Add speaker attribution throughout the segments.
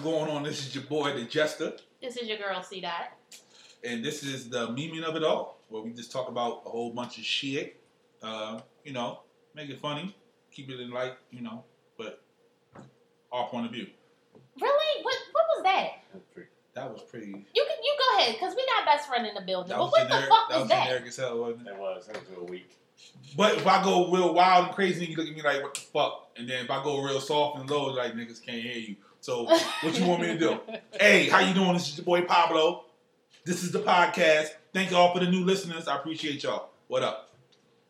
Speaker 1: going on? This is your boy, the Jester,
Speaker 2: This is your girl, C Dot.
Speaker 1: and this is the meaning of it all, where we just talk about a whole bunch of shit. Uh, you know, make it funny, keep it in light, you know, but our point of view.
Speaker 2: Really? What what was that?
Speaker 1: That was pretty.
Speaker 2: You can you go ahead, because we got best friend in the building.
Speaker 1: That
Speaker 2: But
Speaker 1: was
Speaker 2: what
Speaker 1: generic.
Speaker 2: the fuck
Speaker 1: that
Speaker 2: was
Speaker 1: was
Speaker 2: that?
Speaker 1: generic as hell, wasn't it?
Speaker 3: That was. That was real weak.
Speaker 1: But if I go real wild and crazy, you look at me like, what the fuck? And then if I go real soft and low, like niggas can't hear you. So what you want me to do? hey, how you doing? This is your boy Pablo. This is the podcast. Thank y'all for the new listeners. I appreciate y'all. What up?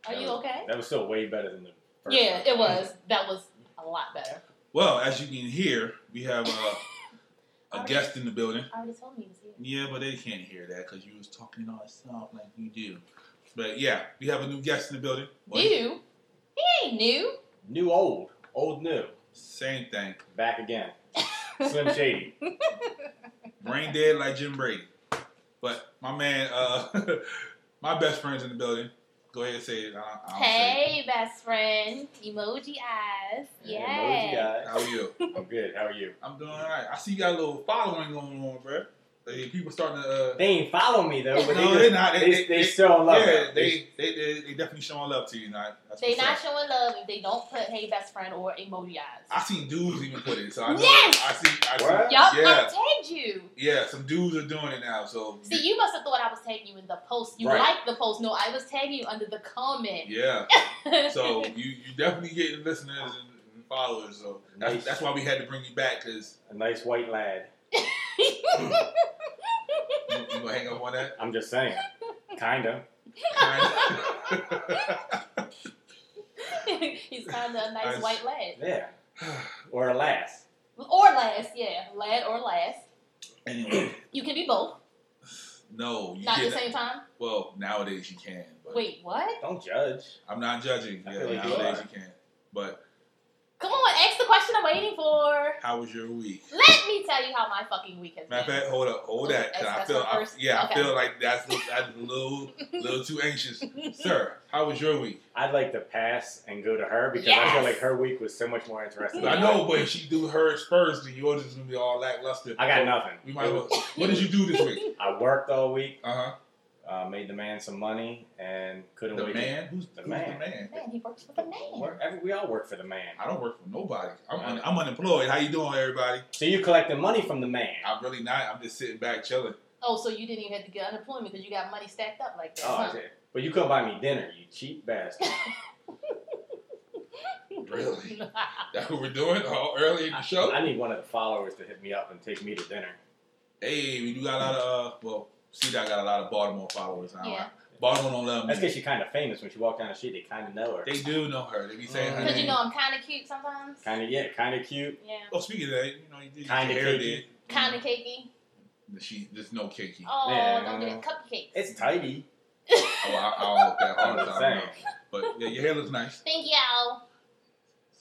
Speaker 2: Are you okay?
Speaker 3: That was still way better than the first
Speaker 2: Yeah,
Speaker 3: one.
Speaker 2: it was. That was a lot better.
Speaker 1: Well, as you can hear, we have uh, a guest in the building.
Speaker 2: I already told me he was here.
Speaker 1: Yeah, but they can't hear that because you was talking all soft like you do. But yeah, we have a new guest in the building. Well,
Speaker 2: New? He ain't new.
Speaker 3: New old. Old new.
Speaker 1: Same thing.
Speaker 3: Back again. Slim Shady.
Speaker 1: brain dead like Jim Brady. But my man, uh, my best friend's in the building. Go ahead and say it. I, I don't say
Speaker 2: Hey, best friend. Emoji eyes. Yeah.
Speaker 1: it. How are you?
Speaker 3: I'm good. How are you?
Speaker 1: I'm doing all right. I see you got a little following going on, bro. Like, people starting to. Uh,
Speaker 3: They ain't follow me though, but
Speaker 1: No,
Speaker 3: they,
Speaker 1: they
Speaker 3: just,
Speaker 1: not. They-
Speaker 3: they,
Speaker 1: they-
Speaker 3: they
Speaker 1: they-
Speaker 3: still in love.
Speaker 1: yeah, they, they, they, they definitely showing love to you. Now. That's
Speaker 2: They
Speaker 1: what's
Speaker 2: not
Speaker 1: up.
Speaker 2: showing love if they don't put hey best friend or emoji
Speaker 1: I
Speaker 2: eyes.
Speaker 1: seen dudes even put it, so I know.
Speaker 2: Yes!
Speaker 1: I see. I see.
Speaker 3: What?
Speaker 2: Y'all
Speaker 1: Yeah,
Speaker 2: I tagged you.
Speaker 1: yeah. Some dudes are doing it now. So
Speaker 2: See, you must have thought I was tagging you in the post. You
Speaker 3: Right.
Speaker 2: liked the post. No, I was tagging you under the comment.
Speaker 1: yeah. So you you definitely getting listeners and, and followers. So that's,
Speaker 3: Nice.
Speaker 1: that's why we had to bring you back because
Speaker 3: A nice white lad.
Speaker 1: you, you gonna hang up on that.
Speaker 3: I'm just saying. Kinda.
Speaker 2: He's kind of a nice
Speaker 1: Nice.
Speaker 2: white lad.
Speaker 3: Yeah. Or a lass.
Speaker 2: Or lass, yeah. Lad or lass.
Speaker 1: anyway,
Speaker 2: You can be both.
Speaker 1: no, you
Speaker 2: Not at
Speaker 1: can't.
Speaker 2: the same time.
Speaker 1: Well, nowadays you can. But
Speaker 2: Wait, what?
Speaker 3: Don't judge.
Speaker 1: I'm not judging.
Speaker 3: I
Speaker 1: Yeah,
Speaker 3: feel like you
Speaker 1: nowadays
Speaker 3: are.
Speaker 1: you can. But
Speaker 2: Come on, ask the question I'm waiting for.
Speaker 1: how was your week?
Speaker 2: Let me tell you how my fucking week has
Speaker 1: Matter of
Speaker 2: been.
Speaker 1: fact, hold up, hold that. Cause I
Speaker 2: That's-
Speaker 1: feel,
Speaker 2: that's my
Speaker 1: I,
Speaker 2: first-
Speaker 1: yeah,
Speaker 2: okay.
Speaker 1: I feel like that's that's a little, little too anxious, sir. How was your week?
Speaker 3: I'd like to pass and go to her because I
Speaker 2: Yes.
Speaker 3: feel like her week was so much more interesting. than
Speaker 1: I know, but she do hers first, and yours is gonna be all lackluster.
Speaker 3: I got
Speaker 1: So
Speaker 3: nothing.
Speaker 1: We might. as well- What did you do this week?
Speaker 3: I worked all week,
Speaker 1: Uh huh.
Speaker 3: uh, made the man some money, and couldn't
Speaker 1: The
Speaker 3: wait.
Speaker 1: man. Who's
Speaker 3: The
Speaker 1: who's The
Speaker 3: man.
Speaker 1: man.
Speaker 2: Man, he works with a man.
Speaker 3: Work- every- we all work for the man.
Speaker 1: I don't work for nobody. I'm un- I'm unemployed. How you doing, everybody?
Speaker 3: So you collecting money from the man.
Speaker 1: I'm really not. I'm just sitting back chilling.
Speaker 2: Oh, so you didn't even have to get unemployment because you got money stacked up like that.
Speaker 3: Oh, I
Speaker 2: huh?
Speaker 3: did. But you couldn't buy me dinner, you cheap bastard.
Speaker 1: Really? That what we're doing all early in the show?
Speaker 3: I need one of the followers to hit me up and take me to dinner.
Speaker 1: Hey, we do got a lot of uh, well, see, I got a lot of Baltimore followers now.
Speaker 2: Yeah.
Speaker 1: Baltimore don't love me.
Speaker 3: That's because she's kind of famous. When she walk down the street, they kind of know her.
Speaker 1: They do know her. They be saying her
Speaker 2: Because
Speaker 1: name.
Speaker 2: Mm. you know I'm kind of cute sometimes.
Speaker 3: Kind of, yeah, kind of cute.
Speaker 2: Yeah.
Speaker 1: oh, speaking of that, you know you did
Speaker 3: Kinda
Speaker 1: your hair
Speaker 3: cakey.
Speaker 1: did.
Speaker 2: Kind of cakey.
Speaker 1: She there's no cakey.
Speaker 2: Oh,
Speaker 3: Yeah.
Speaker 2: don't do that. Cupcakes.
Speaker 3: It's
Speaker 1: I,
Speaker 3: tidy.
Speaker 1: Oh, I, I don't look that
Speaker 3: I'm
Speaker 1: hard. so
Speaker 3: just
Speaker 1: I don't
Speaker 3: saying.
Speaker 1: know. But yeah, your hair looks nice.
Speaker 2: Thank y'all.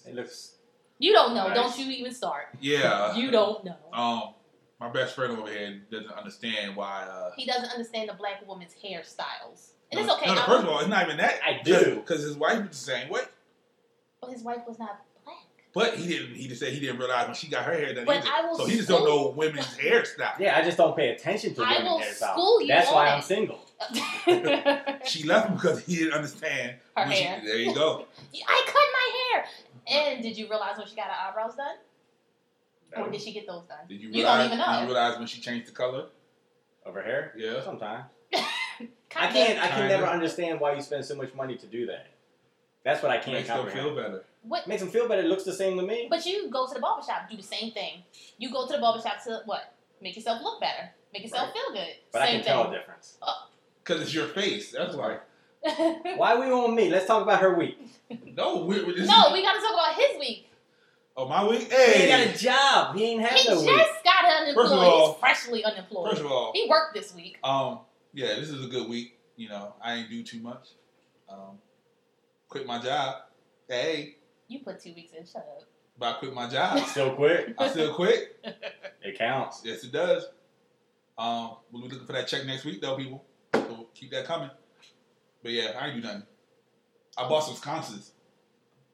Speaker 3: It looks.
Speaker 2: You don't know.
Speaker 3: Nice.
Speaker 2: Don't you even start.
Speaker 1: Yeah.
Speaker 2: You don't know.
Speaker 1: Um, my best friend over here doesn't understand why. Uh,
Speaker 2: He doesn't understand the black woman's hairstyles. And it's
Speaker 1: no,
Speaker 2: okay.
Speaker 1: No,
Speaker 2: I
Speaker 1: first of all, it's not even that.
Speaker 3: I do.
Speaker 1: because his wife was the same way.
Speaker 2: well, Oh, his wife was not black.
Speaker 1: But he didn't. He just said he didn't realize when she got her hair done.
Speaker 2: But
Speaker 1: either.
Speaker 2: I will
Speaker 1: so he just don't
Speaker 2: school-
Speaker 1: know women's hairstyle.
Speaker 3: Yeah, I just don't pay attention to
Speaker 2: I
Speaker 3: women
Speaker 2: will
Speaker 3: hair style.
Speaker 2: school you
Speaker 3: That's why
Speaker 2: on
Speaker 3: I'm
Speaker 2: it.
Speaker 3: single.
Speaker 2: I
Speaker 1: She left him because he didn't understand.
Speaker 2: Her
Speaker 1: when she-
Speaker 2: hair.
Speaker 1: there you go.
Speaker 2: cut my hair. And did you realize when she got her eyebrows done? Or did she get those done?
Speaker 1: Uh, Did you
Speaker 2: You don't
Speaker 1: realize?
Speaker 2: even
Speaker 1: Did
Speaker 2: know.
Speaker 1: you realize when she changed the color?
Speaker 3: Over hair?
Speaker 1: Yeah.
Speaker 3: Sometimes. I
Speaker 2: Kinda.
Speaker 3: can't. I can
Speaker 1: Kinda.
Speaker 3: never understand why you spend so much money to do that. That's what I
Speaker 1: It
Speaker 3: can't
Speaker 1: makes them
Speaker 3: comprehend.
Speaker 1: feel better.
Speaker 2: What?
Speaker 3: Makes them feel better. It looks the same to me.
Speaker 2: But you go to the barber shop, do the same thing. You go to the barber shop to what? Make yourself look better. Make yourself
Speaker 3: Right.
Speaker 2: feel good.
Speaker 3: But I
Speaker 2: same
Speaker 3: can tell a difference.
Speaker 1: Because it's your face. That's why.
Speaker 2: thing.
Speaker 3: Why we on me? Let's talk about her week.
Speaker 1: No, we we- this
Speaker 2: no,
Speaker 1: Is,
Speaker 2: we gotta talk about his week.
Speaker 1: oh, my week?
Speaker 3: He ain't
Speaker 1: Hey!
Speaker 3: got a job. He ain't had
Speaker 2: He
Speaker 3: no
Speaker 2: just
Speaker 3: week.
Speaker 2: got
Speaker 1: First of
Speaker 2: unemployed.
Speaker 1: all-
Speaker 2: He's freshly unemployed.
Speaker 1: First of all,
Speaker 2: He worked this week.
Speaker 1: um, yeah, this is a good week. You know, I ain't do too much. Um, quit my job. Hey,
Speaker 2: You put two weeks in. Shut up.
Speaker 1: but I quit my job.
Speaker 3: Still quick.
Speaker 1: I still quit.
Speaker 3: It counts.
Speaker 1: Yes, it does. Um, we'll be looking for that check next week, though, people. So keep that coming. But yeah, I ain't do nothing. I bought some sconces.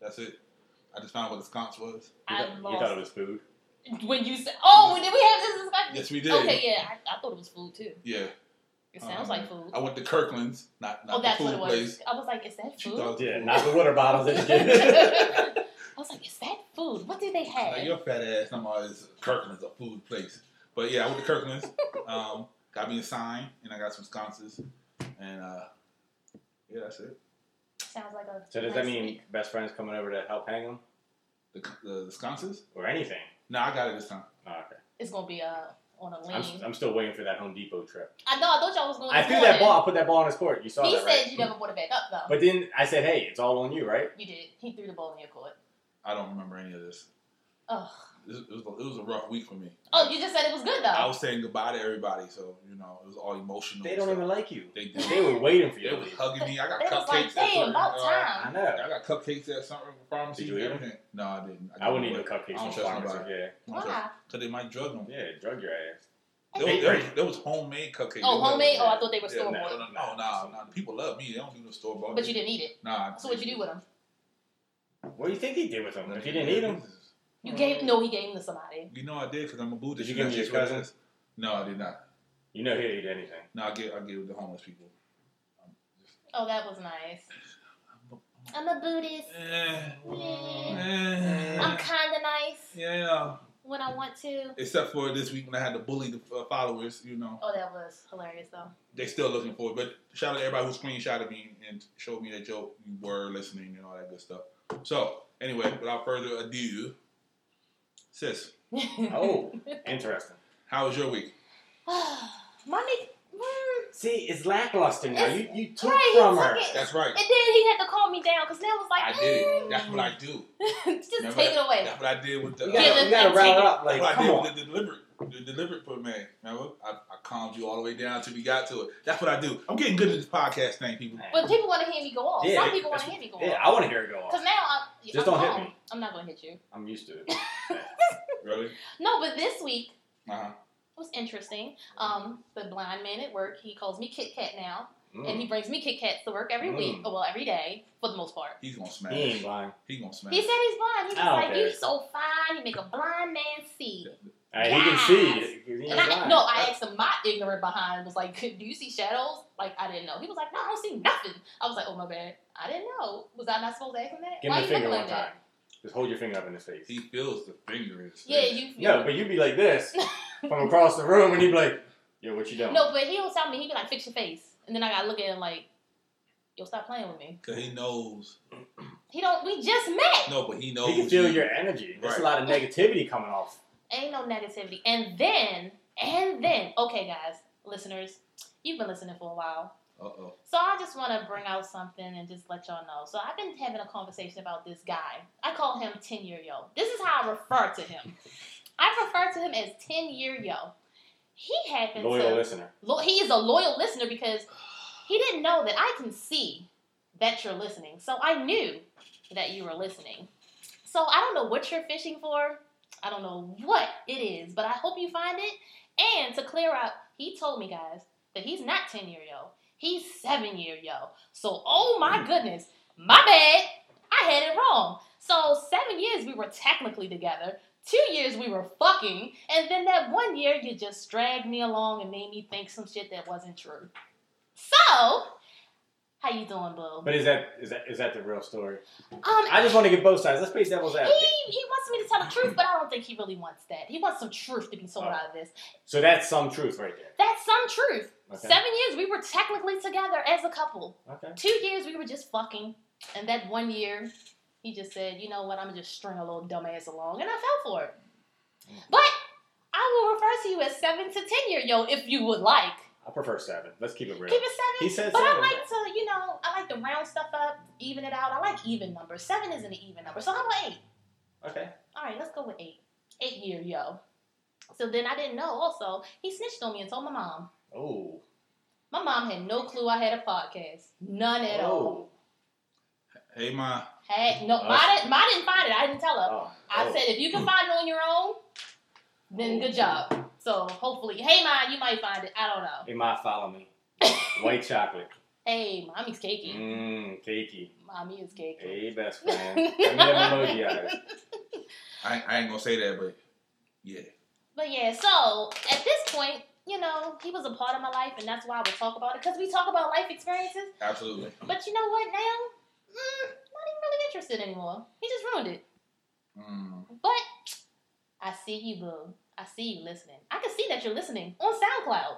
Speaker 1: That's it. I just found what a sconce was.
Speaker 3: You
Speaker 2: I
Speaker 3: thought, you
Speaker 2: lost.
Speaker 3: thought it was food.
Speaker 2: When you said, "Oh, did we have this discussion?"
Speaker 1: Yes, we did.
Speaker 2: Okay, yeah, I, I thought it was food too.
Speaker 1: Yeah.
Speaker 2: It
Speaker 1: Um,
Speaker 2: sounds like food.
Speaker 1: I went to Kirkland's, not not
Speaker 2: oh, that's
Speaker 1: the
Speaker 2: what
Speaker 1: food
Speaker 2: it was.
Speaker 1: place.
Speaker 2: I was like, "Is that
Speaker 1: She
Speaker 2: food?"
Speaker 1: thought it was
Speaker 3: Yeah,
Speaker 1: food.
Speaker 3: not the water bottles that you get.
Speaker 2: I was like, "Is that food? What do they have?"
Speaker 1: Like your fat ass, I'm always Kirkland's a food place. But yeah, I went to Kirkland's. um, got me a sign, and I got some sconces, and uh, yeah, that's it.
Speaker 2: Sounds like a.
Speaker 3: so does
Speaker 2: nice
Speaker 3: that mean
Speaker 2: snack.
Speaker 3: best friends coming over to help hang them
Speaker 1: The, the, the sconces?
Speaker 3: or anything?
Speaker 1: No, I got it this time.
Speaker 3: Oh, okay.
Speaker 2: it's gonna be uh, on a lean?
Speaker 3: I'm, I'm still waiting for that Home Depot trip.
Speaker 2: I know. I thought y'all was going.
Speaker 3: I
Speaker 2: this
Speaker 3: threw that
Speaker 2: morning.
Speaker 3: ball. I put that ball on his court. You saw
Speaker 2: He
Speaker 3: that, right?
Speaker 2: said you never brought it back up though.
Speaker 3: But then I said, "Hey, it's all on you, right?"
Speaker 2: you did. He threw the ball in your court.
Speaker 1: I don't remember any of this.
Speaker 2: Ugh.
Speaker 1: It was, it was, a, it was a rough week for me.
Speaker 2: Oh, you just said it was good though.
Speaker 1: I was saying goodbye to everybody, so you know it was all emotional.
Speaker 3: They
Speaker 1: and
Speaker 3: don't
Speaker 1: stuff.
Speaker 3: even like you.
Speaker 1: They did.
Speaker 3: They were waiting for you.
Speaker 1: They
Speaker 3: to
Speaker 1: was
Speaker 3: leave.
Speaker 1: hugging me. I got
Speaker 2: They was
Speaker 1: cupcakes.
Speaker 2: like,
Speaker 1: at
Speaker 2: "Damn, about
Speaker 1: Circle Line.
Speaker 2: time."
Speaker 3: I know.
Speaker 1: I got cupcakes at Summer Pharmacy.
Speaker 3: Did you
Speaker 1: and
Speaker 3: eat 'em?
Speaker 1: everything. No, I didn't.
Speaker 3: I wouldn't eat no
Speaker 1: I
Speaker 3: cupcakes
Speaker 1: don't
Speaker 3: from
Speaker 1: trust
Speaker 3: Farmers.
Speaker 1: nobody.
Speaker 3: Yeah,
Speaker 2: Why?
Speaker 1: Because they might drug them.
Speaker 3: yeah, drug your ass.
Speaker 1: There
Speaker 3: Hey,
Speaker 1: was, there, was,
Speaker 3: hey.
Speaker 1: there was homemade cupcakes.
Speaker 2: Oh,
Speaker 1: They wasn't-
Speaker 2: homemade. Oh, I thought they were
Speaker 1: Yeah,
Speaker 2: store
Speaker 1: nah,
Speaker 2: bought.
Speaker 1: no, no, nah, nah. People love me. They don't do no store bought.
Speaker 2: But you didn't eat it.
Speaker 1: Nah.
Speaker 2: So what you do with them?
Speaker 3: What do you think he did with them? If you didn't eat them,
Speaker 2: You gave no. He gave them to somebody.
Speaker 1: You know I did because I'm a Buddhist.
Speaker 3: Did you give them to
Speaker 1: That's
Speaker 3: your
Speaker 1: what it
Speaker 3: cousins?
Speaker 1: is. No, I did not.
Speaker 3: you know he'll eat anything.
Speaker 1: No, I give I give it to homeless people.
Speaker 2: Oh, that was nice. I'm a Buddhist.
Speaker 1: Eh,
Speaker 2: Yeah. I'm
Speaker 1: eh,
Speaker 2: kind of nice
Speaker 1: yeah.
Speaker 2: when I want to.
Speaker 1: Except for this week when I had to bully the uh, followers. You know
Speaker 2: Oh, that was hilarious though.
Speaker 1: they still looking for it. But shout out to everybody who screenshotted me and showed me that you you were listening and all that good stuff. So anyway, without further ado, sis,
Speaker 3: Oh, interesting.
Speaker 1: how was your week?
Speaker 2: Money. mm,
Speaker 3: See, it's lackluster now. You you took
Speaker 2: Right, he
Speaker 3: from
Speaker 2: took
Speaker 3: her.
Speaker 2: it.
Speaker 1: That's right.
Speaker 2: And then he had to calm me down because now was like,
Speaker 1: I did. That's what I do.
Speaker 2: "Mm." just
Speaker 1: Remember
Speaker 2: take it
Speaker 1: that-
Speaker 2: away.
Speaker 1: That's what I did with the.
Speaker 3: You
Speaker 1: Uh,
Speaker 2: Yeah,
Speaker 3: gotta,
Speaker 2: that's-
Speaker 3: you gotta
Speaker 2: that's
Speaker 3: round
Speaker 2: taking-
Speaker 3: it up. Like,
Speaker 1: that's what I
Speaker 3: come
Speaker 1: did
Speaker 3: on.
Speaker 1: with the deliberate, the deliberate put man. Remember, I, I calmed you all the way down till we got to it. That's what I do. I'm getting good at this podcast thing, people.
Speaker 2: But people want to hear me go off.
Speaker 3: Yeah,
Speaker 2: Some people want to
Speaker 3: that's-
Speaker 2: hear me go
Speaker 3: Yeah,
Speaker 2: off.
Speaker 3: I want to hear it go off.
Speaker 2: Because now I,
Speaker 3: Just
Speaker 2: I'm
Speaker 3: don't hit
Speaker 2: calm.
Speaker 3: me.
Speaker 2: I'm not going to hit you.
Speaker 3: I'm used to it.
Speaker 1: Really?
Speaker 2: No, but this week
Speaker 1: Uh huh.
Speaker 2: was interesting. Um, the blind man at work, he calls me Kit Kat now, and
Speaker 3: Mm.
Speaker 2: he brings me Kit Kats to work every week,
Speaker 3: Mm.
Speaker 2: oh, well, every day for the most part.
Speaker 1: He's gonna
Speaker 3: He ain't
Speaker 1: smash.
Speaker 3: lying.
Speaker 1: He gonna smash.
Speaker 2: He said he's blind. He was
Speaker 3: I don't
Speaker 2: like,
Speaker 3: care.
Speaker 2: "You so fine. You make a blind man see."
Speaker 3: Hey, He can see. it. He ain't
Speaker 2: And I,
Speaker 3: lying.
Speaker 2: no, I asked him. My ignorant behind was like, "Do you see shadows?" Like I didn't know. He was like, "No, I don't see nothing." I was like, "Oh my bad. I didn't know. Was I not supposed to ask him that?
Speaker 3: Give
Speaker 2: Why
Speaker 3: him the
Speaker 2: you
Speaker 3: finger
Speaker 2: looking
Speaker 3: one
Speaker 2: like that?"
Speaker 3: time. Just hold your finger up in his face.
Speaker 1: He feels the fingers.
Speaker 2: Yeah, you.
Speaker 3: No, but you'd be like this from across the room, and he'd be like, "Yo, what you doing?"
Speaker 2: No, but he'll tell me. He be like, "Fix your face," and then I gotta look at him like, "Yo, stop playing with me."
Speaker 1: Cause he knows.
Speaker 2: He don't. We just met.
Speaker 1: No, but he knows.
Speaker 3: He can feel
Speaker 1: you.
Speaker 3: your energy. There's a
Speaker 1: Right.
Speaker 3: lot of negativity coming off.
Speaker 2: Ain't no negativity. And then, and then, okay, guys, listeners, you've been listening for a while.
Speaker 1: Uh oh.
Speaker 2: So I just want to bring out something and just let y'all know. So I've been having a conversation about this guy. I call him 10 year yo. This is how I refer to him. I refer to him as 10 year yo. He happened
Speaker 3: Loyal
Speaker 2: to
Speaker 3: listener.
Speaker 2: lo- he is a loyal listener because he didn't know that I can see that you're listening. So I knew that you were listening. So I don't know what you're fishing for. I don't know what it is, but I hope you find it. And to clear up, he told me guys that he's not 10 year yo. He's 7 year yo. So oh my goodness, my bad. I had it wrong. So 7 years we were technically together. Two years we were fucking, and then that one year you just dragged me along and made me think some shit that wasn't true. So, how you doing, boo?
Speaker 3: But is that is that is that the real story?
Speaker 2: Um,
Speaker 3: I just want to get both sides. Let's play devil's
Speaker 2: he,
Speaker 3: advocate.
Speaker 2: he wants me to tell the truth, but I don't think he really wants that. He wants some truth to be
Speaker 3: Oh.
Speaker 2: sold out of this.
Speaker 3: So that's some truth right there.
Speaker 2: That's some truth.
Speaker 3: Okay.
Speaker 2: Seven years we were technically together as a couple.
Speaker 3: Okay.
Speaker 2: Two years we were just fucking, and that one year he just said, you know what, I'm gonna just string a little dumbass along, and I fell for it.
Speaker 3: Mm.
Speaker 2: But I will refer to you as seven to ten year yo if you would like.
Speaker 3: I prefer seven. Let's keep it real.
Speaker 2: Keep it seven.
Speaker 3: He said
Speaker 2: But I
Speaker 3: seven.
Speaker 2: like to, you know, I like to round stuff up, even it out. I like even numbers. Seven isn't an even number, so how about eight?
Speaker 3: okay.
Speaker 2: All right, let's go with eight. Eight year yo. So then I didn't know. Also, he snitched on me and told my mom.
Speaker 3: Oh.
Speaker 2: My mom had no clue I had a podcast. None at all.
Speaker 3: Oh.
Speaker 1: Hey, ma.
Speaker 2: Had no.
Speaker 3: Oh.
Speaker 2: Ma, didn't, Ma didn't find it. I didn't tell her.
Speaker 3: Oh.
Speaker 2: I
Speaker 3: Oh.
Speaker 2: said if you can find it on your own, then
Speaker 3: Oh.
Speaker 2: good job. So hopefully, hey Ma, you might find it. I don't know.
Speaker 3: Hey, Ma, follow me. White chocolate.
Speaker 2: Hey, mommy's cakey.
Speaker 3: Mmm, cakey.
Speaker 2: Mommy is cakey.
Speaker 3: Hey, best friend. Send me them emoji eyes.
Speaker 1: I, I ain't gonna say that, but Yeah.
Speaker 2: But yeah, so at this point, you know, he was a part of my life, and that's why I would talk about it because we talk about life experiences.
Speaker 1: Absolutely.
Speaker 2: But you know what? Now, mm, not even really interested anymore. He just ruined it.
Speaker 1: Mm.
Speaker 2: But I see you, boo. I see you listening. I can see that you're listening on SoundCloud.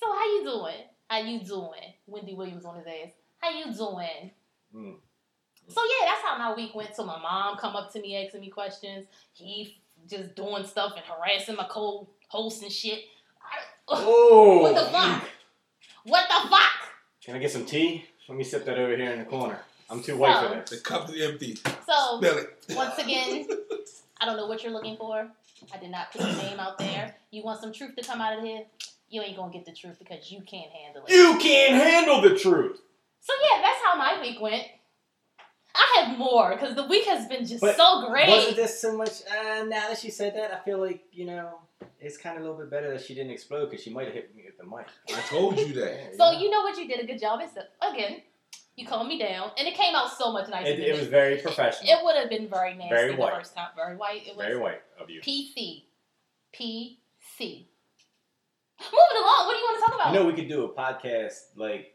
Speaker 2: So how you doing? How you doing? Wendy Williams on his ass. How you doing?
Speaker 4: Mm.
Speaker 2: So yeah, that's how my week went. So my mom come up to me asking me questions. He just doing stuff and harassing my co-host and shit. I,
Speaker 4: Oh.
Speaker 2: what the fuck? What the fuck?
Speaker 4: Can I get some tea? Let me sip that over here in the corner. I'm too white for
Speaker 1: The
Speaker 4: that.
Speaker 1: cup is empty.
Speaker 2: So
Speaker 1: Smell it.
Speaker 2: once again, I don't know what you're looking for. I did not put your name out there. You want some truth to come out of here? You ain't gonna get the truth because you can't handle it.
Speaker 4: You can't handle the truth.
Speaker 2: So yeah, that's how my week went. I have more because the week has been just
Speaker 3: But
Speaker 2: so great.
Speaker 3: Wasn't this so much? Uh, now that she said that, I feel like you know it's kind of a little bit better that she didn't explode because she might have hit me with the mic.
Speaker 1: I told you that.
Speaker 3: Yeah,
Speaker 2: so
Speaker 3: yeah.
Speaker 2: you know what you did a good job. It's again, you calmed me down, and it came out so much nicer.
Speaker 3: it,
Speaker 2: than
Speaker 3: it was very professional,
Speaker 2: It would have been very nasty
Speaker 3: Very
Speaker 2: the
Speaker 3: white.
Speaker 2: first time. Very white. It was
Speaker 3: very white of you.
Speaker 2: PC, PC. Moving along. What do you want to talk about?
Speaker 3: You know, we could do a podcast like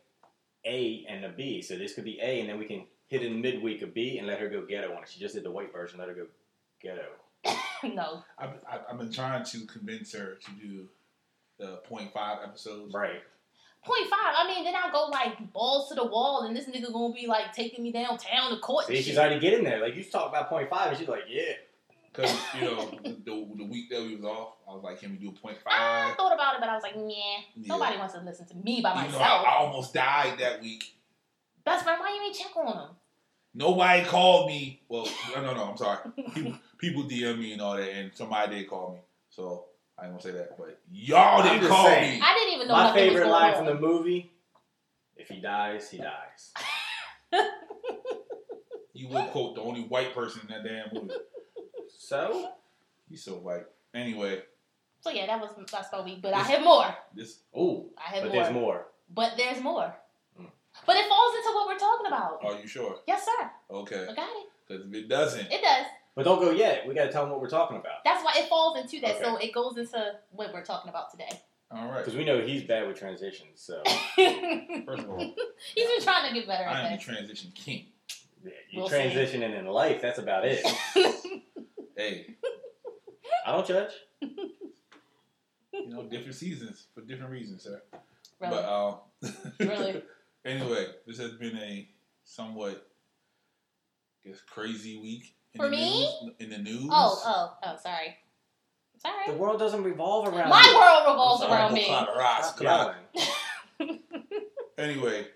Speaker 3: A and a B. So this could be A, and then we can hit in midweek a B and let her go ghetto on it. She just did the white version. Let her go ghetto.
Speaker 2: no.
Speaker 1: I've, I've, I've been trying to convince her to do the 0.5 episodes.
Speaker 3: Right.
Speaker 2: Point five. I mean, then I go like balls to the wall, and this nigga gonna be like taking me downtown to court. and
Speaker 3: See, she's
Speaker 2: shit.
Speaker 3: already getting there. Like you talk about point five, and she's like, yeah.
Speaker 1: Because, you know, the, the, the week that we was off, I was like, can we do a 0.5?
Speaker 2: I thought about it, but I was like, nah.
Speaker 1: Yeah.
Speaker 2: Nobody wants to listen to me by
Speaker 1: Even though
Speaker 2: myself.
Speaker 1: I, I almost died that week.
Speaker 2: Best friend, why you ain't check on him?
Speaker 1: Nobody called me. Well, no, no, no. I'm sorry. People, people DM me and all that, and somebody did call me. So I ain't gonna say that, but y'all
Speaker 3: I'm
Speaker 1: didn't
Speaker 3: just
Speaker 1: call
Speaker 3: saying.
Speaker 1: me.
Speaker 2: I didn't even know
Speaker 3: My
Speaker 2: nothing was
Speaker 3: favorite
Speaker 2: going
Speaker 3: line
Speaker 2: on.
Speaker 3: from the movie: "If he dies, he dies."
Speaker 1: You would quote the only white person in that damn movie.
Speaker 3: So
Speaker 1: You so white. Anyway,
Speaker 2: So yeah, that was that's my week, but I have more.
Speaker 1: this
Speaker 3: Oh,
Speaker 2: I have
Speaker 3: but
Speaker 2: more.
Speaker 3: there's more.
Speaker 2: But there's more.
Speaker 3: Mm.
Speaker 2: But it falls into what we're talking about.
Speaker 1: are you sure?
Speaker 2: Yes, sir.
Speaker 1: Okay,
Speaker 2: I got it.
Speaker 1: because if it doesn't,
Speaker 2: It does.
Speaker 3: But don't go yet. We gotta tell them what we're talking about
Speaker 2: That's why it falls into that.
Speaker 3: Okay.
Speaker 2: So it goes into what we're talking about today.
Speaker 1: all right.
Speaker 3: because we know he's bad with transitions. So
Speaker 2: He's
Speaker 1: First of all,
Speaker 2: been trying to get better
Speaker 1: I
Speaker 2: at
Speaker 1: am the
Speaker 2: that.
Speaker 1: transition king.
Speaker 3: yeah, you
Speaker 2: We'll see.
Speaker 3: transitioning in life. That's about it.
Speaker 1: Hey,
Speaker 3: I don't judge.
Speaker 1: you know, different seasons for different reasons, sir.
Speaker 2: Really.
Speaker 1: But um,
Speaker 2: Really?
Speaker 1: anyway, this has been a somewhat, I guess, crazy week. In
Speaker 2: For
Speaker 1: the
Speaker 2: me?
Speaker 1: News, in the news.
Speaker 2: Oh, oh, oh, sorry. Sorry.
Speaker 3: The world doesn't revolve around.
Speaker 2: My
Speaker 3: you.
Speaker 2: world revolves
Speaker 3: I'm
Speaker 1: Sorry,
Speaker 2: around
Speaker 1: go
Speaker 2: me.
Speaker 1: climb a rock,
Speaker 3: Stop
Speaker 1: climb.
Speaker 3: yelling.
Speaker 1: Anyway,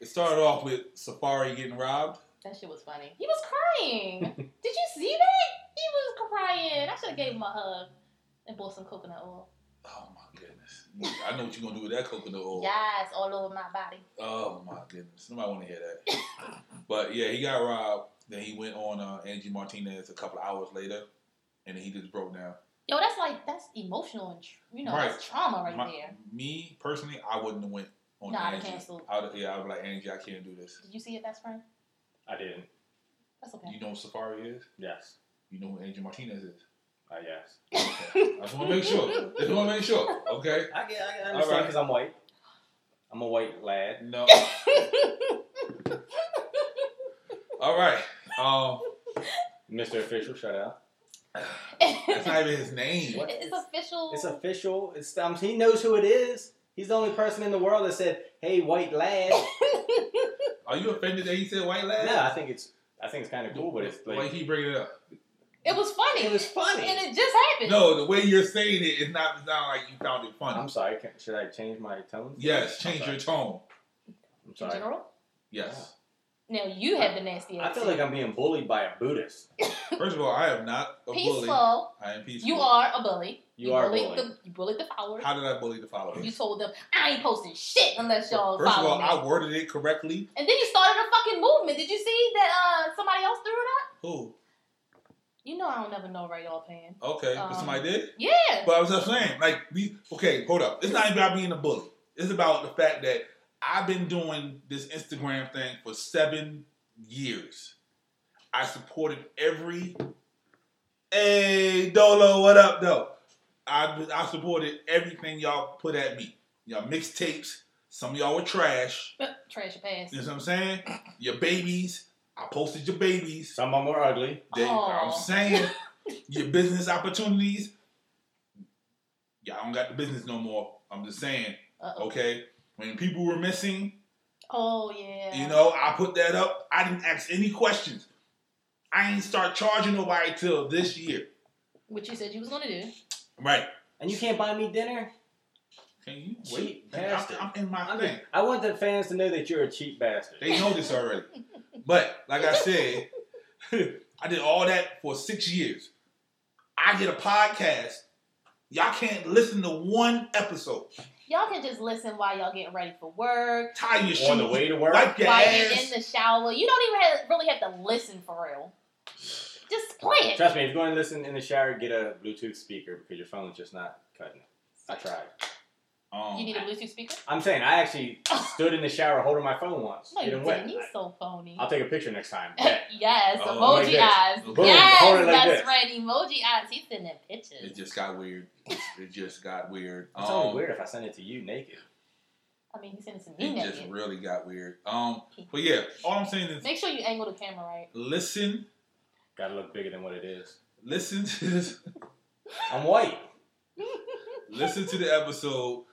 Speaker 1: it started off with Safari getting robbed.
Speaker 2: That shit was funny. He was crying. Did you see that? He was crying. I should have gave him a hug and bought some coconut oil.
Speaker 1: Oh my goodness! I know what you're gonna do with that coconut
Speaker 3: Oh.
Speaker 1: oil.
Speaker 2: Yes, all over my body.
Speaker 1: Oh my goodness! Nobody want to hear that. but yeah, he got robbed. Then he went on uh, Angie Martinez a couple of hours later, and then he just broke down.
Speaker 2: Yo, that's like that's emotional and tr- you know
Speaker 1: Right.
Speaker 2: that's trauma right
Speaker 1: My-
Speaker 2: there.
Speaker 1: me personally, I wouldn't have went on
Speaker 2: Nah, I'd have
Speaker 1: Angie.
Speaker 2: canceled.
Speaker 1: I would, yeah, I would be like Angie. I can't do this.
Speaker 2: Did you see it, best friend?
Speaker 3: I didn't.
Speaker 2: That's
Speaker 1: You
Speaker 2: okay.
Speaker 1: know who Safari is.
Speaker 3: Yes.
Speaker 1: You know who Angie Martinez is.
Speaker 3: I yes.
Speaker 1: Okay. I just want to make sure. Just want to make sure. Okay.
Speaker 3: I get. I, get-
Speaker 1: All
Speaker 3: I understand
Speaker 1: right.
Speaker 3: because I'm white. I'm a white lad.
Speaker 1: No. All right. Um,
Speaker 3: Mr. Official, shut up.
Speaker 1: that's not even his name.
Speaker 3: What?
Speaker 2: it's official.
Speaker 3: It's official. It's um, he knows who it is. He's the only person in the world that said, "Hey, white lad."
Speaker 1: Are you offended that he said white lad?
Speaker 3: no, I think it's. I think it's kind of cool, but it's
Speaker 1: the way
Speaker 3: like
Speaker 1: he bringing it up.
Speaker 2: it was funny.
Speaker 3: it was funny.
Speaker 2: and it just happened.
Speaker 1: No, the way you're saying it is not sound like you found it funny.
Speaker 3: I'm sorry. Can, should I change my tone?
Speaker 1: yes, change
Speaker 3: I'm
Speaker 1: your
Speaker 3: sorry.
Speaker 1: tone.
Speaker 3: I'm
Speaker 2: In
Speaker 3: sorry.
Speaker 2: general,
Speaker 1: Yes.
Speaker 2: now you have the nasty.
Speaker 3: I feel like I'm being bullied by a Buddhist.
Speaker 1: First of all, I am not a
Speaker 2: peaceful.
Speaker 1: bully. I am peaceful.
Speaker 2: You are a bully.
Speaker 3: You are
Speaker 2: bullied
Speaker 3: bullied.
Speaker 2: the you bullied the followers.
Speaker 1: How did I bully the
Speaker 2: You
Speaker 1: followers?
Speaker 2: told them I ain't posting shit unless y'all
Speaker 1: First of
Speaker 2: follow
Speaker 1: all,
Speaker 2: me.
Speaker 1: I worded it correctly.
Speaker 2: and then you started a fucking movement. Did you see that uh, somebody else threw it up?
Speaker 1: Who?
Speaker 2: You know I don't never know right all pan.
Speaker 1: Okay,
Speaker 2: Um,
Speaker 1: but somebody did.
Speaker 2: Yeah.
Speaker 1: But I was just saying, like, we okay, hold up. It's not about being a bully. It's about the fact that I've been doing this Instagram thing for seven years. I supported every Hey, Dolo, what up, though? I I supported everything y'all put at me. Y'all mixtapes. Some of y'all were trash.
Speaker 2: Trash your past.
Speaker 1: You know what I'm saying? Your babies. I posted your babies.
Speaker 3: Some of them were ugly.
Speaker 1: They, I'm
Speaker 2: Aw.
Speaker 1: saying your business opportunities. Yeah, I don't got the business no more. I'm just saying,
Speaker 2: Uh-oh.
Speaker 1: okay. When people were missing,
Speaker 2: Oh yeah.
Speaker 1: you know, I put that up. I didn't ask any questions. I ain't start charging nobody till this year.
Speaker 2: Which you said you was gonna do.
Speaker 1: Right.
Speaker 3: And you can't buy me dinner?
Speaker 1: Can you wait?
Speaker 3: Cheap
Speaker 1: I'm,
Speaker 3: bastard.
Speaker 1: I'm in my
Speaker 3: I'm
Speaker 1: thing.
Speaker 3: just- I want the fans to know that you're a cheap bastard.
Speaker 1: They know this already. But like I said, I did all that for six years. I did a podcast. Y'all can't listen to one episode.
Speaker 2: Y'all can just listen while y'all getting ready for work,
Speaker 1: Tie your shoes.
Speaker 3: On the way to work?
Speaker 1: Wipe your
Speaker 2: while you're in
Speaker 1: ass.
Speaker 2: the shower. You don't even have, really have to listen for real. Just play it.
Speaker 3: Trust me, if you're going to listen in the shower, get a Bluetooth speaker because your phone's just not cutting it. I tried.
Speaker 1: Um,
Speaker 2: You need a Bluetooth speaker?
Speaker 3: I'm saying I actually stood in the shower holding my phone once.
Speaker 2: No, you
Speaker 3: getting
Speaker 2: didn't.
Speaker 3: wet.
Speaker 2: You so phony.
Speaker 3: I'll take a picture next time. Bet.
Speaker 2: yes,
Speaker 1: Oh,
Speaker 2: emoji
Speaker 3: like this.
Speaker 2: eyes.
Speaker 1: Boom,
Speaker 2: Yes,
Speaker 3: hold it like
Speaker 2: that's
Speaker 3: this.
Speaker 2: right. Emoji eyes. He's sending
Speaker 1: it
Speaker 2: pictures.
Speaker 1: just got weird. It just got weird.
Speaker 3: It's only
Speaker 1: Um,
Speaker 3: weird if I send it to you naked.
Speaker 2: I mean, he's sending some me
Speaker 1: It just
Speaker 2: naked.
Speaker 1: really got weird. Um, but yeah, all I'm saying is
Speaker 2: Make sure you angle the camera right.
Speaker 1: listen,
Speaker 3: Gotta look bigger than what it is.
Speaker 1: listen to this,
Speaker 3: I'm white.
Speaker 1: listen to the episode,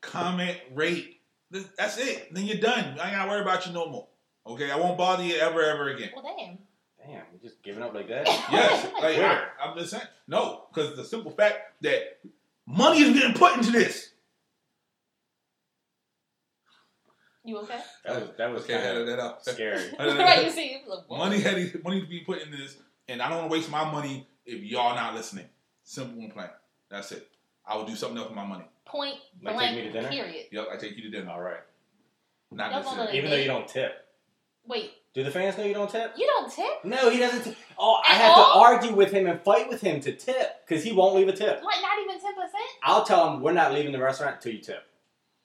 Speaker 1: comment, rate. Th- That's it. Then you're done. I ain't gotta worry about you no more. Okay, I won't bother you ever, ever again.
Speaker 2: Well, damn.
Speaker 3: Damn, you just giving up like that?
Speaker 1: Yes, like I,
Speaker 3: Where?
Speaker 1: I'm just saying no, because the simple fact that money is getting put into this.
Speaker 2: You okay?
Speaker 3: That was that was
Speaker 1: Okay,
Speaker 3: kind
Speaker 1: edit
Speaker 3: of
Speaker 1: that out.
Speaker 3: scary.
Speaker 1: Edit that
Speaker 2: right.
Speaker 1: out.
Speaker 2: You see, it was like, what?
Speaker 1: Money had money to be put in this, and I don't want to waste my money if y'all not listening. Simple and plain. That's it. I will do something else with my money.
Speaker 2: Point
Speaker 3: Like, take
Speaker 2: blank.
Speaker 3: me to dinner?
Speaker 2: Period.
Speaker 1: Yep, I take you to dinner.
Speaker 3: All right.
Speaker 1: Not
Speaker 2: Y'all
Speaker 1: this
Speaker 2: gonna
Speaker 1: dinner.
Speaker 2: let-
Speaker 3: Even though you don't tip,
Speaker 2: Wait,
Speaker 3: do the fans know you don't tip?
Speaker 2: you don't tip?
Speaker 3: No, he doesn't. T- oh, I
Speaker 2: At
Speaker 3: have to
Speaker 2: all?
Speaker 3: argue with him and fight with him to tip because he won't leave a tip.
Speaker 2: Like not even ten percent?
Speaker 3: I'll tell him we're not leaving the restaurant until you tip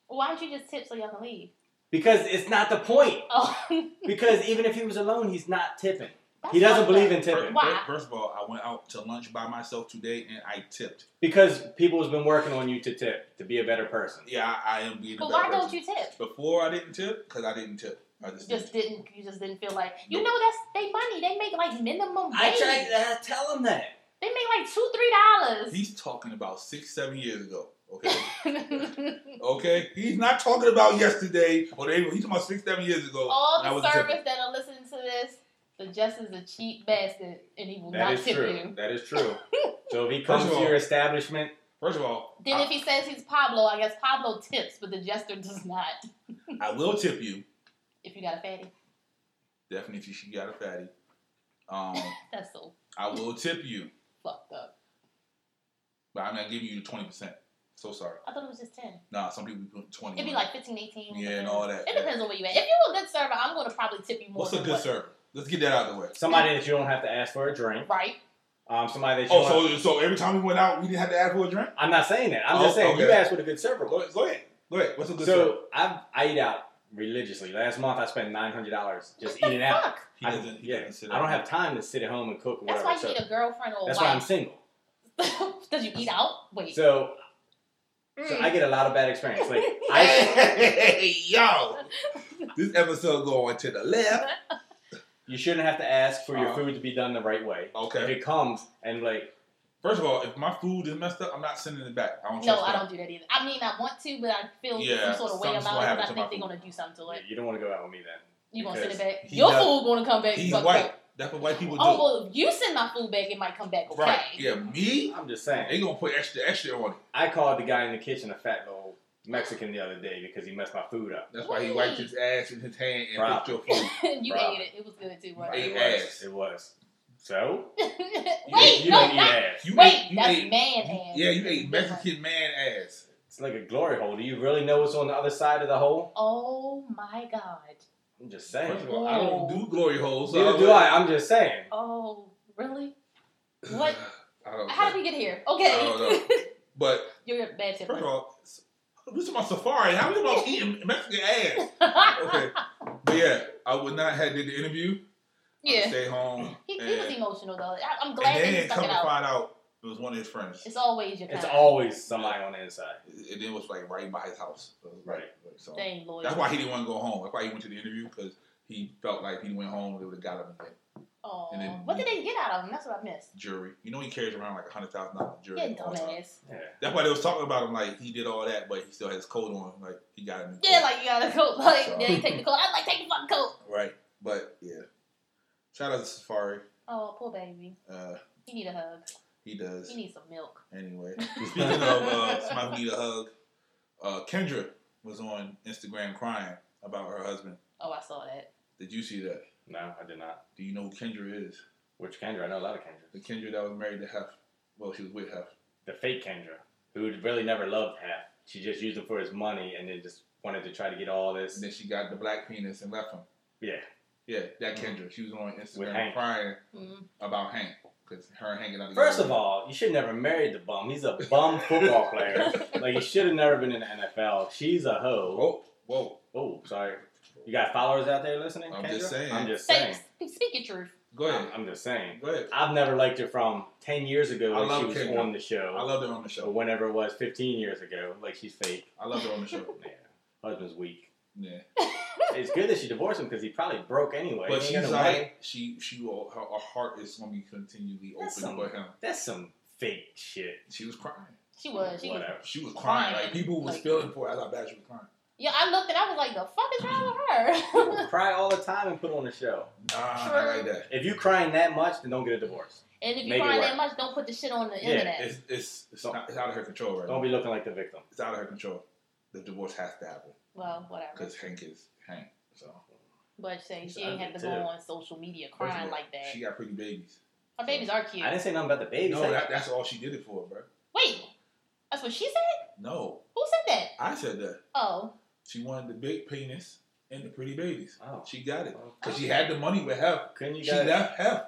Speaker 2: Why don't you just tip so y'all can leave?
Speaker 3: because it's not the point.
Speaker 2: Oh,
Speaker 3: Because even if he was alone, he's not tipping.
Speaker 2: that's
Speaker 3: He doesn't
Speaker 2: not
Speaker 3: believe
Speaker 2: fair.
Speaker 3: in tipping
Speaker 1: Fir-
Speaker 2: Why?
Speaker 1: First, of all, I went out to lunch by myself today and I tipped.
Speaker 3: because people has been working on you to tip to be a better person.
Speaker 1: Yeah, I, I am being.
Speaker 2: But
Speaker 1: a
Speaker 2: why
Speaker 1: bad
Speaker 2: don't
Speaker 1: person.
Speaker 2: you tip?
Speaker 1: Before I didn't tip because I didn't tip. I just,
Speaker 2: Just didn't you just didn't feel like you
Speaker 1: Nope.
Speaker 2: know that's they money. They make like minimum wage.
Speaker 3: I tried to tell him that.
Speaker 2: They make like two three
Speaker 1: He's talking about six, seven years ago. Okay.
Speaker 2: dollars.
Speaker 1: Okay, he's not talking about yesterday or the day before. He's talking about six, seven years ago.
Speaker 2: All
Speaker 1: when I was
Speaker 2: the
Speaker 1: a
Speaker 2: servers that are listening to this, the Jess is a cheap bastard and he will
Speaker 3: That
Speaker 2: not
Speaker 3: is
Speaker 2: tip
Speaker 3: true.
Speaker 2: you.
Speaker 3: That is true. so if he
Speaker 1: First
Speaker 3: comes
Speaker 1: of
Speaker 3: to
Speaker 1: all-
Speaker 3: your establishment,
Speaker 1: First of all,
Speaker 2: Then
Speaker 1: I,
Speaker 2: if he says he's Pablo, I guess Pablo tips, but the jester does not.
Speaker 1: I will tip you.
Speaker 2: If you got a fatty,
Speaker 1: Definitely, if you she got a fatty, um,
Speaker 2: that's so
Speaker 1: I will tip you,
Speaker 2: fucked up.
Speaker 1: but I'm not giving you twenty percent. So sorry.
Speaker 2: I thought it was just ten.
Speaker 1: Nah, some people put twenty.
Speaker 2: It'd be like 15, 18.
Speaker 1: Yeah,
Speaker 2: depends.
Speaker 1: and all that.
Speaker 2: It depends on where you at. If you're a good server, I'm going to probably tip you more.
Speaker 1: What's a
Speaker 2: than
Speaker 1: good
Speaker 2: what-
Speaker 1: server? Let's get that out of the way.
Speaker 3: somebody that you don't have to ask for a drink,
Speaker 2: Right?
Speaker 3: um, somebody that you. don't-
Speaker 1: Oh, so so every time we went out, we didn't have to ask for a drink.
Speaker 3: I'm not saying that. I'm
Speaker 1: Oh,
Speaker 3: just saying you
Speaker 1: okay.
Speaker 3: asked what a good server
Speaker 1: Go
Speaker 3: was.
Speaker 1: ahead. Go ahead. Go ahead. What's a good server?
Speaker 3: So I I eat out religiously. Last month I spent nine hundred dollars just
Speaker 2: what
Speaker 3: eating
Speaker 2: the
Speaker 3: out.
Speaker 2: fuck?
Speaker 1: He
Speaker 3: I,
Speaker 1: doesn't. He
Speaker 3: yeah,
Speaker 1: doesn't sit
Speaker 3: I don't
Speaker 1: down.
Speaker 3: have time to sit at home and cook. or
Speaker 2: That's
Speaker 3: Whatever.
Speaker 2: why you
Speaker 3: so
Speaker 2: need a girlfriend or a
Speaker 3: that's why I'm
Speaker 2: wife.
Speaker 3: single.
Speaker 2: Because you eat out? Wait.
Speaker 3: So, so
Speaker 2: Mm.
Speaker 3: I get a lot of bad experience. Like I,
Speaker 1: Hey, yo, this episode going to the left.
Speaker 3: you shouldn't have to ask for your
Speaker 1: Uh-huh.
Speaker 3: food to be done the right way.
Speaker 1: Okay.
Speaker 3: If it comes and like
Speaker 1: First of all, if my food is messed up, I'm not sending it back. I don't
Speaker 2: no,
Speaker 1: trust
Speaker 2: I
Speaker 1: that.
Speaker 2: don't do that either. I mean, I want to, but I feel
Speaker 1: Yeah,
Speaker 2: some sort of way
Speaker 1: something's
Speaker 2: about
Speaker 1: gonna
Speaker 2: it.
Speaker 1: happen to
Speaker 2: But I think
Speaker 1: my
Speaker 2: they're
Speaker 1: food.
Speaker 2: going to do something to it.
Speaker 3: you don't want to go out with me then.
Speaker 2: You gonna send it
Speaker 3: Because
Speaker 2: back?
Speaker 1: he
Speaker 2: Your
Speaker 1: does-
Speaker 2: food gonna come back?
Speaker 1: He's
Speaker 2: fucked
Speaker 1: white.
Speaker 2: Up.
Speaker 1: That's what white people do.
Speaker 2: Oh well, if you send my food back, it might come back okay.
Speaker 1: Right. Yeah, me?
Speaker 3: I'm just
Speaker 1: They
Speaker 3: saying.
Speaker 1: gonna put extra extra on it.
Speaker 3: I called the guy in the kitchen a fat little Mexican the other day because he messed my food up.
Speaker 1: That's why he wiped his ass with his hand and
Speaker 3: Right.
Speaker 1: picked your food.
Speaker 2: you
Speaker 3: Right.
Speaker 2: ate it. It was good too.
Speaker 1: I
Speaker 2: Right?
Speaker 1: ate
Speaker 3: it was.
Speaker 1: ass.
Speaker 3: It was. So
Speaker 2: Wait,
Speaker 3: you, you
Speaker 2: no,
Speaker 3: don't eat
Speaker 2: not-
Speaker 3: ass.
Speaker 1: You
Speaker 2: wait,
Speaker 1: ate, you
Speaker 2: that's
Speaker 1: ate,
Speaker 2: man
Speaker 1: you-
Speaker 2: ass.
Speaker 1: Yeah, you ate Mexican man ass.
Speaker 3: It's like a glory hole. Do you really know what's on the other side of the hole?
Speaker 2: Oh my god.
Speaker 3: I'm just
Speaker 1: First
Speaker 3: saying.
Speaker 1: of all, I don't do glory holes. So
Speaker 3: Neither do I. I'm just saying.
Speaker 2: Oh really? What?
Speaker 1: I don't
Speaker 2: How
Speaker 1: know.
Speaker 2: did we get here? Okay.
Speaker 1: I don't But
Speaker 2: You're a bad
Speaker 1: Uh, first of
Speaker 2: tipper.
Speaker 1: all, we talking about safari. How we about eating Mexican ass? Okay, but yeah, I would not have did the interview. yeah.
Speaker 2: Yeah.
Speaker 1: stay home.
Speaker 2: He, he was
Speaker 1: and,
Speaker 2: emotional though. I, I'm glad
Speaker 1: and
Speaker 2: that he
Speaker 1: then
Speaker 2: stuck
Speaker 1: come
Speaker 2: it
Speaker 1: to
Speaker 2: out.
Speaker 1: find out it was one of his friends.
Speaker 2: It's always your kind.
Speaker 3: It's always somebody on the inside.
Speaker 1: And then it was like right by his house. It was right. So
Speaker 2: Dang, Lloyd.
Speaker 1: that's why he didn't want to go home. That's why he went to the interview because he felt like he went home, they would have got him in the
Speaker 2: Aw.
Speaker 1: and then-
Speaker 2: Oh, what did they get out of him? That's what I missed.
Speaker 1: jury. You know he carries around like a hundred thousand dollar jury.
Speaker 2: Yeah,
Speaker 1: all the time.
Speaker 2: dumbass.
Speaker 3: Yeah.
Speaker 1: That's why they was talking about him like he did all that, but he still had his coat on. Like he got a new
Speaker 2: Yeah,
Speaker 1: coat.
Speaker 2: like you got a coat. Like
Speaker 1: So-
Speaker 2: yeah, you take the coat. I'm like take the fucking coat.
Speaker 1: right. But yeah, shout out to Safari.
Speaker 2: Oh, poor baby.
Speaker 1: Uh,
Speaker 2: He need a hug.
Speaker 1: he does
Speaker 2: He needs some milk.
Speaker 1: anyway. Speaking of uh, somebody who need a hug, uh, Kendra was on Instagram crying about her husband.
Speaker 2: Oh, I saw that.
Speaker 1: Did you see that?
Speaker 3: No, I did not.
Speaker 1: Do you know who Kendra is?
Speaker 3: Which Kendra? I know a lot of Kendra.
Speaker 1: The Kendra that was married to Hef. Well, she was with Hef.
Speaker 3: The fake Kendra, who really never loved Hef. She just used him for his money and then just wanted to try to get all
Speaker 1: And
Speaker 3: this.
Speaker 1: then she got the black penis and left him.
Speaker 3: Yeah.
Speaker 1: Yeah, that Kendra. She was on
Speaker 3: Mm-hmm. With
Speaker 1: Instagram
Speaker 3: Hank.
Speaker 1: crying
Speaker 2: Mm.
Speaker 1: about Hank because her and Hank got together.
Speaker 3: First of all, you should never married the bum. He's a bum football player. Like you should have never been in the NFL. She's a hoe.
Speaker 1: whoa, whoa.
Speaker 3: Oh, sorry. You got followers out there listening?
Speaker 1: I'm just
Speaker 3: Kendra?
Speaker 1: saying.
Speaker 3: I'm just
Speaker 2: Say,
Speaker 3: saying.
Speaker 2: speak your truth.
Speaker 1: Go ahead,
Speaker 3: I'm just saying.
Speaker 1: go ahead.
Speaker 3: I've never liked her from ten years ago
Speaker 1: I
Speaker 3: when
Speaker 1: love
Speaker 3: she was
Speaker 1: Kendra.
Speaker 3: on the show.
Speaker 1: I loved her on the
Speaker 3: or
Speaker 1: show.
Speaker 3: whenever it was, fifteen years ago. Like she's fake.
Speaker 1: I loved her on the show.
Speaker 3: Yeah. Husband's weak.
Speaker 1: Yeah,
Speaker 3: it's good that she divorced him because he probably broke anyway.
Speaker 1: but
Speaker 3: He ain't
Speaker 1: she's
Speaker 3: got no money.
Speaker 1: like she she will, her, her heart is gonna be continually
Speaker 3: That's
Speaker 1: open for him.
Speaker 3: That's some fake shit.
Speaker 1: She was crying.
Speaker 2: She was. She was.
Speaker 3: Whatever.
Speaker 1: She was crying.
Speaker 2: Crying.
Speaker 1: Like people was
Speaker 2: Like-
Speaker 1: feeling for her. I thought bad she was crying.
Speaker 2: Yeah, I looked and I was like, the fuck is wrong with
Speaker 3: People
Speaker 2: her?
Speaker 3: cry all the time and put on a show.
Speaker 1: Nah, not
Speaker 2: True.
Speaker 1: like that.
Speaker 3: If you crying that much, then don't get a divorce.
Speaker 2: and if you
Speaker 3: Make it
Speaker 2: crying
Speaker 3: work.
Speaker 2: that much, don't put the shit on the
Speaker 3: Yeah,
Speaker 2: internet.
Speaker 1: It's it's it's, not, it's out of her control right now.
Speaker 3: Don't be looking like the victim.
Speaker 1: It's out of her control. The divorce has to happen
Speaker 2: well, whatever.
Speaker 1: because Hank is Hank. So
Speaker 2: But saying
Speaker 3: It's
Speaker 2: she ain't have to
Speaker 3: ugly,
Speaker 2: go
Speaker 3: too.
Speaker 2: on social media
Speaker 1: First of
Speaker 2: crying
Speaker 1: all,
Speaker 2: like that.
Speaker 1: She got pretty babies.
Speaker 2: Her babies are cute.
Speaker 3: I didn't say nothing about the baby.
Speaker 1: No,
Speaker 3: Say-
Speaker 1: that, that's all she did it for, bro.
Speaker 2: Wait, that's what she said.
Speaker 1: No,
Speaker 2: Who said that?
Speaker 1: I said that.
Speaker 2: Oh,
Speaker 1: She wanted the big penis and the pretty babies.
Speaker 3: oh,
Speaker 1: She got it
Speaker 3: well,
Speaker 1: because she had the money with Hef.
Speaker 3: couldn't you
Speaker 1: She
Speaker 3: got
Speaker 1: left Hef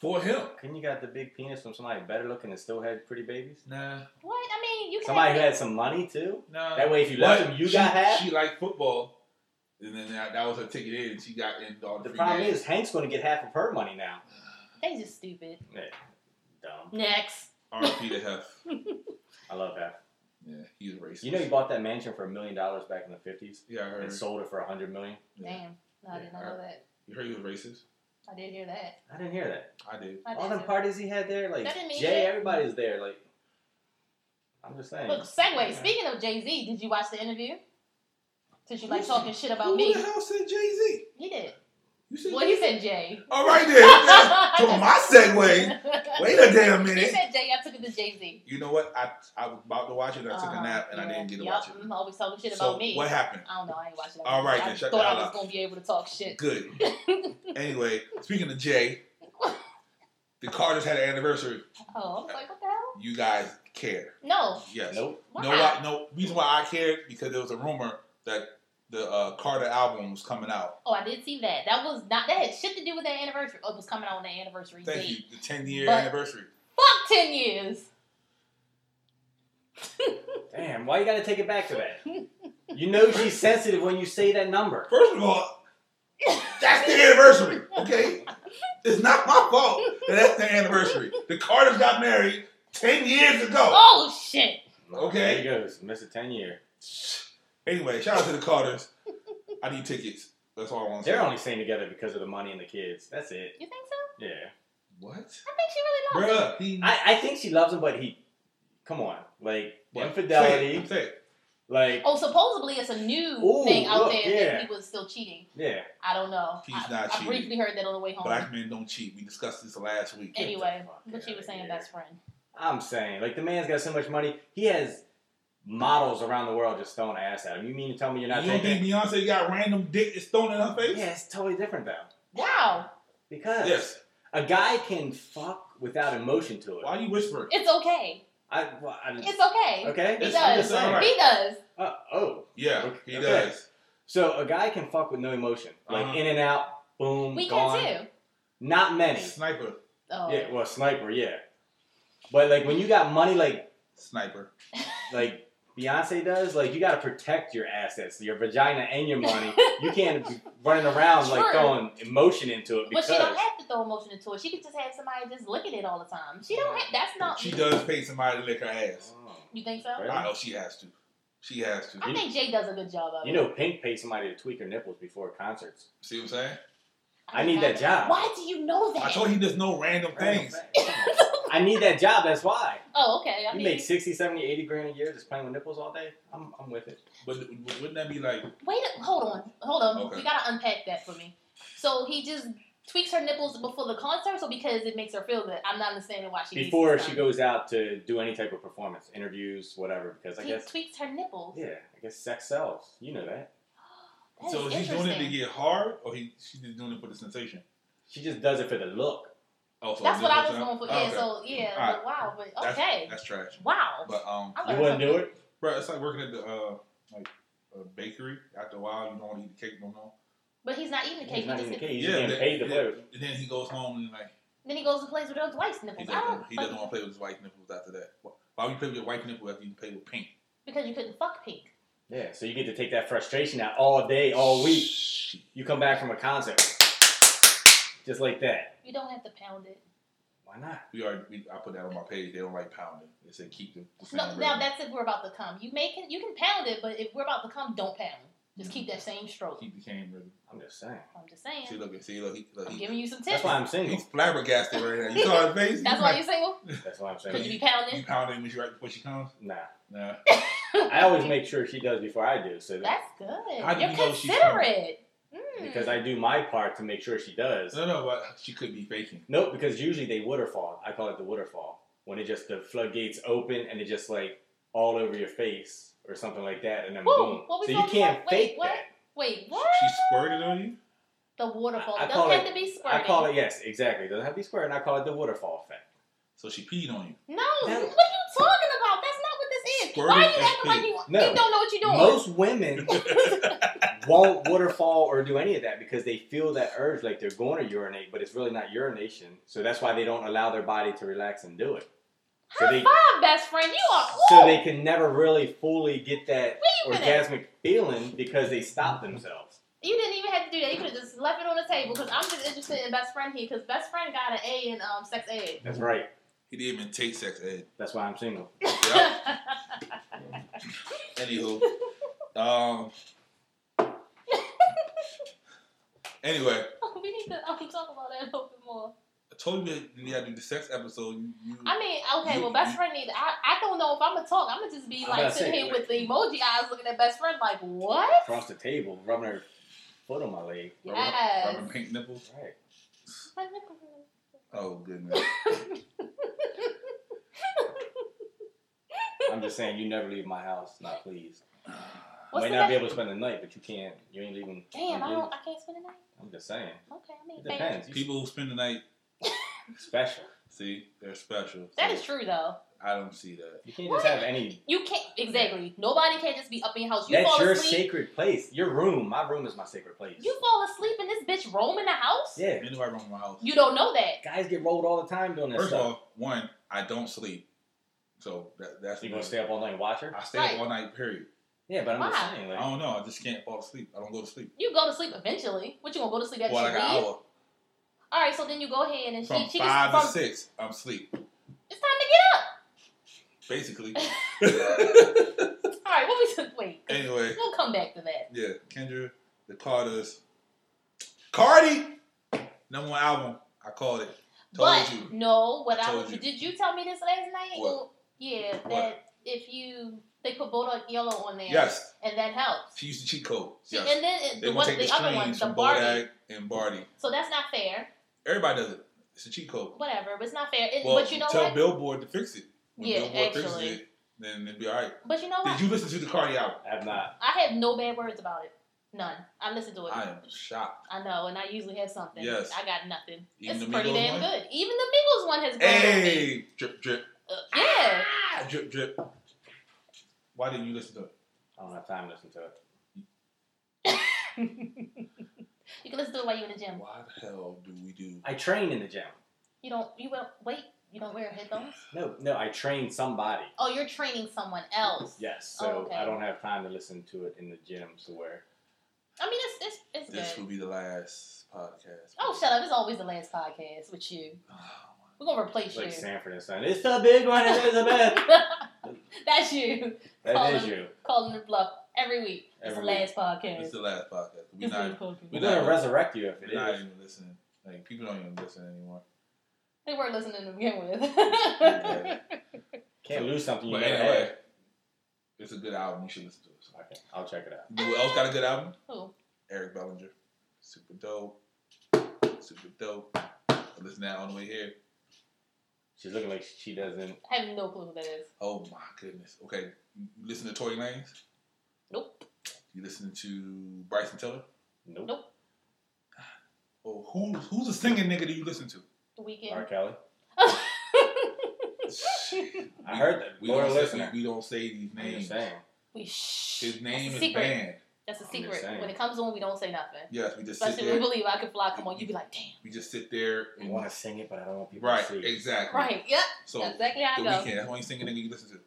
Speaker 1: for him.
Speaker 3: couldn't you got the big penis from somebody better looking and still had pretty babies?
Speaker 1: Nah,
Speaker 2: what? I mean, you can.
Speaker 3: Somebody
Speaker 2: have
Speaker 3: who
Speaker 2: it.
Speaker 3: had some money too.
Speaker 1: nah.
Speaker 3: That way, if you
Speaker 1: But
Speaker 3: left him, you
Speaker 1: she,
Speaker 3: got half.
Speaker 1: She liked football, and then that, that was her ticket in. She got in all the,
Speaker 3: the
Speaker 1: free
Speaker 3: problem
Speaker 1: games.
Speaker 3: is Hank's going to get half of her money now.
Speaker 2: They just stupid.
Speaker 3: Yeah, dumb.
Speaker 2: Next.
Speaker 1: R.P. to Hef.
Speaker 3: I love that.
Speaker 1: Yeah, he's racist.
Speaker 3: You know, he bought that mansion for a million dollars back in the fifties
Speaker 1: yeah, I heard.
Speaker 3: and sold it for a hundred million.
Speaker 1: Yeah.
Speaker 2: Damn. No, I did not know that.
Speaker 1: You heard he was racist.
Speaker 2: I did hear that.
Speaker 3: I didn't hear that.
Speaker 1: I did.
Speaker 2: I
Speaker 3: All
Speaker 2: did
Speaker 3: them
Speaker 2: hear
Speaker 3: parties he had there, like
Speaker 2: That didn't mean
Speaker 3: Jay,
Speaker 2: shit.
Speaker 3: everybody's there. Like, I'm just
Speaker 2: that.
Speaker 3: saying.
Speaker 2: Look, segue. Speaking of Jay Z, did you watch the interview? Since you like talking shit about
Speaker 1: Who
Speaker 2: me,
Speaker 1: the hell said Jay Z?
Speaker 2: he did.
Speaker 1: You said
Speaker 2: Well, he said Jay.
Speaker 1: All right then. To my segue. Wait a damn
Speaker 2: He
Speaker 1: minute.
Speaker 2: said Jay. I took it to Jay Z.
Speaker 1: You know what? I I was about to watch it. and I took a nap and I
Speaker 2: Uh-huh.
Speaker 1: didn't get to watch it.
Speaker 2: Um, I'm always talking shit
Speaker 1: so
Speaker 2: about me.
Speaker 1: what happened?
Speaker 2: I don't know. I ain't watching that.
Speaker 1: All right,
Speaker 2: I
Speaker 1: then, shut
Speaker 2: thought
Speaker 1: that
Speaker 2: I was
Speaker 1: up.
Speaker 2: gonna be able to talk shit.
Speaker 1: Good. anyway, speaking of Jay, the Carters had an anniversary.
Speaker 2: Oh, I was like, what the hell?
Speaker 1: You guys care?
Speaker 2: No.
Speaker 1: Yes.
Speaker 3: Nope.
Speaker 2: Why?
Speaker 1: No, I, no reason why I cared because there was a rumor that the uh, Carter album was coming out.
Speaker 2: Oh, I did see that. That was not that had shit to do with their anniversary. Oh, it was coming out on their anniversary
Speaker 1: Thank
Speaker 2: date.
Speaker 1: you. The ten year
Speaker 2: But-
Speaker 1: anniversary.
Speaker 2: Fuck ten years.
Speaker 3: Damn, why you gotta take it back to that? You know she's sensitive when you say that number.
Speaker 1: First of all, that's the anniversary. Okay, it's not my fault. that That's the anniversary. The Carters got married ten years ago.
Speaker 2: Oh shit.
Speaker 1: Okay.
Speaker 3: There he goes. Miss a 10 year.
Speaker 1: Anyway, shout out to the Carters. I need tickets. That's all I want to say.
Speaker 3: They're only staying together because of the money and the kids. That's it.
Speaker 2: You think so?
Speaker 3: Yeah.
Speaker 1: What?
Speaker 2: I think she really loves
Speaker 1: Bruh, he
Speaker 3: I, I think she loves him, but he. Come on. Like,
Speaker 1: What? Say
Speaker 3: infidelity.
Speaker 1: it, say it.
Speaker 3: Like,
Speaker 2: it. Oh, supposedly it's a new
Speaker 3: Ooh,
Speaker 2: thing out
Speaker 3: look,
Speaker 2: there
Speaker 3: yeah.
Speaker 2: that he was still cheating.
Speaker 3: yeah.
Speaker 2: I don't know.
Speaker 1: He's
Speaker 2: I,
Speaker 1: not
Speaker 2: I
Speaker 1: cheating.
Speaker 2: briefly heard that on the way home.
Speaker 1: Black men don't cheat. We discussed this last week.
Speaker 3: Get the
Speaker 2: Anyway,
Speaker 3: fuck
Speaker 2: what she
Speaker 3: outta
Speaker 2: was saying,
Speaker 3: here.
Speaker 2: best friend.
Speaker 3: I'm saying, like, the man's got so much money. He has models around the world just throwing ass at him. You mean to tell me you're not
Speaker 1: you don't think
Speaker 3: taking.
Speaker 1: Beyonce got random dick that's thrown in her face?
Speaker 3: Yeah, it's totally different, though.
Speaker 2: Wow.
Speaker 3: Because
Speaker 1: Yes.
Speaker 3: a guy can fuck without emotion to it.
Speaker 1: Why are you whispering?
Speaker 2: It's okay.
Speaker 3: I, well, I,
Speaker 2: It's okay.
Speaker 3: okay?
Speaker 2: He
Speaker 1: It's-
Speaker 2: does.
Speaker 1: it's all right.
Speaker 2: He does.
Speaker 3: Uh, oh.
Speaker 1: Yeah,
Speaker 3: Okay.
Speaker 1: he does.
Speaker 3: So a guy can fuck with no emotion, like
Speaker 1: Uh-huh.
Speaker 3: in and out, boom,
Speaker 2: We
Speaker 3: gone.
Speaker 2: can too.
Speaker 3: Not many.
Speaker 1: Sniper.
Speaker 2: Oh.
Speaker 3: Yeah, well, sniper, yeah. But like when you got money, like
Speaker 1: Sniper.
Speaker 3: like Beyonce does, like you got to protect your assets, your vagina, and your money. you can't be running around like
Speaker 2: Sure.
Speaker 3: throwing emotion into it
Speaker 2: But
Speaker 3: because
Speaker 2: she don't have to throw emotion into it. She could just have somebody just look at it all the time. She don't have. That's not.
Speaker 1: She does pay somebody to lick her ass.
Speaker 3: Oh.
Speaker 2: You think so?
Speaker 3: Right.
Speaker 1: I know she has to. She has to.
Speaker 2: I think Jay does a good job of it.
Speaker 3: you know, Pink paid somebody to tweak her nipples before concerts.
Speaker 1: See what I'm saying?
Speaker 3: I need that job.
Speaker 2: Why do you know that?
Speaker 1: I told you there's no random things.
Speaker 3: I need that job. That's why.
Speaker 2: Oh, okay. I
Speaker 3: You
Speaker 2: mean,
Speaker 3: make 60, 70, 80 grand a year just playing with nipples all day. I'm, I'm with it.
Speaker 1: But but wouldn't that be like
Speaker 2: wait. a- Hold on. Hold on.
Speaker 1: Okay.
Speaker 2: You gotta unpack that for me. So he just tweaks her nipples before the concert, so because it makes her feel good. I'm not understanding why she. needs
Speaker 3: Before
Speaker 2: this
Speaker 3: she
Speaker 2: done.
Speaker 3: goes out to do any type of performance, interviews, whatever, because I
Speaker 2: he
Speaker 3: guess,
Speaker 2: tweaks her nipples.
Speaker 3: yeah, I guess sex sells. You know that.
Speaker 2: That is
Speaker 1: so? Is he doing it to
Speaker 2: interesting.
Speaker 1: get hard, or he she's just doing it for the sensation?
Speaker 3: She just does it for the look.
Speaker 1: Oh, so
Speaker 2: That's
Speaker 1: it
Speaker 2: what
Speaker 1: just
Speaker 2: I was
Speaker 1: goes out?
Speaker 2: going
Speaker 1: Oh,
Speaker 2: for. Yeah.
Speaker 1: okay.
Speaker 2: So yeah.
Speaker 1: Alright.
Speaker 2: But wow. But
Speaker 1: That's-
Speaker 2: okay.
Speaker 1: That's trash.
Speaker 2: wow.
Speaker 1: But um,
Speaker 2: I
Speaker 3: You
Speaker 2: learned
Speaker 3: wouldn't do
Speaker 2: something.
Speaker 3: it?
Speaker 1: bro, it's like working at the uh like a bakery. After a while, you don't want to eat the cake no more.
Speaker 2: But he's not eating the cake.
Speaker 3: He's not
Speaker 2: he
Speaker 3: even
Speaker 2: just
Speaker 3: kidding. He's just
Speaker 1: then-
Speaker 3: getting paid to
Speaker 1: yeah,
Speaker 3: play with.
Speaker 1: And then he goes home and like
Speaker 2: Then he goes and plays with old Dwight's
Speaker 1: he
Speaker 2: nipples. I
Speaker 1: doesn't
Speaker 2: don't
Speaker 1: he
Speaker 2: fuck-
Speaker 1: doesn't want to play with his white nipples after that. Why- Why would you play with your white nipple after you play with pink?
Speaker 2: because you couldn't fuck pink.
Speaker 3: Yeah, so you get to take that frustration out all day, all week.
Speaker 1: Shit.
Speaker 3: You come back from a concert, just like that.
Speaker 2: You don't have to pound it.
Speaker 3: Why not?
Speaker 1: We already we, I put that on my page. They don't like pounding. They said keep the. the same
Speaker 2: No, now
Speaker 1: rhythm.
Speaker 2: that's if we're about to come. You may can you can pound it, but if we're about to come, don't pound. Just keep that same stroke.
Speaker 1: keep the same rhythm.
Speaker 3: I'm just saying.
Speaker 2: I'm just saying.
Speaker 1: See, look, see, look, he, look,
Speaker 2: I'm
Speaker 1: he,
Speaker 2: giving you some tips.
Speaker 3: That's why I'm single.
Speaker 1: he's flabbergasted right now. You saw his face.
Speaker 2: That's
Speaker 1: He's
Speaker 2: why
Speaker 1: like,
Speaker 2: you're single.
Speaker 3: That's why I'm
Speaker 2: Could
Speaker 3: saying.
Speaker 2: you be
Speaker 1: you
Speaker 2: pounding?
Speaker 1: pounding when she right before she comes.
Speaker 3: Nah.
Speaker 1: Nah,
Speaker 3: I always make sure she does before I do, so that,
Speaker 2: That's good.
Speaker 1: How do
Speaker 2: you're
Speaker 1: you know she's
Speaker 2: considerate. Mm.
Speaker 3: because I do my part to make sure she does.
Speaker 1: no, no, but she could be faking.
Speaker 3: Nope, because usually they waterfall. I call it the waterfall when it just the floodgates open and it just like all over your face or something like that, and then
Speaker 2: Woo,
Speaker 3: boom.
Speaker 2: what we
Speaker 3: So you
Speaker 2: talking
Speaker 3: can't
Speaker 2: about? Wait,
Speaker 3: fake
Speaker 2: what?
Speaker 3: that.
Speaker 2: Wait, what?
Speaker 1: She squirted on you.
Speaker 2: The waterfall.
Speaker 3: I- I
Speaker 2: it
Speaker 3: call
Speaker 2: doesn't have
Speaker 3: it-
Speaker 2: to be squirting.
Speaker 3: I call it yes, exactly. It doesn't have to be square, and I call it the waterfall effect.
Speaker 1: So she peed on you.
Speaker 2: No, what are
Speaker 3: That-
Speaker 2: you talking about? That's not what this is. Why are you
Speaker 1: Squirting
Speaker 2: acting
Speaker 1: is
Speaker 2: like you,
Speaker 3: No.
Speaker 2: you don't know what you're doing?
Speaker 3: Most women won't waterfall or do any of that because they feel that urge like they're going to urinate, but it's really not urination. So that's why they don't allow their body to relax and do it. So
Speaker 2: High
Speaker 3: they
Speaker 2: five, best friend. You are.
Speaker 3: so
Speaker 2: woo.
Speaker 3: they can never really fully get that
Speaker 2: Wait a minute.
Speaker 3: orgasmic feeling because they stop themselves.
Speaker 2: You didn't even have to do that. You could have just left it on the table because I'm just interested in best friend here because best friend got an A in um, sex ed.
Speaker 3: That's right.
Speaker 1: He didn't even take sex ed.
Speaker 3: That's why I'm single.
Speaker 1: Yep. Anywho, um. Anyway,
Speaker 2: we need to um, talk about that a little bit more.
Speaker 1: I told you we had to do the sex episode. You, you
Speaker 3: Mm.
Speaker 2: I mean, okay, well, best friend need. I, I don't know if I'm gonna talk. I'm gonna just be
Speaker 3: I'm
Speaker 2: like
Speaker 3: about to
Speaker 2: sitting
Speaker 3: say,
Speaker 2: here
Speaker 3: wait.
Speaker 2: with the emoji eyes looking at best friend like what?
Speaker 3: Across the table, rubbing her foot on my leg.
Speaker 2: Yes.
Speaker 1: rubbing pink nipples.
Speaker 3: Right.
Speaker 1: Oh goodness.
Speaker 3: I'm just saying, you never leave my house, not please. You
Speaker 2: What's
Speaker 3: might
Speaker 2: the
Speaker 3: not be
Speaker 2: best-
Speaker 3: able to spend the night, but you can't. You ain't leaving.
Speaker 2: Damn, I
Speaker 3: you
Speaker 2: don't. I can't spend the night.
Speaker 3: I'm just saying.
Speaker 2: Okay, I mean,
Speaker 3: It
Speaker 2: thank-
Speaker 3: depends. You
Speaker 1: People who spend the night,
Speaker 3: special.
Speaker 1: see, they're special.
Speaker 2: that
Speaker 1: So
Speaker 2: is true though.
Speaker 1: I don't see that.
Speaker 3: You can't
Speaker 2: What?
Speaker 3: just have any.
Speaker 2: You can't exactly. Nobody can just be up in your house. You
Speaker 3: That's
Speaker 2: fall
Speaker 3: your
Speaker 2: asleep.
Speaker 3: sacred place. Your room. My room is my sacred place.
Speaker 2: You fall asleep and this bitch roam in the house.
Speaker 3: yeah.
Speaker 1: Ain't nobody wrong with my house.
Speaker 2: You don't know that.
Speaker 3: Guys get rolled all the time doing this
Speaker 1: First of
Speaker 3: stuff.
Speaker 1: all, one, I don't sleep, so that, that's
Speaker 3: you gonna stay up all night and watch her?
Speaker 1: I stay
Speaker 2: Right.
Speaker 1: up all night. Period.
Speaker 3: Yeah, but I'm just
Speaker 2: Why?
Speaker 3: saying.
Speaker 1: I
Speaker 3: Like,
Speaker 1: don't know. I just can't fall asleep. I don't go to sleep.
Speaker 2: You go to sleep eventually. What you gonna go to sleep at
Speaker 1: Well, like
Speaker 2: you
Speaker 1: an
Speaker 2: leave?
Speaker 1: hour
Speaker 2: All right, so then you go ahead and
Speaker 1: from
Speaker 2: she she
Speaker 1: five
Speaker 2: gets
Speaker 1: to
Speaker 2: from,
Speaker 1: six. I'm asleep
Speaker 2: It's time to get up.
Speaker 1: basically.
Speaker 2: All right, what we wait.
Speaker 1: anyway,
Speaker 2: We'll come back to that.
Speaker 1: yeah, Kendra, the Carters, Cardi, number one album. I called it. Told
Speaker 2: but
Speaker 1: you.
Speaker 2: no, what
Speaker 1: I
Speaker 2: I,
Speaker 1: told
Speaker 2: was
Speaker 1: you.
Speaker 2: did you tell me this last night?
Speaker 1: What?
Speaker 2: Well, yeah,
Speaker 1: What?
Speaker 2: that if you they put Bodak Yellow on there,
Speaker 1: Yes,
Speaker 2: and that helps.
Speaker 1: she used the cheat code.
Speaker 2: See,
Speaker 1: Yes.
Speaker 2: And then it,
Speaker 1: They
Speaker 2: the,
Speaker 1: want
Speaker 2: one,
Speaker 1: to take
Speaker 2: the
Speaker 1: the
Speaker 2: other one,
Speaker 1: streams
Speaker 2: the
Speaker 1: from
Speaker 2: Barbie.
Speaker 1: Bodak and Barty.
Speaker 2: So that's not fair.
Speaker 1: Everybody does it. It's a cheat code.
Speaker 2: Whatever, but it's not fair. It,
Speaker 1: Well,
Speaker 2: but you know
Speaker 1: tell
Speaker 2: what?
Speaker 1: Billboard to fix it.
Speaker 2: Yeah,
Speaker 1: fixes
Speaker 2: actually.
Speaker 1: it, then it'd be all right.
Speaker 2: But you know what?
Speaker 1: Did you listen to the Cardi album?
Speaker 3: I have not.
Speaker 2: I have no bad words about it. None. I listened to it.
Speaker 1: I am shocked.
Speaker 2: I know, and I usually have something.
Speaker 1: Yes.
Speaker 2: I got nothing.
Speaker 1: Even
Speaker 2: it's
Speaker 1: the
Speaker 2: pretty
Speaker 1: Migos
Speaker 2: damn
Speaker 1: one?
Speaker 2: good. Even the Migos one has grown on me.
Speaker 1: Hey, drip, drip,
Speaker 2: Uh, yeah.
Speaker 1: ah, drip, drip. Why didn't you listen to it?
Speaker 3: I don't have time to listen to it.
Speaker 2: You can listen to it while you're in the gym.
Speaker 1: Why the hell do we do?
Speaker 3: I train in the gym.
Speaker 2: You don't. You won't wait. You don't wear headphones?
Speaker 3: No, no, I train somebody.
Speaker 2: Oh, you're training someone else.
Speaker 3: Yes,
Speaker 2: Oh,
Speaker 3: so
Speaker 2: okay.
Speaker 3: I don't have time to listen to it in the gym. To where
Speaker 2: I mean, it's it's, it's
Speaker 1: This
Speaker 2: good.
Speaker 1: will be the last podcast.
Speaker 2: Oh, shut up! It's always the last podcast with you. We're gonna replace
Speaker 3: like
Speaker 2: you.
Speaker 3: Sanford and Son, it's the big one, Elizabeth.
Speaker 2: That's you
Speaker 3: that is you.
Speaker 2: calling the bluff every week. It's
Speaker 3: Every
Speaker 2: the last
Speaker 3: week.
Speaker 2: podcast.
Speaker 1: It's the last podcast. We're
Speaker 2: It's the last
Speaker 1: not,
Speaker 2: podcast.
Speaker 3: We're
Speaker 1: We're
Speaker 3: gonna
Speaker 1: not-
Speaker 3: resurrect you if it
Speaker 1: we're not
Speaker 3: is.
Speaker 1: even listening. Like people don't even listen anymore.
Speaker 2: They weren't listening to begin with.
Speaker 1: Yeah.
Speaker 3: Can't lose something you
Speaker 1: But
Speaker 3: never
Speaker 1: anyway,
Speaker 3: had.
Speaker 1: it's a good album. You should listen to it. So.
Speaker 3: Okay, I'll check it out.
Speaker 1: You know who else got a good album?
Speaker 2: Who?
Speaker 1: Eric Bellinger. Super dope. Super dope. I listen to that on the way here.
Speaker 3: She's looking like she doesn't.
Speaker 2: I have no clue who that is.
Speaker 1: Oh my goodness. Okay. You listen to Tory Lanez?
Speaker 2: Nope.
Speaker 1: You listen to Bryson Tiller?
Speaker 3: Nope.
Speaker 2: Nope.
Speaker 1: Oh, who who's a singing nigga do you listen to?
Speaker 2: The
Speaker 3: R.
Speaker 2: weekend.
Speaker 3: Kelly. I
Speaker 1: We-
Speaker 3: heard that.
Speaker 1: We
Speaker 3: Loyal
Speaker 1: don't, say,
Speaker 3: listener.
Speaker 1: we, we don't say these
Speaker 3: I'm just
Speaker 1: names.
Speaker 3: saying.
Speaker 2: we shh.
Speaker 1: His name
Speaker 2: That's a
Speaker 1: is
Speaker 2: secret.
Speaker 1: banned.
Speaker 2: That's a
Speaker 3: I'm just
Speaker 2: secret.
Speaker 3: saying.
Speaker 2: When it comes on, we don't say nothing.
Speaker 1: Yes, we just sit
Speaker 2: Especially we
Speaker 1: there.
Speaker 2: believe I can fly. Come on, you be like, damn.
Speaker 1: We just sit there
Speaker 3: I
Speaker 1: and
Speaker 3: want to sing it, but I don't want people
Speaker 1: right,
Speaker 3: to see. it.
Speaker 1: exactly.
Speaker 2: Right. Yep.
Speaker 1: So
Speaker 2: That's exactly how I
Speaker 1: the
Speaker 2: go.
Speaker 1: weekend. That's the only singing nigga you listen to.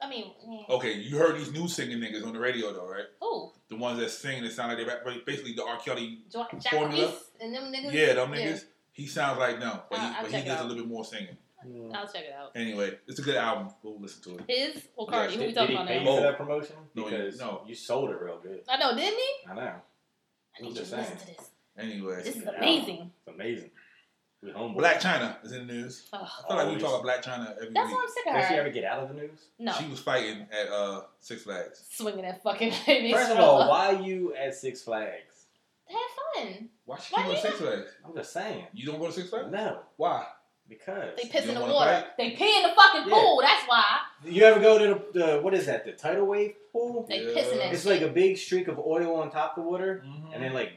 Speaker 2: I mean, yeah.
Speaker 1: Okay, you heard these new singing niggas on the radio though, right?
Speaker 2: oh,
Speaker 1: The ones that sing that sound like they rap, basically the R. Kelly
Speaker 2: Jack
Speaker 1: Formula?
Speaker 2: Reese and them niggas.
Speaker 1: Yeah, them niggas. He sounds like no, but he,
Speaker 2: Mm-hmm. Uh, I'll- I'll
Speaker 1: but
Speaker 2: check
Speaker 1: he
Speaker 2: it
Speaker 1: does a
Speaker 2: out.
Speaker 1: little bit more singing.
Speaker 3: Mm.
Speaker 2: I'll check it out.
Speaker 1: Anyway, it's a good album. Go listen to it.
Speaker 2: His or Cardi?
Speaker 1: Yeah,
Speaker 2: who we
Speaker 3: Did, did
Speaker 2: talking
Speaker 3: he
Speaker 2: about
Speaker 3: pay you
Speaker 2: now?
Speaker 1: Oh.
Speaker 3: for that promotion?
Speaker 1: No, he-
Speaker 3: Because
Speaker 1: no.
Speaker 3: you sold it real good.
Speaker 2: I know, didn't he?
Speaker 3: I know.
Speaker 2: I
Speaker 3: I'm
Speaker 2: need you
Speaker 3: just
Speaker 2: to listen
Speaker 3: saying.
Speaker 2: to this.
Speaker 1: Anyway,
Speaker 2: This is
Speaker 3: Yeah.
Speaker 2: amazing.
Speaker 3: It's amazing. We homeboy.
Speaker 1: Black China is in the news.
Speaker 2: Ugh.
Speaker 1: I feel like we
Speaker 3: Always.
Speaker 1: talk about Black China every
Speaker 2: That's
Speaker 1: week.
Speaker 2: why I'm sick of
Speaker 3: Does she
Speaker 2: her.
Speaker 3: ever get out of the news?
Speaker 2: No,
Speaker 1: She was fighting at uh, Six Flags.
Speaker 2: swinging that fucking baby.
Speaker 3: First of all, why you at Six Flags?
Speaker 2: have fun.
Speaker 1: Why she keep
Speaker 2: Why
Speaker 1: going
Speaker 2: you
Speaker 1: to Six Flags?
Speaker 3: I'm just saying.
Speaker 1: You don't go to Six Flags?
Speaker 3: No,
Speaker 1: Why?
Speaker 3: because
Speaker 2: They piss
Speaker 1: You
Speaker 2: in the
Speaker 1: wanna
Speaker 2: water. They pee in the fucking
Speaker 3: Yeah.
Speaker 2: pool. That's why
Speaker 3: you ever go to the, the what is that? The tidal wave pool?
Speaker 2: they
Speaker 1: Yeah.
Speaker 2: pissing that
Speaker 3: It's
Speaker 2: shit.
Speaker 3: like a big streak of oil on top of the water,
Speaker 1: Mhm.
Speaker 3: and then like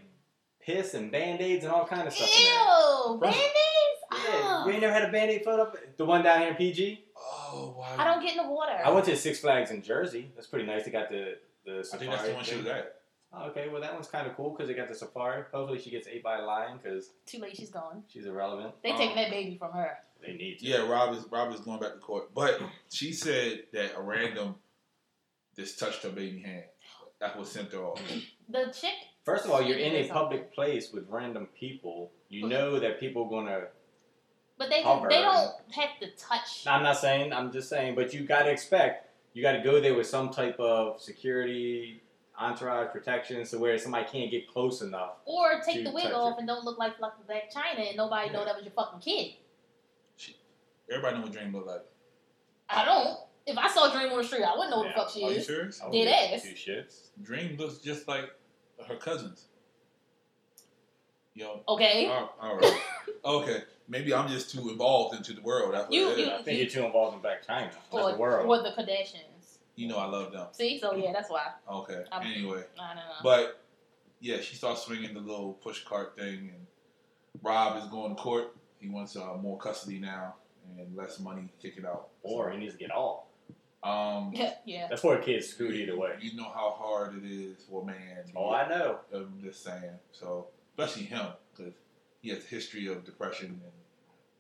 Speaker 3: piss and band aids and all kind of stuff. in there.
Speaker 2: Ew,
Speaker 3: Right.
Speaker 2: band-aids.
Speaker 3: Yeah,
Speaker 2: Ah.
Speaker 3: you ain't never had a band aid float up. The one down here in PG.
Speaker 1: Oh, wow.
Speaker 2: I don't get in the water.
Speaker 3: I went to Six Flags in Jersey. That's pretty nice. They got the the
Speaker 1: I
Speaker 3: safari.
Speaker 1: think that's the one she was
Speaker 3: thing.
Speaker 1: at.
Speaker 3: Oh, okay, well that one's kind of cool because they got the safari. Hopefully she gets ate by a lion because
Speaker 2: Too late. She's gone.
Speaker 3: she's irrelevant.
Speaker 2: They
Speaker 1: Oh.
Speaker 2: taking that baby from her.
Speaker 3: They need to.
Speaker 1: Yeah, Rob is Rob is going back to court, but she said that a random just touched her baby hand. That's what sent her off.
Speaker 2: The chick.
Speaker 3: First of all, you're in a
Speaker 2: Something.
Speaker 3: public place with random people. You know that people gonna.
Speaker 2: But they
Speaker 3: Hover.
Speaker 2: they don't have to touch.
Speaker 3: I'm not saying. I'm just saying. But you gotta expect. You gotta go there with some type of security, entourage protection, so where somebody can't get close enough.
Speaker 2: Or take
Speaker 3: Dude,
Speaker 2: the wig
Speaker 3: touch
Speaker 2: off and don't look like fucking Black China and nobody know that was your fucking kid.
Speaker 1: Everybody know what Dream look like.
Speaker 2: I don't. If I saw Dream on the street, I wouldn't know who the
Speaker 3: Yeah.
Speaker 2: fuck she
Speaker 1: Are you
Speaker 2: is.
Speaker 1: serious?
Speaker 3: I would
Speaker 2: Dead
Speaker 3: give
Speaker 2: ass.
Speaker 3: Oh, Two shits.
Speaker 1: Dream looks just like her cousins. Yo,
Speaker 2: Okay.
Speaker 1: all, all right, okay. Maybe I'm just too involved into the world. That's what
Speaker 2: You-
Speaker 1: it is.
Speaker 2: you-
Speaker 3: I think you're too involved in Black China, not
Speaker 2: Or,
Speaker 3: the world.
Speaker 2: or the Kardashians.
Speaker 1: You know I love them.
Speaker 2: See, so yeah, that's why.
Speaker 1: Okay.
Speaker 2: I'm-
Speaker 1: anyway,
Speaker 2: I don't know.
Speaker 1: but yeah, she starts swinging the little push cart thing, and Rob is going to court. He wants uh, more custody now and less money. Kick it out.
Speaker 3: Or he needs to get off.
Speaker 1: um,
Speaker 2: yeah, yeah.
Speaker 3: That poor kid's screwed either way.
Speaker 1: You know how hard it is for a man. to
Speaker 3: Oh, I know.
Speaker 1: I'm just saying. So, especially him, because he has a history of depression and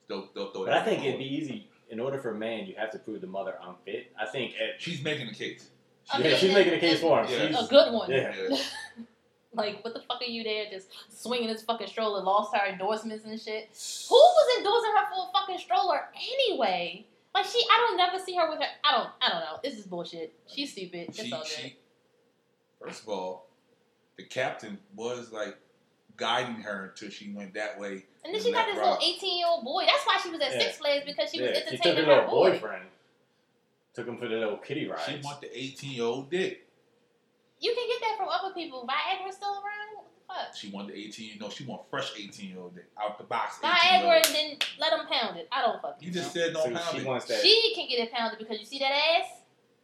Speaker 1: they'll, they'll throw
Speaker 3: But
Speaker 1: that
Speaker 3: I think
Speaker 1: in the
Speaker 3: it'd be easy. In order for a man, you have to prove the mother unfit. I think.
Speaker 1: court.
Speaker 3: At,
Speaker 1: She's making the case.
Speaker 2: I
Speaker 3: yeah,
Speaker 2: mean,
Speaker 3: she's making a case for him.
Speaker 1: Yeah.
Speaker 2: A
Speaker 3: She's,
Speaker 2: good one.
Speaker 3: Yeah.
Speaker 2: Like, what the fuck are you there just swinging this fucking stroller, lost her endorsements and shit? Who was endorsing her for a fucking stroller anyway? Like, she, I don't never see her with her. I don't, I don't know. This is bullshit. She's stupid. It's
Speaker 1: She,
Speaker 2: all good.
Speaker 1: she, first of all, the captain was like guiding her until she went that way.
Speaker 2: and then she got
Speaker 1: Not
Speaker 2: this
Speaker 1: right.
Speaker 2: little 18 year old boy. That's why she was at
Speaker 3: Yeah.
Speaker 2: Six Flags because she was
Speaker 3: yeah, she took
Speaker 2: entertaining
Speaker 3: her
Speaker 2: her
Speaker 3: little
Speaker 2: boy.
Speaker 3: boyfriend. Took him for the little kitty rides.
Speaker 1: She want the 18 year old dick.
Speaker 2: You can get that from other people. Viagra's still around? What the fuck?
Speaker 1: She want the 18. No, she want fresh 18 year old dick out the box. 18 year
Speaker 2: Viagra
Speaker 1: old.
Speaker 2: and then let him pound it. I don't fucking
Speaker 1: You just
Speaker 2: know.
Speaker 1: said no
Speaker 3: so
Speaker 1: pound
Speaker 3: she
Speaker 1: it.
Speaker 3: wants that.
Speaker 2: She can get it pounded because you see that ass?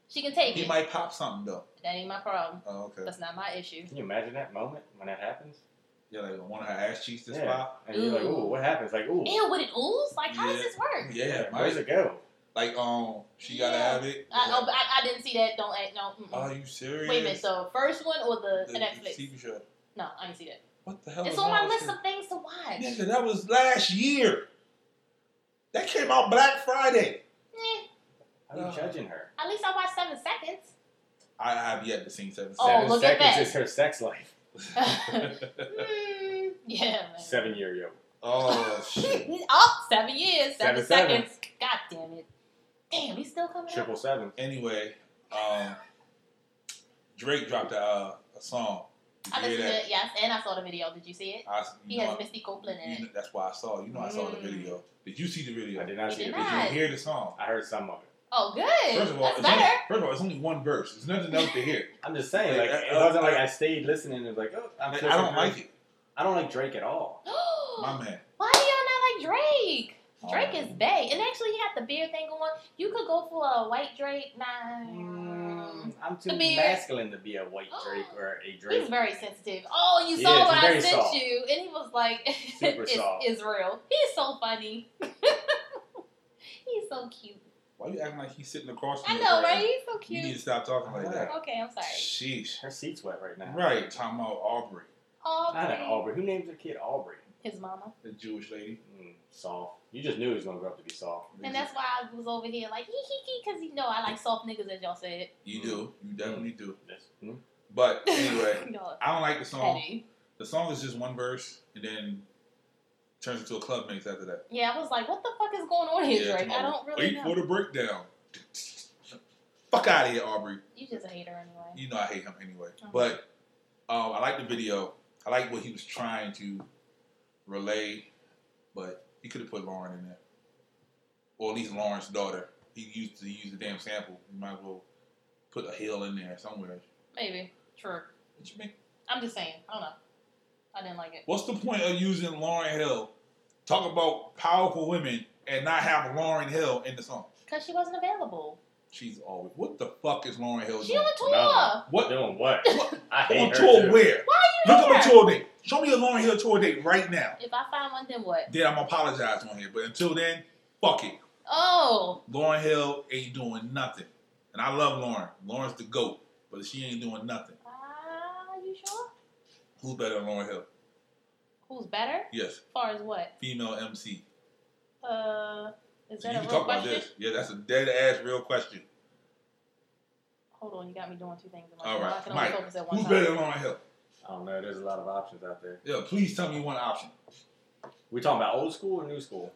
Speaker 2: She can take
Speaker 1: He
Speaker 2: it.
Speaker 1: might pop something though.
Speaker 2: That ain't my problem.
Speaker 1: Oh, okay.
Speaker 2: That's not my issue.
Speaker 3: Can you imagine that moment when that happens?
Speaker 1: Yeah, like one of her ass cheeks just
Speaker 3: Yeah.
Speaker 1: pop.
Speaker 3: And you're like,
Speaker 2: Ooh.
Speaker 3: ooh, what happens? Like, ooh,
Speaker 2: Ew, would it ooze? Like, how
Speaker 1: Yeah.
Speaker 2: does this work?
Speaker 1: Yeah, might.
Speaker 3: where's it go?
Speaker 1: like um, she gotta
Speaker 2: Yeah.
Speaker 1: have it.
Speaker 2: I, oh, but I, I didn't see that. Don't act. No. mm-mm.
Speaker 1: Are you serious?
Speaker 2: Wait a minute. So, first one or the,
Speaker 1: The
Speaker 2: Netflix?
Speaker 1: TV show.
Speaker 2: No, I didn't see that.
Speaker 1: What the hell?
Speaker 2: It's
Speaker 1: is
Speaker 2: on
Speaker 1: wrong
Speaker 2: my
Speaker 1: with
Speaker 2: list of things to
Speaker 1: you?
Speaker 2: watch.
Speaker 1: Nigga, that was last year. That came out Black Friday.
Speaker 2: Eh,
Speaker 3: How
Speaker 1: Uh,
Speaker 3: are you judging her?
Speaker 2: at least I watched seven seconds.
Speaker 1: I have yet to see Seven
Speaker 2: Oh,
Speaker 3: Seven
Speaker 2: look at
Speaker 3: seconds
Speaker 2: that.
Speaker 3: is her sex life.
Speaker 1: Seconds.
Speaker 2: Mm, yeah. man.
Speaker 3: Seven year yo.
Speaker 1: oh shit!
Speaker 2: oh, seven years, seven,
Speaker 3: Seven, seven.
Speaker 2: seconds. God damn it. Damn, he's still coming
Speaker 3: Triple
Speaker 2: out.
Speaker 3: seven.
Speaker 1: Anyway, um, Drake dropped a, uh, a song. Did
Speaker 2: I
Speaker 1: you hear
Speaker 2: listened to
Speaker 1: that?
Speaker 2: it, yes, and I saw the video. Did you see it?
Speaker 1: I,
Speaker 2: He
Speaker 1: you know,
Speaker 2: has Misty Copeland in
Speaker 1: you
Speaker 2: it.
Speaker 1: know- that's why I saw. it. You know, I saw the
Speaker 2: Mm.
Speaker 1: video. Did you see the video?
Speaker 3: I did not
Speaker 2: You
Speaker 3: see
Speaker 2: did
Speaker 3: it.
Speaker 1: Did you
Speaker 2: not.
Speaker 1: hear the song?
Speaker 3: I heard some of it.
Speaker 2: Oh, good.
Speaker 1: First of all,
Speaker 2: That's
Speaker 1: it's only,
Speaker 2: better.
Speaker 1: first of all, it's only one verse. There's nothing else to hear.
Speaker 3: I'm just saying, like
Speaker 1: Like,
Speaker 3: it
Speaker 1: uh,
Speaker 3: wasn't like
Speaker 1: uh,
Speaker 3: I stayed listening and was like, oh, I'm
Speaker 1: Like,
Speaker 3: so
Speaker 1: I don't
Speaker 3: surprised.
Speaker 1: like it,
Speaker 3: I don't like Drake at all.
Speaker 1: my man.
Speaker 2: Why do y'all not like Drake? Drake
Speaker 1: Oh.
Speaker 2: is bae. And actually, he had the beard thing going. You could go for a white Drake. Nah.
Speaker 3: Mm, I'm too
Speaker 2: I mean-
Speaker 3: masculine to be a white Drake or a Drake.
Speaker 2: He's very sensitive. Oh, you
Speaker 3: He
Speaker 2: saw
Speaker 3: is.
Speaker 2: what
Speaker 3: He's
Speaker 2: I
Speaker 3: very
Speaker 2: sent
Speaker 3: soft.
Speaker 2: you. And he was like,
Speaker 3: Super
Speaker 2: it's
Speaker 3: soft.
Speaker 2: Israel. He's so funny. He's so cute.
Speaker 1: Why you acting like he's sitting across from
Speaker 2: I
Speaker 1: you
Speaker 2: know,
Speaker 1: right
Speaker 2: right? He's so
Speaker 1: now? You need
Speaker 2: cute.
Speaker 1: to stop talking like that.
Speaker 2: Okay, I'm sorry.
Speaker 1: Sheesh.
Speaker 3: Her seat's wet right now.
Speaker 1: Right, talking about Aubrey,
Speaker 3: Not at
Speaker 2: Aubrey.
Speaker 3: Aubrey. Who names their kid Aubrey?
Speaker 2: His mama.
Speaker 1: the Jewish lady.
Speaker 3: Mm, Saul. You just knew he was gonna grow up to be Saul.
Speaker 2: And that's why I was over here like, hee hee hee, because you know I like soft niggas, as y'all said.
Speaker 1: you do. You definitely do.
Speaker 3: Yes. Mm.
Speaker 1: But anyway,
Speaker 2: Y'all
Speaker 1: I don't like the
Speaker 2: are
Speaker 1: song.
Speaker 2: petty.
Speaker 1: The song is just one verse and then turns into a club mix after that.
Speaker 2: Yeah, I was like, what the fuck is going on here,
Speaker 1: Yeah,
Speaker 2: Drake?
Speaker 1: come
Speaker 2: I
Speaker 1: on,
Speaker 2: don't really
Speaker 1: Wait
Speaker 2: know.
Speaker 1: for the breakdown. Fuck out of here, Aubrey.
Speaker 2: You just a hater anyway.
Speaker 1: You know I hate him anyway.
Speaker 2: Uh-huh.
Speaker 1: But um, I like the video. I like what he was trying to relay, but he could have put Lauren in there, or at least Lauren's daughter. He used to use the damn sample. You might as well put a hill in there somewhere.
Speaker 2: Maybe. True.
Speaker 1: What you mean?
Speaker 2: I'm just saying. I don't know. I didn't like it.
Speaker 1: What's the point of using Lauren Hill? Talk about powerful women and not have Lauren Hill in the song.
Speaker 2: Because she wasn't available.
Speaker 1: She's always. What the fuck is Lauren Hill
Speaker 2: She on
Speaker 1: doing?
Speaker 2: a tour.
Speaker 3: No.
Speaker 1: What?
Speaker 3: Doing what?
Speaker 1: What?
Speaker 3: I hate
Speaker 1: On
Speaker 3: her
Speaker 1: tour
Speaker 3: too.
Speaker 1: where?
Speaker 2: you
Speaker 1: Look up a
Speaker 2: here?
Speaker 1: tour date. Show me a Lauren Hill tour date right now.
Speaker 2: If I find one, then what?
Speaker 1: Then I'm apologize on here. But until then, fuck it.
Speaker 2: Oh.
Speaker 1: Lauren Hill ain't doing nothing. And I love Lauren. Lauren's the GOAT. But she ain't doing nothing.
Speaker 2: Are you sure?
Speaker 1: Who's better than Lauren Hill?
Speaker 2: Who's better?
Speaker 1: Yes,
Speaker 2: As far as what? female
Speaker 1: female MC.
Speaker 2: Uh, is
Speaker 1: So you
Speaker 2: that
Speaker 1: can
Speaker 2: a real
Speaker 1: talk about
Speaker 2: question?
Speaker 1: this. Yeah, that's a dead ass real question.
Speaker 2: Hold on, you got me doing two things at once.
Speaker 1: All right,
Speaker 2: I can only
Speaker 1: Mike,
Speaker 2: focus at one
Speaker 1: Who's
Speaker 2: time.
Speaker 1: better than Lauren Hill?
Speaker 3: I don't know. There's a lot of options out there.
Speaker 1: Yeah, please tell me one option.
Speaker 3: We talking about old school or new school?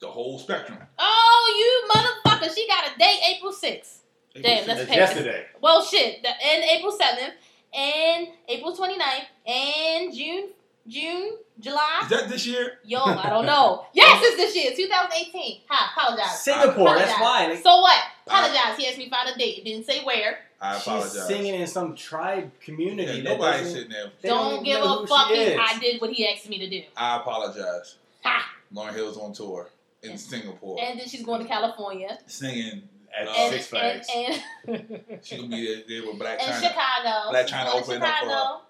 Speaker 1: The whole spectrum.
Speaker 2: Oh, you motherfucker! She got a date April 6th. Damn, that's
Speaker 3: It's
Speaker 2: paper.
Speaker 3: yesterday.
Speaker 2: Well, shit. The, and April 7th, and April 29th, and June, June, July.
Speaker 1: Is that this year?
Speaker 2: Yo, I don't know. Yes, it's this year, 2018. Ha, apologize.
Speaker 3: Singapore.
Speaker 2: Apologize.
Speaker 3: That's why. Like,
Speaker 2: so what? Apologize. He asked me about a date. It didn't say where.
Speaker 1: I apologize.
Speaker 3: she's singing in some tribe
Speaker 1: Yeah,
Speaker 3: community. that
Speaker 1: nobody's
Speaker 3: doesn't-
Speaker 1: sitting there.
Speaker 3: they
Speaker 2: don't
Speaker 3: even
Speaker 2: give
Speaker 3: know
Speaker 2: a
Speaker 3: who she
Speaker 2: fucking.
Speaker 3: is.
Speaker 2: I did what he asked me to do.
Speaker 1: I apologize.
Speaker 2: Ha.
Speaker 1: Lauren Hill's on tour in
Speaker 2: Yeah.
Speaker 1: Singapore
Speaker 2: And then she's going to California
Speaker 1: singing.
Speaker 3: At
Speaker 1: Uh,
Speaker 2: and
Speaker 3: Six
Speaker 2: and,
Speaker 3: Flags.
Speaker 2: and,
Speaker 1: She gonna be there, there with Black
Speaker 2: and
Speaker 1: China.
Speaker 2: Chicago.
Speaker 1: Black
Speaker 2: She's
Speaker 1: China
Speaker 2: going to
Speaker 1: opening up for her.
Speaker 2: Chicago.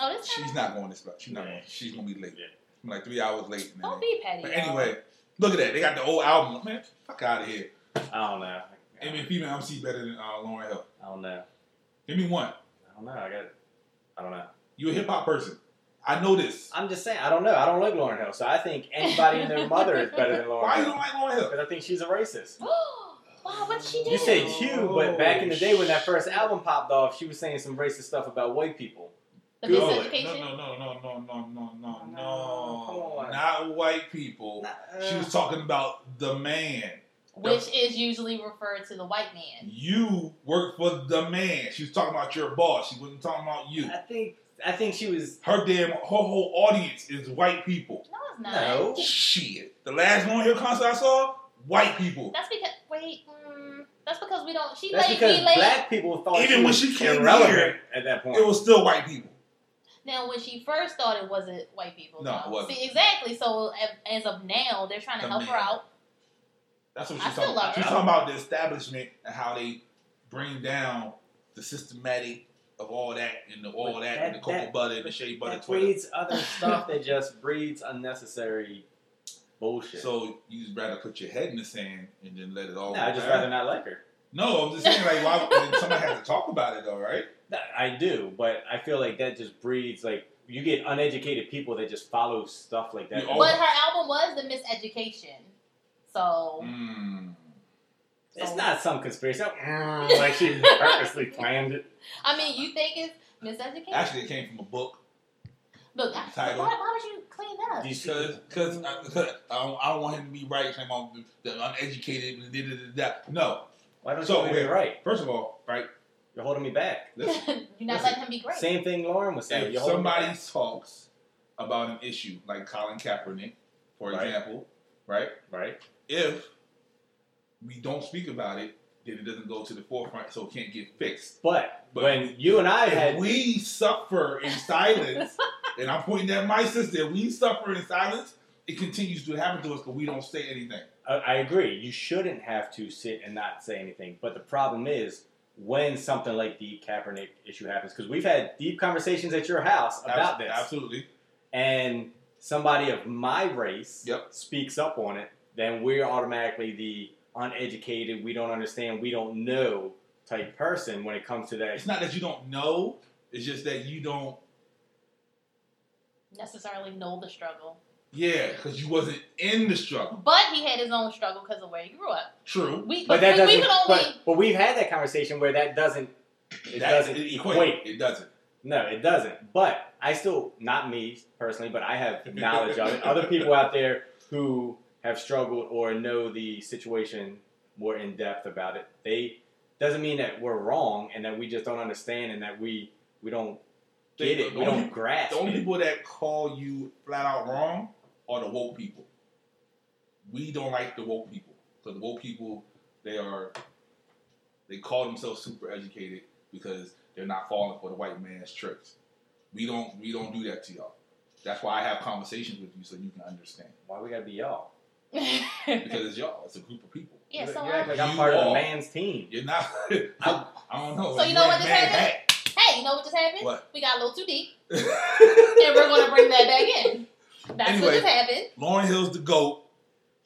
Speaker 2: Oh, this
Speaker 1: She's
Speaker 2: China-
Speaker 1: not going this far. She's not going. She's gonna be late. I'm like three hours late. man.
Speaker 2: Don't be petty.
Speaker 1: But
Speaker 2: y'all.
Speaker 1: anyway, look at that. They got the old album. Man, fuck out of here.
Speaker 3: I don't know.
Speaker 1: I mean, female MC better than uh, Lauren Hill.
Speaker 3: I don't know.
Speaker 1: Give me one.
Speaker 3: I don't know. I got. I don't know.
Speaker 1: You a hip hop person. I know this.
Speaker 3: I'm just saying. I don't know. I don't like Lauren Hill, so I think anybody and their mother is better than Lauren
Speaker 1: Why you
Speaker 3: Hill
Speaker 1: don't like Lauren Hill?
Speaker 3: because I think she's a racist.
Speaker 2: wow, what did she do?
Speaker 3: You say
Speaker 1: Oh,
Speaker 3: Q, but back in the day when that first album popped off, she was saying some racist stuff about white people.
Speaker 2: the
Speaker 3: Google
Speaker 2: Miss
Speaker 3: it.
Speaker 2: Education. Oh,
Speaker 1: No, no, no, no, no, no, no, no,
Speaker 3: Come
Speaker 1: no.
Speaker 3: on.
Speaker 1: Not white people. She
Speaker 3: uh,
Speaker 1: was talking about the man.
Speaker 2: Which is usually referred to the white man.
Speaker 1: You work for the man. She was talking about your boss. She wasn't talking about you.
Speaker 3: I think. I think she was.
Speaker 1: Her damn her whole audience is white people.
Speaker 2: No, it's not.
Speaker 3: No.
Speaker 1: Shit. The last Lauren Hill concert I saw, white people.
Speaker 2: That's because wait, mm, that's because we don't. She
Speaker 3: That's
Speaker 2: laid,
Speaker 3: because
Speaker 2: he laid.
Speaker 3: black people thought
Speaker 1: Even
Speaker 3: she
Speaker 1: when
Speaker 3: was
Speaker 1: she came
Speaker 3: irrelevant
Speaker 1: here,
Speaker 3: at that point.
Speaker 1: It was still white people.
Speaker 2: Now, when she first started, was it white people?
Speaker 1: No, it wasn't.
Speaker 2: See, exactly. So a- as of now, they're trying to
Speaker 1: The
Speaker 2: help her
Speaker 1: man.
Speaker 2: out.
Speaker 1: That's what
Speaker 2: I
Speaker 1: she's
Speaker 2: still
Speaker 1: talking
Speaker 2: love
Speaker 1: about. She's
Speaker 2: her.
Speaker 1: talking about the establishment and how they bring down the systematic of all that and the all that,
Speaker 3: But that-
Speaker 1: and the cocoa
Speaker 3: that-
Speaker 1: butter and the shea butter
Speaker 3: that
Speaker 1: Twitter.
Speaker 3: breeds other stuff that just breeds unnecessary bullshit.
Speaker 1: So you'd rather put your head in the sand and then let it all.
Speaker 3: no, I just
Speaker 1: out.
Speaker 3: rather not like her.
Speaker 1: No, I'm just saying like why then someone has to talk about it though, right?
Speaker 3: That- I do, but I feel like that just breeds like you get uneducated people that just follow stuff like that.
Speaker 1: You Oh.
Speaker 2: But her album was the Miseducation. So
Speaker 1: Mm.
Speaker 3: It's not mm, some conspiracy. I'm,
Speaker 4: like she purposely planned it.
Speaker 2: I mean, you think it's miseducation?
Speaker 1: Actually, it came from a book
Speaker 2: Look, I- why,
Speaker 1: Title.
Speaker 2: why would you clean up?
Speaker 4: These-
Speaker 1: because because I, 'cause I don't- I don't want him to be right. Saying I'm the uneducated. Da, da, da, da. No,
Speaker 3: Why don't
Speaker 1: So,
Speaker 3: you be
Speaker 1: wait.
Speaker 3: right?
Speaker 1: first of all, right.
Speaker 3: You're holding me back.
Speaker 1: Listen,
Speaker 2: You're
Speaker 1: listen.
Speaker 2: not letting him be great.
Speaker 3: Same thing Lauren was saying.
Speaker 1: if
Speaker 3: You're holding me
Speaker 1: somebody
Speaker 3: back.
Speaker 1: talks about an issue like Colin Kaepernick, for
Speaker 3: Right.
Speaker 1: example, right?
Speaker 3: right,
Speaker 1: If we don't speak about it, then it doesn't go to the forefront, so it can't get fixed.
Speaker 3: but
Speaker 1: But
Speaker 3: when you and I
Speaker 1: if
Speaker 3: had
Speaker 1: we suffer in silence, and I'm pointing at my sister, if we suffer in silence, it continues to happen to us because we don't say anything.
Speaker 3: I, I agree. You shouldn't have to sit and not say anything. But the problem is when something like the Kaepernick issue happens, because we've had deep conversations at your house about
Speaker 1: Abs-
Speaker 3: this,
Speaker 1: Absolutely.
Speaker 3: and somebody of my race
Speaker 1: Yep.
Speaker 3: speaks up on it, then we're automatically the uneducated, we don't understand, we don't know type person when it comes to that.
Speaker 1: It's not that you don't know, it's just that you don't,
Speaker 2: Necessarily know the struggle,
Speaker 1: yeah, because you wasn't in the struggle.
Speaker 2: but he had his own struggle because of where he grew up.
Speaker 1: True.
Speaker 2: We, but
Speaker 3: But that
Speaker 2: we, we
Speaker 3: doesn't.
Speaker 2: could only.
Speaker 3: But, but we've had that conversation where that doesn't. It
Speaker 1: That-
Speaker 3: doesn't
Speaker 1: it
Speaker 3: equate.
Speaker 1: It doesn't.
Speaker 3: No, it doesn't. But I still, not me personally, but I have knowledge of it. Other people out there who have struggled or know the situation more in depth about it, they doesn't mean that we're wrong and that we just don't understand and that we we don't get it,
Speaker 1: The
Speaker 3: we
Speaker 1: only-
Speaker 3: don't grasp
Speaker 1: The only
Speaker 3: it.
Speaker 1: people that call you flat out wrong are the woke people. We don't like the woke people because the woke people they are they call themselves super educated because they're not falling for the white man's tricks. We don't we don't do that to y'all. That's why I have conversations with you so you can understand
Speaker 3: Why we gotta be y'all?
Speaker 1: because it's y'all. It's a group of people.
Speaker 2: yeah,
Speaker 3: You
Speaker 2: so uh,
Speaker 3: act
Speaker 2: I,
Speaker 3: like I'm
Speaker 1: You
Speaker 3: part of
Speaker 1: all-
Speaker 3: the man's team.
Speaker 1: You're not. I, I don't know.
Speaker 2: So you know what this
Speaker 1: man
Speaker 2: happened?
Speaker 1: hat.
Speaker 2: hey, you know what just happened?
Speaker 1: What?
Speaker 2: We got a little too deep, and we're gonna bring that back in. That's
Speaker 1: Anyway.
Speaker 2: what just happened.
Speaker 1: Lauren Hill's the goat.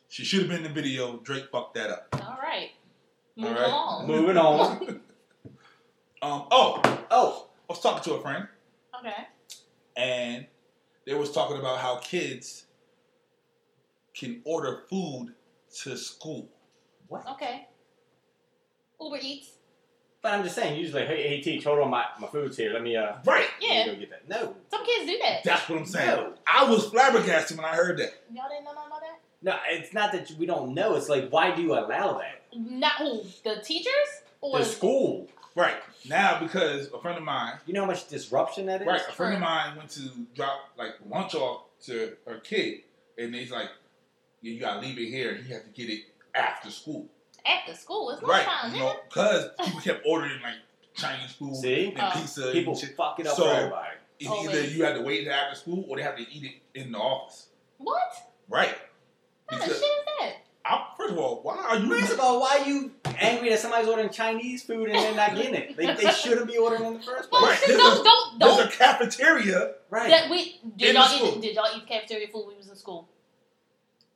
Speaker 1: She should have been in the video. Drake fucked that up.
Speaker 2: All right, move
Speaker 1: right.
Speaker 2: along.
Speaker 3: Moving on.
Speaker 1: Um. Oh,
Speaker 3: Oh,
Speaker 1: I was talking to a friend,
Speaker 2: Okay.
Speaker 1: and they was talking about how kids can order food to school.
Speaker 3: what?
Speaker 2: Okay. Uber Eats.
Speaker 3: But I'm just saying, usually, hey, hey, teach, hold on, my, my food's here. Let me uh,
Speaker 1: Right.
Speaker 3: let
Speaker 2: Yeah.
Speaker 3: me go get that. No,
Speaker 2: Some kids do that.
Speaker 1: That's what I'm saying.
Speaker 3: No.
Speaker 1: I was flabbergasted when I heard that.
Speaker 2: Y'all didn't know nothing about that?
Speaker 3: no, it's not that we don't know. It's like, why do you allow that?
Speaker 2: Not who? The teachers? Or
Speaker 3: the school.
Speaker 1: Right now, because a friend of mine,
Speaker 3: You know how much disruption that is?
Speaker 1: right, a friend
Speaker 2: Right.
Speaker 1: of mine went to drop like lunch off to her kid, and he's like, "Yeah, you gotta leave it here. and You have to get it after school."
Speaker 2: after school. It's
Speaker 1: right,
Speaker 2: lunchtime,
Speaker 1: you
Speaker 2: nigga.
Speaker 1: know, because people kept ordering like Chinese food
Speaker 3: See?
Speaker 1: and
Speaker 2: Oh.
Speaker 1: pizza.
Speaker 3: People
Speaker 1: and shit.
Speaker 3: fuck it up
Speaker 1: So-
Speaker 3: for everybody.
Speaker 1: It's either
Speaker 2: Always.
Speaker 1: you had to wait till after school or they have to eat it in the office.
Speaker 2: What?
Speaker 1: Right.
Speaker 2: What kind of
Speaker 1: Because-
Speaker 2: Oh, shit is that?
Speaker 1: I, first of all, why are you?
Speaker 3: First of all, why are you angry that somebody's ordering Chinese food and they're not getting it? They, they shouldn't be ordering in the first place.
Speaker 2: Well,
Speaker 1: Right,
Speaker 2: Oh, shit,
Speaker 1: this
Speaker 2: don't,
Speaker 1: is-
Speaker 2: don't,
Speaker 1: There's a
Speaker 2: don't.
Speaker 1: cafeteria.
Speaker 3: Right.
Speaker 2: That we did
Speaker 1: In
Speaker 2: y'all
Speaker 1: the
Speaker 2: eat?
Speaker 1: school.
Speaker 2: Did y'all eat cafeteria food when we was in school?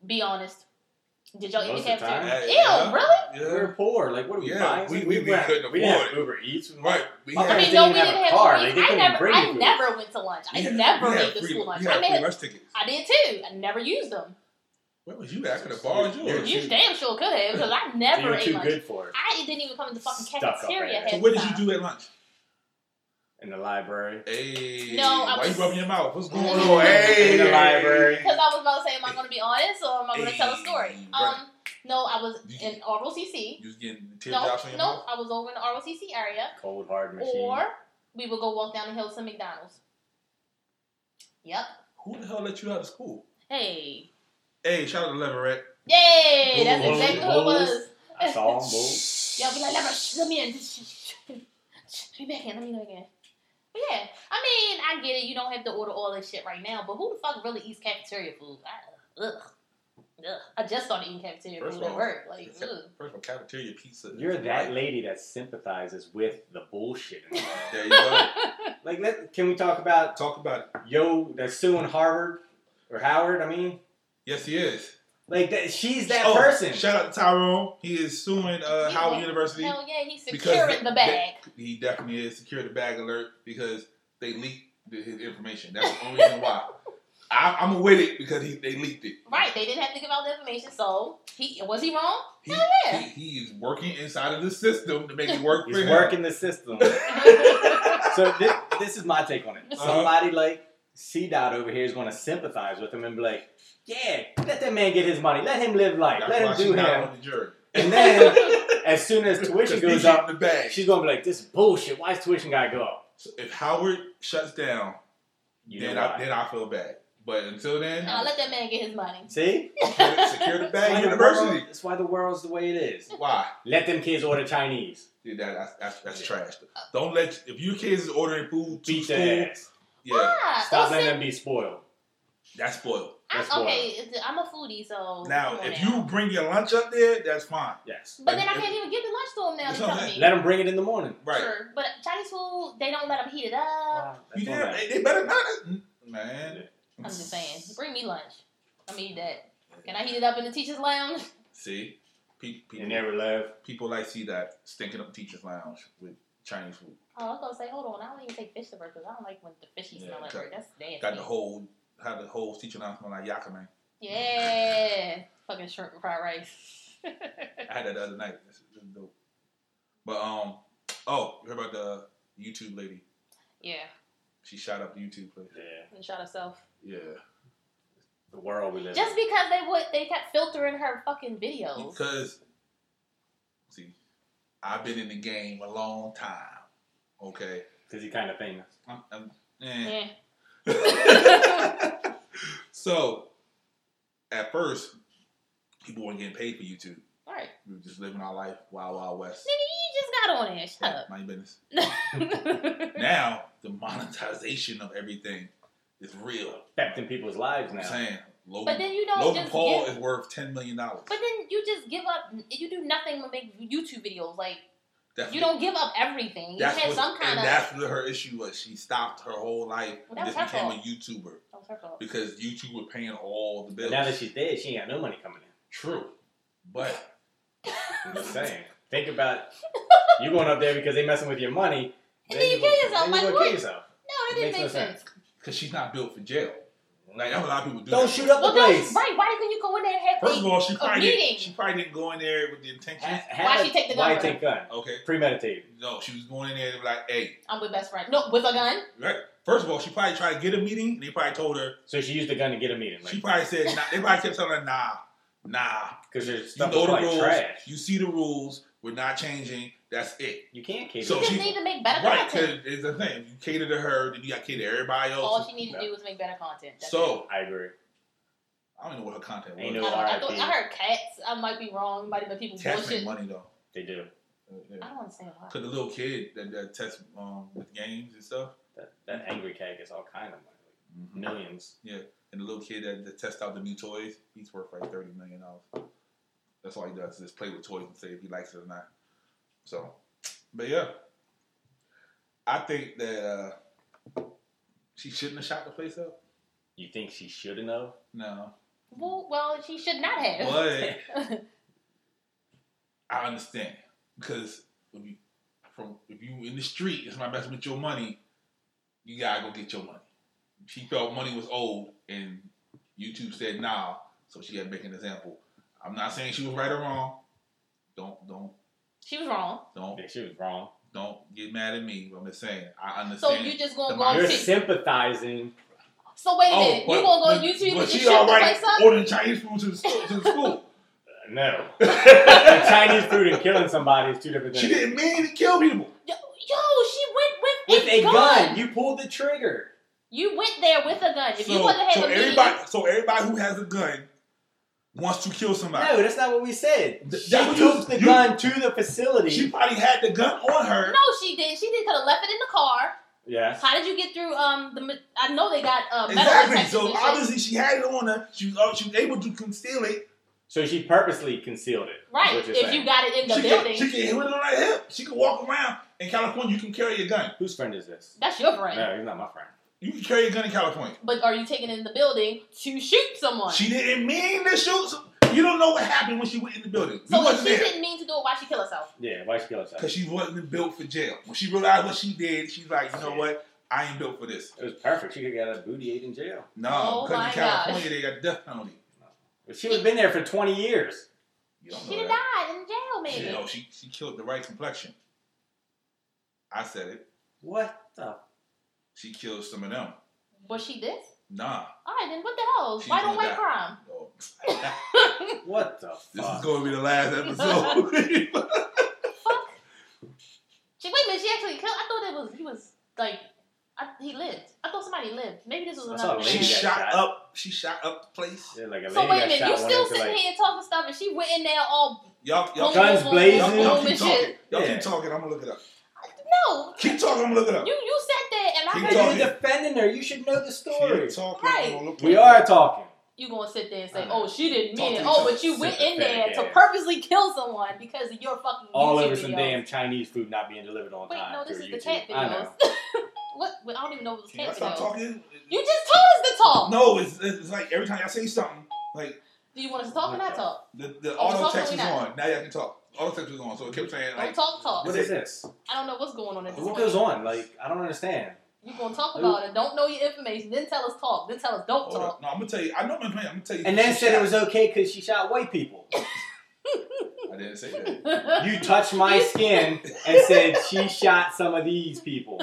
Speaker 2: Be honest. Did y'all eat
Speaker 3: Most
Speaker 2: the
Speaker 3: of the
Speaker 2: cafeteria?
Speaker 3: time.
Speaker 2: Ew,
Speaker 1: Yeah.
Speaker 2: really?
Speaker 1: Yeah.
Speaker 3: We're poor. Like, what are we
Speaker 1: Yeah,
Speaker 3: buying?
Speaker 1: we-
Speaker 3: Like,
Speaker 1: we- we
Speaker 3: went-
Speaker 1: couldn't
Speaker 3: we didn't
Speaker 1: afford
Speaker 3: have Uber Eats.
Speaker 1: Right. We
Speaker 3: My
Speaker 2: I
Speaker 1: had,
Speaker 2: mean, no,
Speaker 3: parents didn't
Speaker 2: we
Speaker 3: even
Speaker 2: didn't
Speaker 3: have
Speaker 2: have
Speaker 3: a car.
Speaker 2: Uber
Speaker 3: They
Speaker 2: Eats.
Speaker 3: couldn't
Speaker 2: I
Speaker 3: even
Speaker 2: never,
Speaker 3: bring
Speaker 2: I
Speaker 3: you food.
Speaker 2: never went to lunch. I
Speaker 1: we had-
Speaker 2: never
Speaker 1: we had
Speaker 2: ate the
Speaker 1: free,
Speaker 2: school lunch.
Speaker 1: We
Speaker 2: I
Speaker 1: had free
Speaker 2: mean,
Speaker 1: rush tickets.
Speaker 2: I did too. I never used them.
Speaker 1: Where was you at? I could have borrowed
Speaker 3: Yeah.
Speaker 1: yours.
Speaker 3: You-
Speaker 2: You damn sure could have because I
Speaker 3: you
Speaker 2: never
Speaker 3: were
Speaker 2: ate
Speaker 3: too
Speaker 2: lunch.
Speaker 3: good for it.
Speaker 2: I didn't even come to the fucking
Speaker 3: Stuck up
Speaker 2: cafeteria.
Speaker 3: ass.
Speaker 2: half
Speaker 1: So
Speaker 2: the
Speaker 1: what did
Speaker 2: time.
Speaker 1: you do at lunch?
Speaker 3: In the library.
Speaker 1: Hey,
Speaker 2: No, I
Speaker 1: why
Speaker 2: was-
Speaker 1: you rubbing your mouth? What's going
Speaker 2: No.
Speaker 1: on? Oh, Hey,
Speaker 3: In the library.
Speaker 2: Because I was about to say, am I going to be honest or am I going to
Speaker 1: Hey,
Speaker 2: tell a story?
Speaker 1: brother.
Speaker 2: Um, no, I was
Speaker 1: You-
Speaker 2: in ROTC.
Speaker 1: You was getting
Speaker 2: No,
Speaker 1: teardrops on your
Speaker 2: no,
Speaker 1: mouth.
Speaker 2: I was over in the ROTC area.
Speaker 3: Cold, hard machine.
Speaker 2: Or we would go walk down the hill to McDonald's. Yep.
Speaker 1: Who the hell let you out of school?
Speaker 2: Hey.
Speaker 1: Hey, shout out to Leverett.
Speaker 2: Yay! That's
Speaker 3: Bulls,
Speaker 2: exactly who it was.
Speaker 3: bulls. I saw them move.
Speaker 2: Y'all be like, let me, let me in. Shh, shh, shh. Be back in. Let me go again. But yeah, I mean, I get it. You don't have to order all this shit right now. But who the fuck really eats cafeteria food? I, ugh, ugh. I just started eating cafeteria
Speaker 1: First
Speaker 2: food
Speaker 1: of
Speaker 2: at
Speaker 1: all,
Speaker 2: work. Like,
Speaker 1: it's-
Speaker 2: ugh.
Speaker 1: First of all, cafeteria pizza. is
Speaker 3: You're that
Speaker 1: right.
Speaker 3: lady that sympathizes with the bullshit. in the world.
Speaker 1: There you go.
Speaker 3: like, let, can we talk about
Speaker 1: Talk about it.
Speaker 3: yo that's suing Harvard or Howard? I mean,
Speaker 1: Yes, he is.
Speaker 3: like that, she's that
Speaker 1: Oh,
Speaker 3: person.
Speaker 1: Shout out to Tyrone. He is suing uh,
Speaker 2: He
Speaker 1: Howard
Speaker 2: won't.
Speaker 1: University.
Speaker 2: Hell yeah, he's
Speaker 1: because
Speaker 2: securing
Speaker 1: they-
Speaker 2: the bag.
Speaker 1: He definitely is secure the bag alert because they leaked the, his information. That's the only reason why. I, I'm with it because he, they leaked it.
Speaker 2: Right, they didn't have to give out the information, so he was he wrong?
Speaker 1: He,
Speaker 2: yeah.
Speaker 1: he, he is working inside of the system to make it work for
Speaker 3: He's
Speaker 1: him.
Speaker 3: working the system. so this, this is my take on it.
Speaker 1: Uh-huh.
Speaker 3: Somebody like C Dot over here is going to sympathize with him and be like, "Yeah, let that man get his money. Let him live life.
Speaker 1: That's why
Speaker 3: let him
Speaker 1: she's
Speaker 3: do
Speaker 1: not
Speaker 3: him."
Speaker 1: on the jury.
Speaker 3: And then as soon as
Speaker 1: 'Cause
Speaker 3: tuition
Speaker 1: he
Speaker 3: goes
Speaker 1: getting
Speaker 3: up,
Speaker 1: the bag.
Speaker 3: she's going to be like, "This is bullshit. Why is tuition got to go up?"
Speaker 1: So if Howard shuts down,
Speaker 3: You
Speaker 1: then
Speaker 3: know
Speaker 1: I,
Speaker 3: why?
Speaker 1: then I feel bad. But until then,
Speaker 2: Nah, let that man get his money.
Speaker 3: See,
Speaker 1: secure, secure the
Speaker 3: That's why
Speaker 1: bag,
Speaker 3: the
Speaker 1: university.
Speaker 3: world- That's why the world's the way it is.
Speaker 1: Why?
Speaker 3: Let them kids order Chinese.
Speaker 1: Dude, that, that's that's, that's trash. Don't let if your kids is ordering food to
Speaker 3: Beat
Speaker 1: school.
Speaker 3: their ass.
Speaker 1: Yeah,
Speaker 2: Ah,
Speaker 3: Stop
Speaker 2: oh,
Speaker 3: letting
Speaker 2: see,
Speaker 3: them be spoiled.
Speaker 1: that's spoiled.
Speaker 2: I'm,
Speaker 3: That's why.
Speaker 2: okay, it's- I'm a foodie, so
Speaker 1: Now,
Speaker 2: Oh, come on
Speaker 1: if
Speaker 2: now.
Speaker 1: you bring your lunch up there, that's fine.
Speaker 3: Yes.
Speaker 2: but then I can't even give the lunch to him now.
Speaker 1: That's
Speaker 2: You're
Speaker 1: what I'm
Speaker 2: telling me,
Speaker 1: saying.
Speaker 3: Let them bring it in the morning.
Speaker 1: Right.
Speaker 2: Sure, but Chinese food they don't let them heat it up.
Speaker 3: Wow, that's
Speaker 1: You
Speaker 3: not
Speaker 1: damn,
Speaker 3: bad.
Speaker 1: they, they better not. Mm, Man.
Speaker 2: I'm just saying, bring me lunch. I'm eat that. Can I heat it up in the teachers' lounge?
Speaker 1: See, Pe- people,
Speaker 3: And they would laugh.
Speaker 1: people like see that stinking up teachers' lounge with Chinese food.
Speaker 2: Oh, I was gonna say, hold on, I don't even take fish to work because I don't like when the fishy
Speaker 1: Yeah,
Speaker 2: smell at
Speaker 1: got-
Speaker 2: work. That's nasty.
Speaker 1: Got the whole had the whole teacher lounge smell like yakka man.
Speaker 2: yeah, fucking shrimp and fried rice.
Speaker 1: I had that the other night. This is, this is dope. But um, oh, you heard about the YouTube lady?
Speaker 2: yeah,
Speaker 1: She shot up the YouTube place.
Speaker 3: Yeah.
Speaker 2: and shot herself.
Speaker 1: Yeah,
Speaker 3: The world we live
Speaker 2: Just
Speaker 3: in.
Speaker 2: because they would, they kept filtering her fucking videos.
Speaker 1: because see, I've been in the game a long time. Okay,
Speaker 3: Because he's kind of famous.
Speaker 1: I'm, I'm eh.
Speaker 2: Yeah.
Speaker 1: so at first, people weren't getting paid for YouTube.
Speaker 2: All right,
Speaker 1: We were just living our life, wild, wild west.
Speaker 2: nigga, you just got on
Speaker 1: Mind your business.
Speaker 2: there. Shut up.
Speaker 1: Now the monetization of everything is real.
Speaker 3: Affecting people's lives
Speaker 1: I'm
Speaker 3: now.
Speaker 1: saying Logan,
Speaker 2: but then you don't
Speaker 1: Logan
Speaker 2: just
Speaker 1: Paul
Speaker 2: give,
Speaker 1: is worth ten million dollars.
Speaker 2: But then you just give up. You do nothing but make YouTube videos. Like you don't give up everything. You
Speaker 1: That's
Speaker 2: had
Speaker 1: what,
Speaker 2: some kind
Speaker 1: and
Speaker 2: of.
Speaker 1: that's what her issue was. She stopped her whole life and
Speaker 2: Well, that
Speaker 1: just
Speaker 2: was her
Speaker 1: became a
Speaker 2: fault.
Speaker 1: YouTuber
Speaker 2: That was her fault.
Speaker 1: because YouTube were paying all the
Speaker 3: But
Speaker 1: bills.
Speaker 3: now that she's dead, she ain't got no money coming in.
Speaker 1: true, but
Speaker 3: I'm just saying. Think about you going up there because they messing with your money.
Speaker 2: And then you kill
Speaker 3: gonna-
Speaker 2: yourself,
Speaker 3: then
Speaker 2: like
Speaker 3: you gonna
Speaker 2: what?
Speaker 3: kill yourself.
Speaker 2: No, that didn't
Speaker 3: Makes
Speaker 2: make
Speaker 3: no
Speaker 2: sense.
Speaker 1: because she's not built for jail. Like that's what a lot of people do.
Speaker 3: Don't
Speaker 1: that.
Speaker 3: shoot up
Speaker 2: Well,
Speaker 3: the
Speaker 2: that's
Speaker 3: place.
Speaker 2: right. Why didn't you go in there and have
Speaker 1: First of
Speaker 2: the-
Speaker 1: all, she probably
Speaker 2: meeting.
Speaker 1: didn't, she probably didn't go in there with the intention.
Speaker 3: Ha- have
Speaker 2: Why'd
Speaker 3: a-
Speaker 2: she take the
Speaker 3: Why
Speaker 2: gun?
Speaker 3: take gun?
Speaker 1: Okay,
Speaker 3: Premeditated.
Speaker 1: no, she was going in there and like, hey,
Speaker 2: I'm with best friend. No, with a gun.
Speaker 1: right. First of all, she probably tried to get a meeting. And they probably told her.
Speaker 3: So she used the gun to get a meeting.
Speaker 1: She probably said, nah, they probably kept telling her, nah, nah.
Speaker 3: Because your
Speaker 1: You
Speaker 3: stuff
Speaker 1: know
Speaker 3: is
Speaker 1: the
Speaker 3: like
Speaker 1: rules.
Speaker 3: trash.
Speaker 1: You see the rules. We're not changing. That's it.
Speaker 3: You can't kill
Speaker 1: So
Speaker 2: You
Speaker 3: yourself.
Speaker 2: just
Speaker 1: she-
Speaker 2: need to make better
Speaker 1: Right,
Speaker 2: content.
Speaker 1: because it's the thing. You cater to her, then you got to cater to everybody else.
Speaker 2: All she needed to do was make better content. That's
Speaker 1: so
Speaker 3: I agree.
Speaker 1: I don't even know what her content was.
Speaker 3: Ain't
Speaker 2: it. I,
Speaker 3: no-
Speaker 2: don't, I, thought,
Speaker 3: RIP.
Speaker 2: I heard cats. I might be wrong. Might have been people
Speaker 1: Tess made
Speaker 2: bullshit. I
Speaker 1: money though.
Speaker 3: They do.
Speaker 2: don't understand why.
Speaker 1: Cause the little kid that, that tests um, with games and stuff,
Speaker 3: That, that angry cat gets all kind of money.
Speaker 1: Mm-hmm.
Speaker 3: Millions.
Speaker 1: and the little kid that, that tests out the new toys, he's worth like thirty million dollars. That's all he does is just play with toys and say if he likes it or not. So, but yeah, I think that uh, she shouldn't have shot the place up.
Speaker 3: You think she should have known?
Speaker 1: No,
Speaker 2: Well, well, she should not have.
Speaker 1: but I understand because if you from if you in the street, it's my messing with your money. You gotta go get your money. She felt money was old, and YouTube said nah, so she had to make an example. I'm not saying she was right or wrong. Don't don't
Speaker 2: she was wrong.
Speaker 3: I
Speaker 1: don't
Speaker 3: think she was wrong.
Speaker 1: don't get mad at me. but I'm just saying I
Speaker 2: So
Speaker 1: understand.
Speaker 2: you just gonna
Speaker 1: The
Speaker 2: go on
Speaker 3: You're
Speaker 1: You're
Speaker 2: TikTok.
Speaker 3: sympathizing.
Speaker 2: So wait a
Speaker 1: Oh,
Speaker 2: minute.
Speaker 1: but-
Speaker 2: you gonna
Speaker 1: but-
Speaker 2: go to YouTube
Speaker 1: but
Speaker 2: and
Speaker 1: she
Speaker 2: shut the
Speaker 1: already
Speaker 2: place up?
Speaker 1: ordering Chinese food to the school. To the school.
Speaker 3: No. And Chinese food and killing somebody is two different
Speaker 1: she
Speaker 3: things.
Speaker 1: didn't mean to kill people.
Speaker 2: Yo, yo, she went with,
Speaker 3: With a gun. you pulled the trigger.
Speaker 2: You went there with a gun. If you
Speaker 1: So,
Speaker 2: wouldn't have
Speaker 1: so
Speaker 2: a meeting-
Speaker 1: everybody, so everybody who has a gun wants to kill somebody.
Speaker 3: No, that's not what we said.
Speaker 1: Th-
Speaker 3: She
Speaker 1: that
Speaker 3: took
Speaker 1: was you-
Speaker 3: the
Speaker 1: you-
Speaker 3: gun to the facility.
Speaker 1: She probably had the gun on her.
Speaker 2: No, she did. She did. Could have left it in the car.
Speaker 3: yeah.
Speaker 2: How did you get through? Um, the ma- I know they got uh, metal
Speaker 1: exactly.
Speaker 2: detectors
Speaker 1: So
Speaker 2: and shit.
Speaker 1: obviously she had it on her. She was oh, she was able to conceal it.
Speaker 3: So she purposely concealed it. is
Speaker 2: right.
Speaker 3: what you're
Speaker 2: If
Speaker 3: saying.
Speaker 2: you got it in the
Speaker 1: she
Speaker 2: building,
Speaker 1: Can, she can hit it on her hip. She can walk around. In California, you can carry a gun.
Speaker 3: Whose friend is this?
Speaker 2: that's your friend.
Speaker 3: No, he's not my friend.
Speaker 1: You can carry a gun in California.
Speaker 2: But are you taking it in the building to shoot someone?
Speaker 1: She didn't mean to shoot. some- you don't know what happened when she went in the building. You
Speaker 2: so if
Speaker 1: wasn't
Speaker 2: she
Speaker 1: there
Speaker 2: didn't mean to do it, why she kill herself?
Speaker 3: Yeah, why she kill herself?
Speaker 1: because she wasn't built for jail. When she realized what she did, she's like, you know what? I ain't built for this.
Speaker 3: It was perfect. She could have got a booty eight in jail.
Speaker 1: No,
Speaker 2: Oh
Speaker 1: because
Speaker 2: my
Speaker 1: in California
Speaker 2: gosh.
Speaker 1: they got death penalty.
Speaker 3: But she would have been there for 20 years.
Speaker 1: You don't
Speaker 2: She'd
Speaker 1: know
Speaker 2: have
Speaker 1: that.
Speaker 2: died in jail,
Speaker 1: She,
Speaker 2: maybe.
Speaker 1: no, she she killed the right complexion. I said it.
Speaker 3: What the?
Speaker 1: She killed some of them.
Speaker 2: Was she this?
Speaker 1: Nah.
Speaker 2: All right, then what the hell?
Speaker 1: She
Speaker 2: Why
Speaker 1: gonna
Speaker 2: don't white
Speaker 1: die.
Speaker 2: crime?
Speaker 1: No.
Speaker 3: What the
Speaker 1: this is
Speaker 3: fuck?
Speaker 1: going to be the last episode.
Speaker 2: Fuck. She, wait a minute, she actually killed. I thought it was he was like, I, he lived. I thought somebody lived. Maybe this was
Speaker 3: I saw a
Speaker 2: another
Speaker 3: lady
Speaker 1: she
Speaker 2: man.
Speaker 3: got
Speaker 1: shot,
Speaker 3: shot.
Speaker 1: up. She shot up the place.
Speaker 3: Yeah, like a
Speaker 2: So
Speaker 3: lady
Speaker 2: wait a
Speaker 3: got
Speaker 2: minute,
Speaker 3: shot,
Speaker 2: you
Speaker 3: went
Speaker 2: still
Speaker 3: into,
Speaker 2: sitting
Speaker 3: like-
Speaker 2: here talking stuff, and she went in there all
Speaker 1: Y'all, y'all,
Speaker 2: boom, boom,
Speaker 3: Guns
Speaker 2: boom,
Speaker 3: blazing.
Speaker 2: boom,
Speaker 1: y'all, y'all
Speaker 2: boom,
Speaker 1: keep
Speaker 2: and
Speaker 1: talking.
Speaker 2: shit.
Speaker 1: Y'all
Speaker 3: Yeah.
Speaker 1: keep talking. I'm gonna look it up.
Speaker 2: No,
Speaker 1: Keep talking. I'm gonna look it up.
Speaker 2: you you sat there, and I
Speaker 1: Keep
Speaker 2: heard
Speaker 1: talking.
Speaker 2: you.
Speaker 3: You're defending her. You should know the story.
Speaker 1: Keep talking.
Speaker 2: Right.
Speaker 1: I'm gonna look
Speaker 3: We
Speaker 1: it up.
Speaker 3: are talking.
Speaker 2: You gonna sit there and
Speaker 3: I
Speaker 2: say,
Speaker 3: know.
Speaker 2: "Oh, she didn't
Speaker 1: Talk to
Speaker 2: mean it."
Speaker 1: each
Speaker 2: Oh,
Speaker 1: other.
Speaker 2: but you went in there
Speaker 3: Sympathetic
Speaker 2: to
Speaker 3: ass.
Speaker 2: purposely kill someone because of your fucking
Speaker 3: All
Speaker 2: YouTube
Speaker 3: over some
Speaker 2: videos.
Speaker 3: damn Chinese food not being delivered on
Speaker 2: Wait,
Speaker 3: time.
Speaker 2: no, this
Speaker 3: through
Speaker 2: is the
Speaker 3: YouTube.
Speaker 2: cat
Speaker 3: I know.
Speaker 2: videos. what? Well, I don't even know what was
Speaker 1: Can y'all
Speaker 2: cat
Speaker 1: stop
Speaker 2: videos.
Speaker 1: talking?
Speaker 2: You just told us to talk.
Speaker 1: No, it's, it's like every time I say something, like
Speaker 2: Do you want us to talk or not talk?
Speaker 1: the, the
Speaker 2: Oh,
Speaker 1: auto
Speaker 2: talk
Speaker 1: text
Speaker 2: or
Speaker 1: was
Speaker 2: we not?
Speaker 1: on. Now y'all can talk. Auto text was on, so it kept saying
Speaker 2: Don't
Speaker 1: like,
Speaker 2: talk, talk.
Speaker 3: What is this?
Speaker 2: I don't know what's going on at this
Speaker 3: What
Speaker 2: point.
Speaker 3: goes on? Like, I don't understand.
Speaker 2: You gonna talk about it? Don't know your information. Then tell us talk. Then tell us don't
Speaker 1: Hold
Speaker 2: talk.
Speaker 1: up. No, I'm gonna tell you. I know my plan. I'm gonna tell you.
Speaker 3: And
Speaker 1: who
Speaker 3: then
Speaker 1: she
Speaker 3: said it
Speaker 1: shot.
Speaker 3: was okay because she shot white people.
Speaker 1: I didn't say that.
Speaker 3: You touched my skin and said she shot some of these people.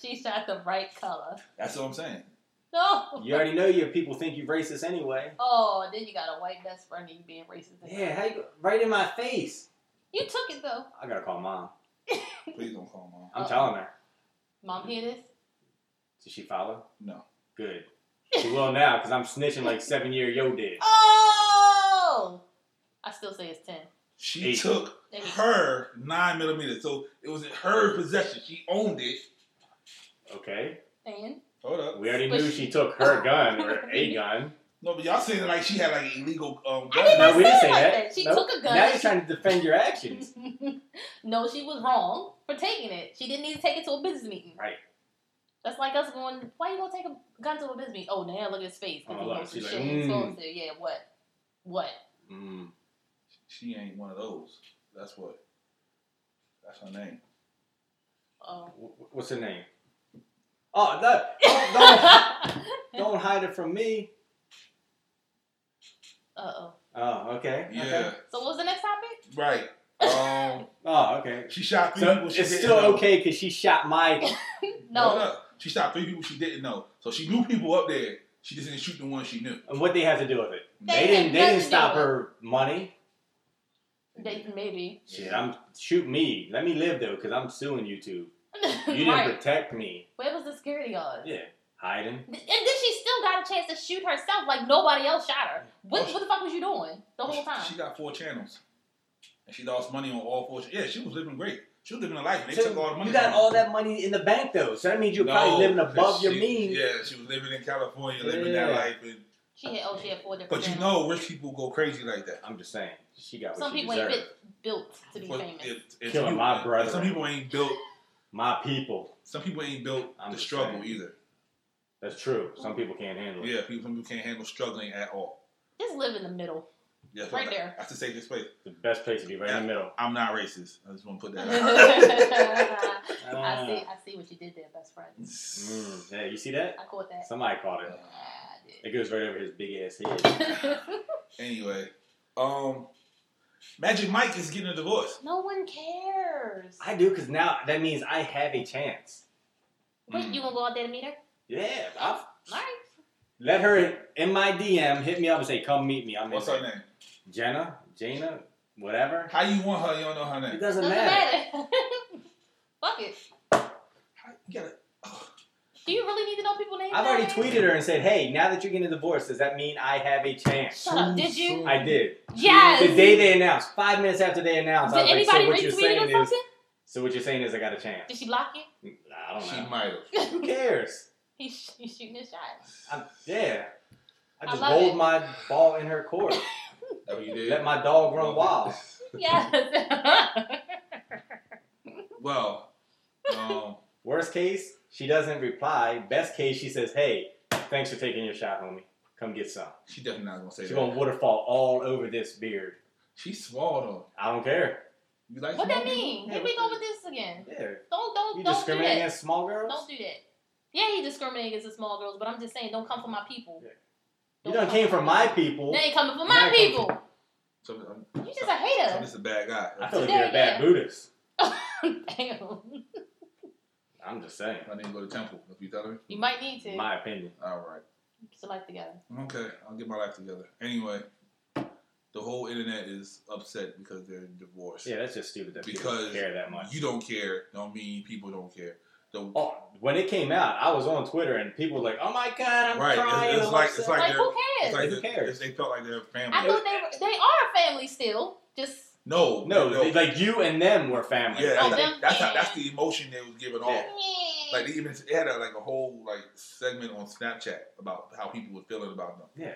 Speaker 2: she shot the right color.
Speaker 1: That's what I'm saying.
Speaker 2: No.
Speaker 3: You already know your people think you racist anyway.
Speaker 2: Oh, then you got a white best friend and you being racist.
Speaker 3: Yeah, how you, right in my face.
Speaker 2: You took it though.
Speaker 3: I gotta call mom.
Speaker 1: Please don't call mom.
Speaker 3: I'm
Speaker 2: Uh-oh.
Speaker 3: telling her.
Speaker 2: Mom hear this?
Speaker 3: Did she follow?
Speaker 1: No.
Speaker 3: Good. She will now because I'm snitching like seven year yo did.
Speaker 2: Oh. I still say it's ten.
Speaker 1: She
Speaker 3: Eight.
Speaker 1: took
Speaker 2: There you go.
Speaker 1: her nine millimeter, so it was in her possession. She owned it.
Speaker 3: Okay.
Speaker 2: And
Speaker 1: Hold up.
Speaker 3: We already
Speaker 2: But
Speaker 3: knew
Speaker 2: she-
Speaker 3: she took her gun or a gun.
Speaker 1: No, but y'all saying it like she had like illegal um,
Speaker 2: I
Speaker 1: gun.
Speaker 2: did
Speaker 3: No,
Speaker 2: not
Speaker 3: we didn't
Speaker 2: say
Speaker 3: say
Speaker 2: it like
Speaker 3: that.
Speaker 2: that. She
Speaker 3: Nope.
Speaker 2: took a gun.
Speaker 3: Now you're trying to defend your actions.
Speaker 2: no, she was wrong for taking it. She didn't need to take it to a business meeting.
Speaker 3: Right.
Speaker 2: That's like us going, why you gonna take a gun to a business meeting? Oh, now look at his face.
Speaker 3: Oh,
Speaker 2: Look, he
Speaker 3: look,
Speaker 2: knows some
Speaker 3: she's
Speaker 2: shit.
Speaker 3: like,
Speaker 2: He's
Speaker 3: mm.
Speaker 2: supposed to. Yeah, what? What?
Speaker 3: Mm.
Speaker 1: She ain't one of those. That's what. That's her name.
Speaker 2: Oh.
Speaker 3: Wh- What's her name? Oh, no, don't, don't, don't hide it from me.
Speaker 2: Uh-oh.
Speaker 3: Oh, okay.
Speaker 1: Yeah.
Speaker 3: Okay.
Speaker 2: So what was the next topic?
Speaker 1: Right. Um.
Speaker 3: Oh, okay.
Speaker 1: She shot three
Speaker 3: So
Speaker 1: people. She
Speaker 3: it's
Speaker 1: didn't
Speaker 3: still
Speaker 1: know.
Speaker 3: okay because she shot my.
Speaker 1: Hold
Speaker 2: No.
Speaker 1: up. She shot three people she didn't know. So she knew people up there. She just didn't shoot the one she knew.
Speaker 3: And what they have to do with it?
Speaker 2: They
Speaker 3: They,
Speaker 2: had
Speaker 3: didn't. They
Speaker 2: nothing
Speaker 3: didn't
Speaker 2: to
Speaker 3: stop
Speaker 2: do with
Speaker 3: her money.
Speaker 2: They, maybe.
Speaker 3: Shit, I'm shoot me. Let me live though, because I'm suing YouTube. You didn't
Speaker 2: right.
Speaker 3: protect me.
Speaker 2: Where was the security guard?
Speaker 3: Yeah, hiding.
Speaker 2: And then she still got a chance to shoot herself like nobody else shot her. What,
Speaker 1: Oh, she-
Speaker 2: what the fuck was you doing the whole
Speaker 1: She-
Speaker 2: time?
Speaker 1: She got four channels, and she lost money on all four. cha- Yeah, she was living great. She was living a life, and they
Speaker 3: So
Speaker 1: took all the money.
Speaker 3: you got
Speaker 1: from her.
Speaker 3: all that money in the bank though, so that means you're
Speaker 1: No,
Speaker 3: probably living
Speaker 1: 'cause
Speaker 3: above your
Speaker 1: she-
Speaker 3: means.
Speaker 1: Yeah, she was living in California, living that
Speaker 3: Yeah.
Speaker 1: life, and,
Speaker 2: She had oh she had four different.
Speaker 1: but you
Speaker 2: families.
Speaker 1: know, rich people go crazy like that.
Speaker 3: I'm just saying, she got what
Speaker 2: some
Speaker 3: she
Speaker 2: people
Speaker 3: deserved.
Speaker 2: ain't bit, built to be
Speaker 1: But
Speaker 2: famous.
Speaker 1: if- if
Speaker 3: Killing
Speaker 1: some
Speaker 3: my
Speaker 1: people-
Speaker 3: brother.
Speaker 1: Some people ain't built.
Speaker 3: My people.
Speaker 1: Some people ain't built
Speaker 3: I'm
Speaker 1: the
Speaker 3: just
Speaker 1: struggle
Speaker 3: saying.
Speaker 1: either.
Speaker 3: That's true. Some people can't handle it.
Speaker 1: Yeah, people, some people can't handle struggling at all.
Speaker 2: Just live in the middle.
Speaker 1: That's
Speaker 2: Right
Speaker 1: what-
Speaker 2: there.
Speaker 1: That's the safest place.
Speaker 3: The best place to be right in the middle.
Speaker 1: I'm not racist. I just want to put that.
Speaker 2: I see.
Speaker 3: Ah.
Speaker 2: I see what you did there, best friend.
Speaker 1: out.
Speaker 3: Mm, yeah, you see that?
Speaker 2: I caught that.
Speaker 3: Somebody caught it.
Speaker 2: Ah, I did.
Speaker 3: It goes right over his big ass head.
Speaker 1: Anyway, um, Magic Mike is getting a divorce.
Speaker 2: no one cares.
Speaker 3: I do because now that means I have a chance.
Speaker 2: Wait, you gonna go out there to meet her?
Speaker 3: Yeah, I've
Speaker 2: All right.
Speaker 3: Let her in my DM hit me up and say, "Come meet me." I'm
Speaker 1: Mm. What's
Speaker 3: in
Speaker 1: her name?
Speaker 3: Jenna, Jana, whatever.
Speaker 1: How you want her? You don't know her
Speaker 3: It
Speaker 1: name.
Speaker 3: doesn't,
Speaker 2: Doesn't
Speaker 3: matter.
Speaker 2: matter. Fuck it.
Speaker 1: How- You gotta,
Speaker 2: Do you really need to know people's names?
Speaker 3: I've already
Speaker 2: nowadays?
Speaker 3: tweeted her and said, "Hey, now that you're getting a divorce, does that mean I have a chance?"
Speaker 2: Shut up. Did you?
Speaker 3: I did.
Speaker 2: Yes.
Speaker 3: The day they announced, five minutes after they announced,
Speaker 2: Did
Speaker 3: I was like, "So
Speaker 2: anybody
Speaker 3: what you're
Speaker 2: retweet it or
Speaker 3: saying is,
Speaker 2: something?
Speaker 3: so what you're saying is, I got a chance."
Speaker 2: Did she block you?
Speaker 3: I don't
Speaker 1: she
Speaker 3: know.
Speaker 1: might have.
Speaker 3: Who cares?
Speaker 2: He's, he's shooting his shot.
Speaker 3: I'm, yeah. I
Speaker 2: I
Speaker 3: just
Speaker 2: love
Speaker 3: rolled
Speaker 2: it.
Speaker 3: my ball in her court.
Speaker 1: Oh, you did.
Speaker 3: Let my dog run wild.
Speaker 2: Yes.
Speaker 1: Well, um,
Speaker 3: Worst case, she doesn't reply. Best case, she says, "Hey, thanks for taking your shot, homie. Come get some."
Speaker 1: she definitely not gonna say
Speaker 3: She's
Speaker 1: that.
Speaker 3: gonna waterfall all over this beard.
Speaker 1: She's small though.
Speaker 3: I don't care.
Speaker 1: You like
Speaker 2: what
Speaker 1: small
Speaker 2: that
Speaker 1: people?
Speaker 2: mean?
Speaker 1: Yeah,
Speaker 2: Here
Speaker 1: what
Speaker 2: we go
Speaker 1: the-
Speaker 2: with this again.
Speaker 3: Yeah.
Speaker 2: Don't don't
Speaker 3: You
Speaker 2: don't do
Speaker 3: discriminate
Speaker 2: that.
Speaker 3: against small girls?
Speaker 2: Don't do that. Yeah, he discriminated against the small girls, but I'm just saying, don't come for my people.
Speaker 3: Yeah.
Speaker 2: Don't
Speaker 3: You done
Speaker 2: come
Speaker 3: came
Speaker 2: for
Speaker 3: from my people.
Speaker 2: They ain't coming for
Speaker 3: Now
Speaker 2: my
Speaker 3: they come
Speaker 2: people.
Speaker 1: So, I'm,
Speaker 2: You just
Speaker 1: so,
Speaker 2: a
Speaker 1: so I'm
Speaker 2: hater.
Speaker 1: just a bad guy.
Speaker 3: I feel like
Speaker 2: There
Speaker 3: you're a
Speaker 2: you
Speaker 3: bad
Speaker 2: go.
Speaker 3: Buddhist.
Speaker 2: Damn.
Speaker 3: I'm just saying.
Speaker 1: I need to go to temple. If you tell me.
Speaker 2: You might need to.
Speaker 3: My opinion.
Speaker 1: All right.
Speaker 2: Get your life together.
Speaker 1: Okay, I'll get my life together. Anyway, the whole internet is upset because they're divorced.
Speaker 3: Yeah, that's just stupid that people
Speaker 1: Because
Speaker 3: don't care that much.
Speaker 1: You don't care. Don't mean people don't care. The,
Speaker 3: Oh, when it came out, I was on Twitter and people were like, "Oh my god, I'm
Speaker 1: Right, it's-
Speaker 3: crying."
Speaker 1: it's
Speaker 3: I'm
Speaker 1: like-
Speaker 3: upset."
Speaker 1: it's Like
Speaker 2: Like,
Speaker 1: they're-
Speaker 2: who
Speaker 1: it's
Speaker 2: cares?
Speaker 1: like
Speaker 3: who
Speaker 1: the-
Speaker 3: cares?
Speaker 1: They felt like they're family.
Speaker 2: I thought they were, they are family still. Just
Speaker 1: no,
Speaker 3: no,
Speaker 1: no.
Speaker 3: they- like you and them were family.
Speaker 1: yeah,
Speaker 2: Oh,
Speaker 1: like,
Speaker 2: them-
Speaker 1: that's how,
Speaker 2: yeah.
Speaker 1: that's the emotion they was giving off. Like
Speaker 2: yeah.
Speaker 1: they even they had a, like a whole like segment on Snapchat about how people were feeling about them.
Speaker 3: Yeah.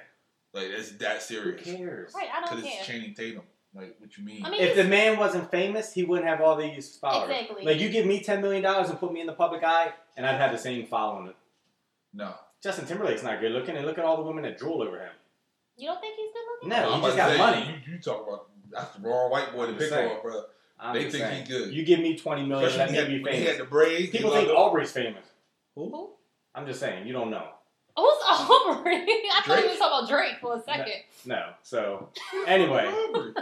Speaker 1: like it's that
Speaker 3: who
Speaker 1: serious.
Speaker 3: cares?
Speaker 2: right. I
Speaker 1: Because
Speaker 2: don't
Speaker 1: it's
Speaker 2: care.
Speaker 1: Channing Tatum. Like what you mean?
Speaker 2: I mean,
Speaker 3: If the
Speaker 2: it's-
Speaker 3: man wasn't famous, he wouldn't have all these followers.
Speaker 2: exactly.
Speaker 3: Like you give me ten million dollars and put me in the public eye, and I'd have the same following.
Speaker 1: no,
Speaker 3: Justin Timberlake's not good looking, and look at all the women that drool over him.
Speaker 2: you don't think he's good looking?
Speaker 3: No,
Speaker 1: I'm
Speaker 3: he just
Speaker 1: about
Speaker 3: got
Speaker 1: to say,
Speaker 3: money.
Speaker 1: You, you talk about that's the wrong white boy to
Speaker 3: I'm
Speaker 1: pick
Speaker 3: just saying.
Speaker 1: on, brother.
Speaker 3: I'm
Speaker 1: They
Speaker 3: just
Speaker 1: think
Speaker 3: saying.
Speaker 1: he good.
Speaker 3: You give me twenty million,
Speaker 1: Especially
Speaker 3: that
Speaker 1: when he
Speaker 3: made me
Speaker 1: had- when he had
Speaker 3: famous.
Speaker 1: the braids.
Speaker 3: People
Speaker 1: he
Speaker 3: think
Speaker 1: loved
Speaker 3: Aubrey's famous.
Speaker 2: Who?
Speaker 3: I'm just saying, you don't know.
Speaker 2: Who's Aubrey? I thought
Speaker 1: Drake.
Speaker 2: you were talking about Drake for a second.
Speaker 3: No, so
Speaker 1: him.
Speaker 3: Anyway.
Speaker 1: Aubrey.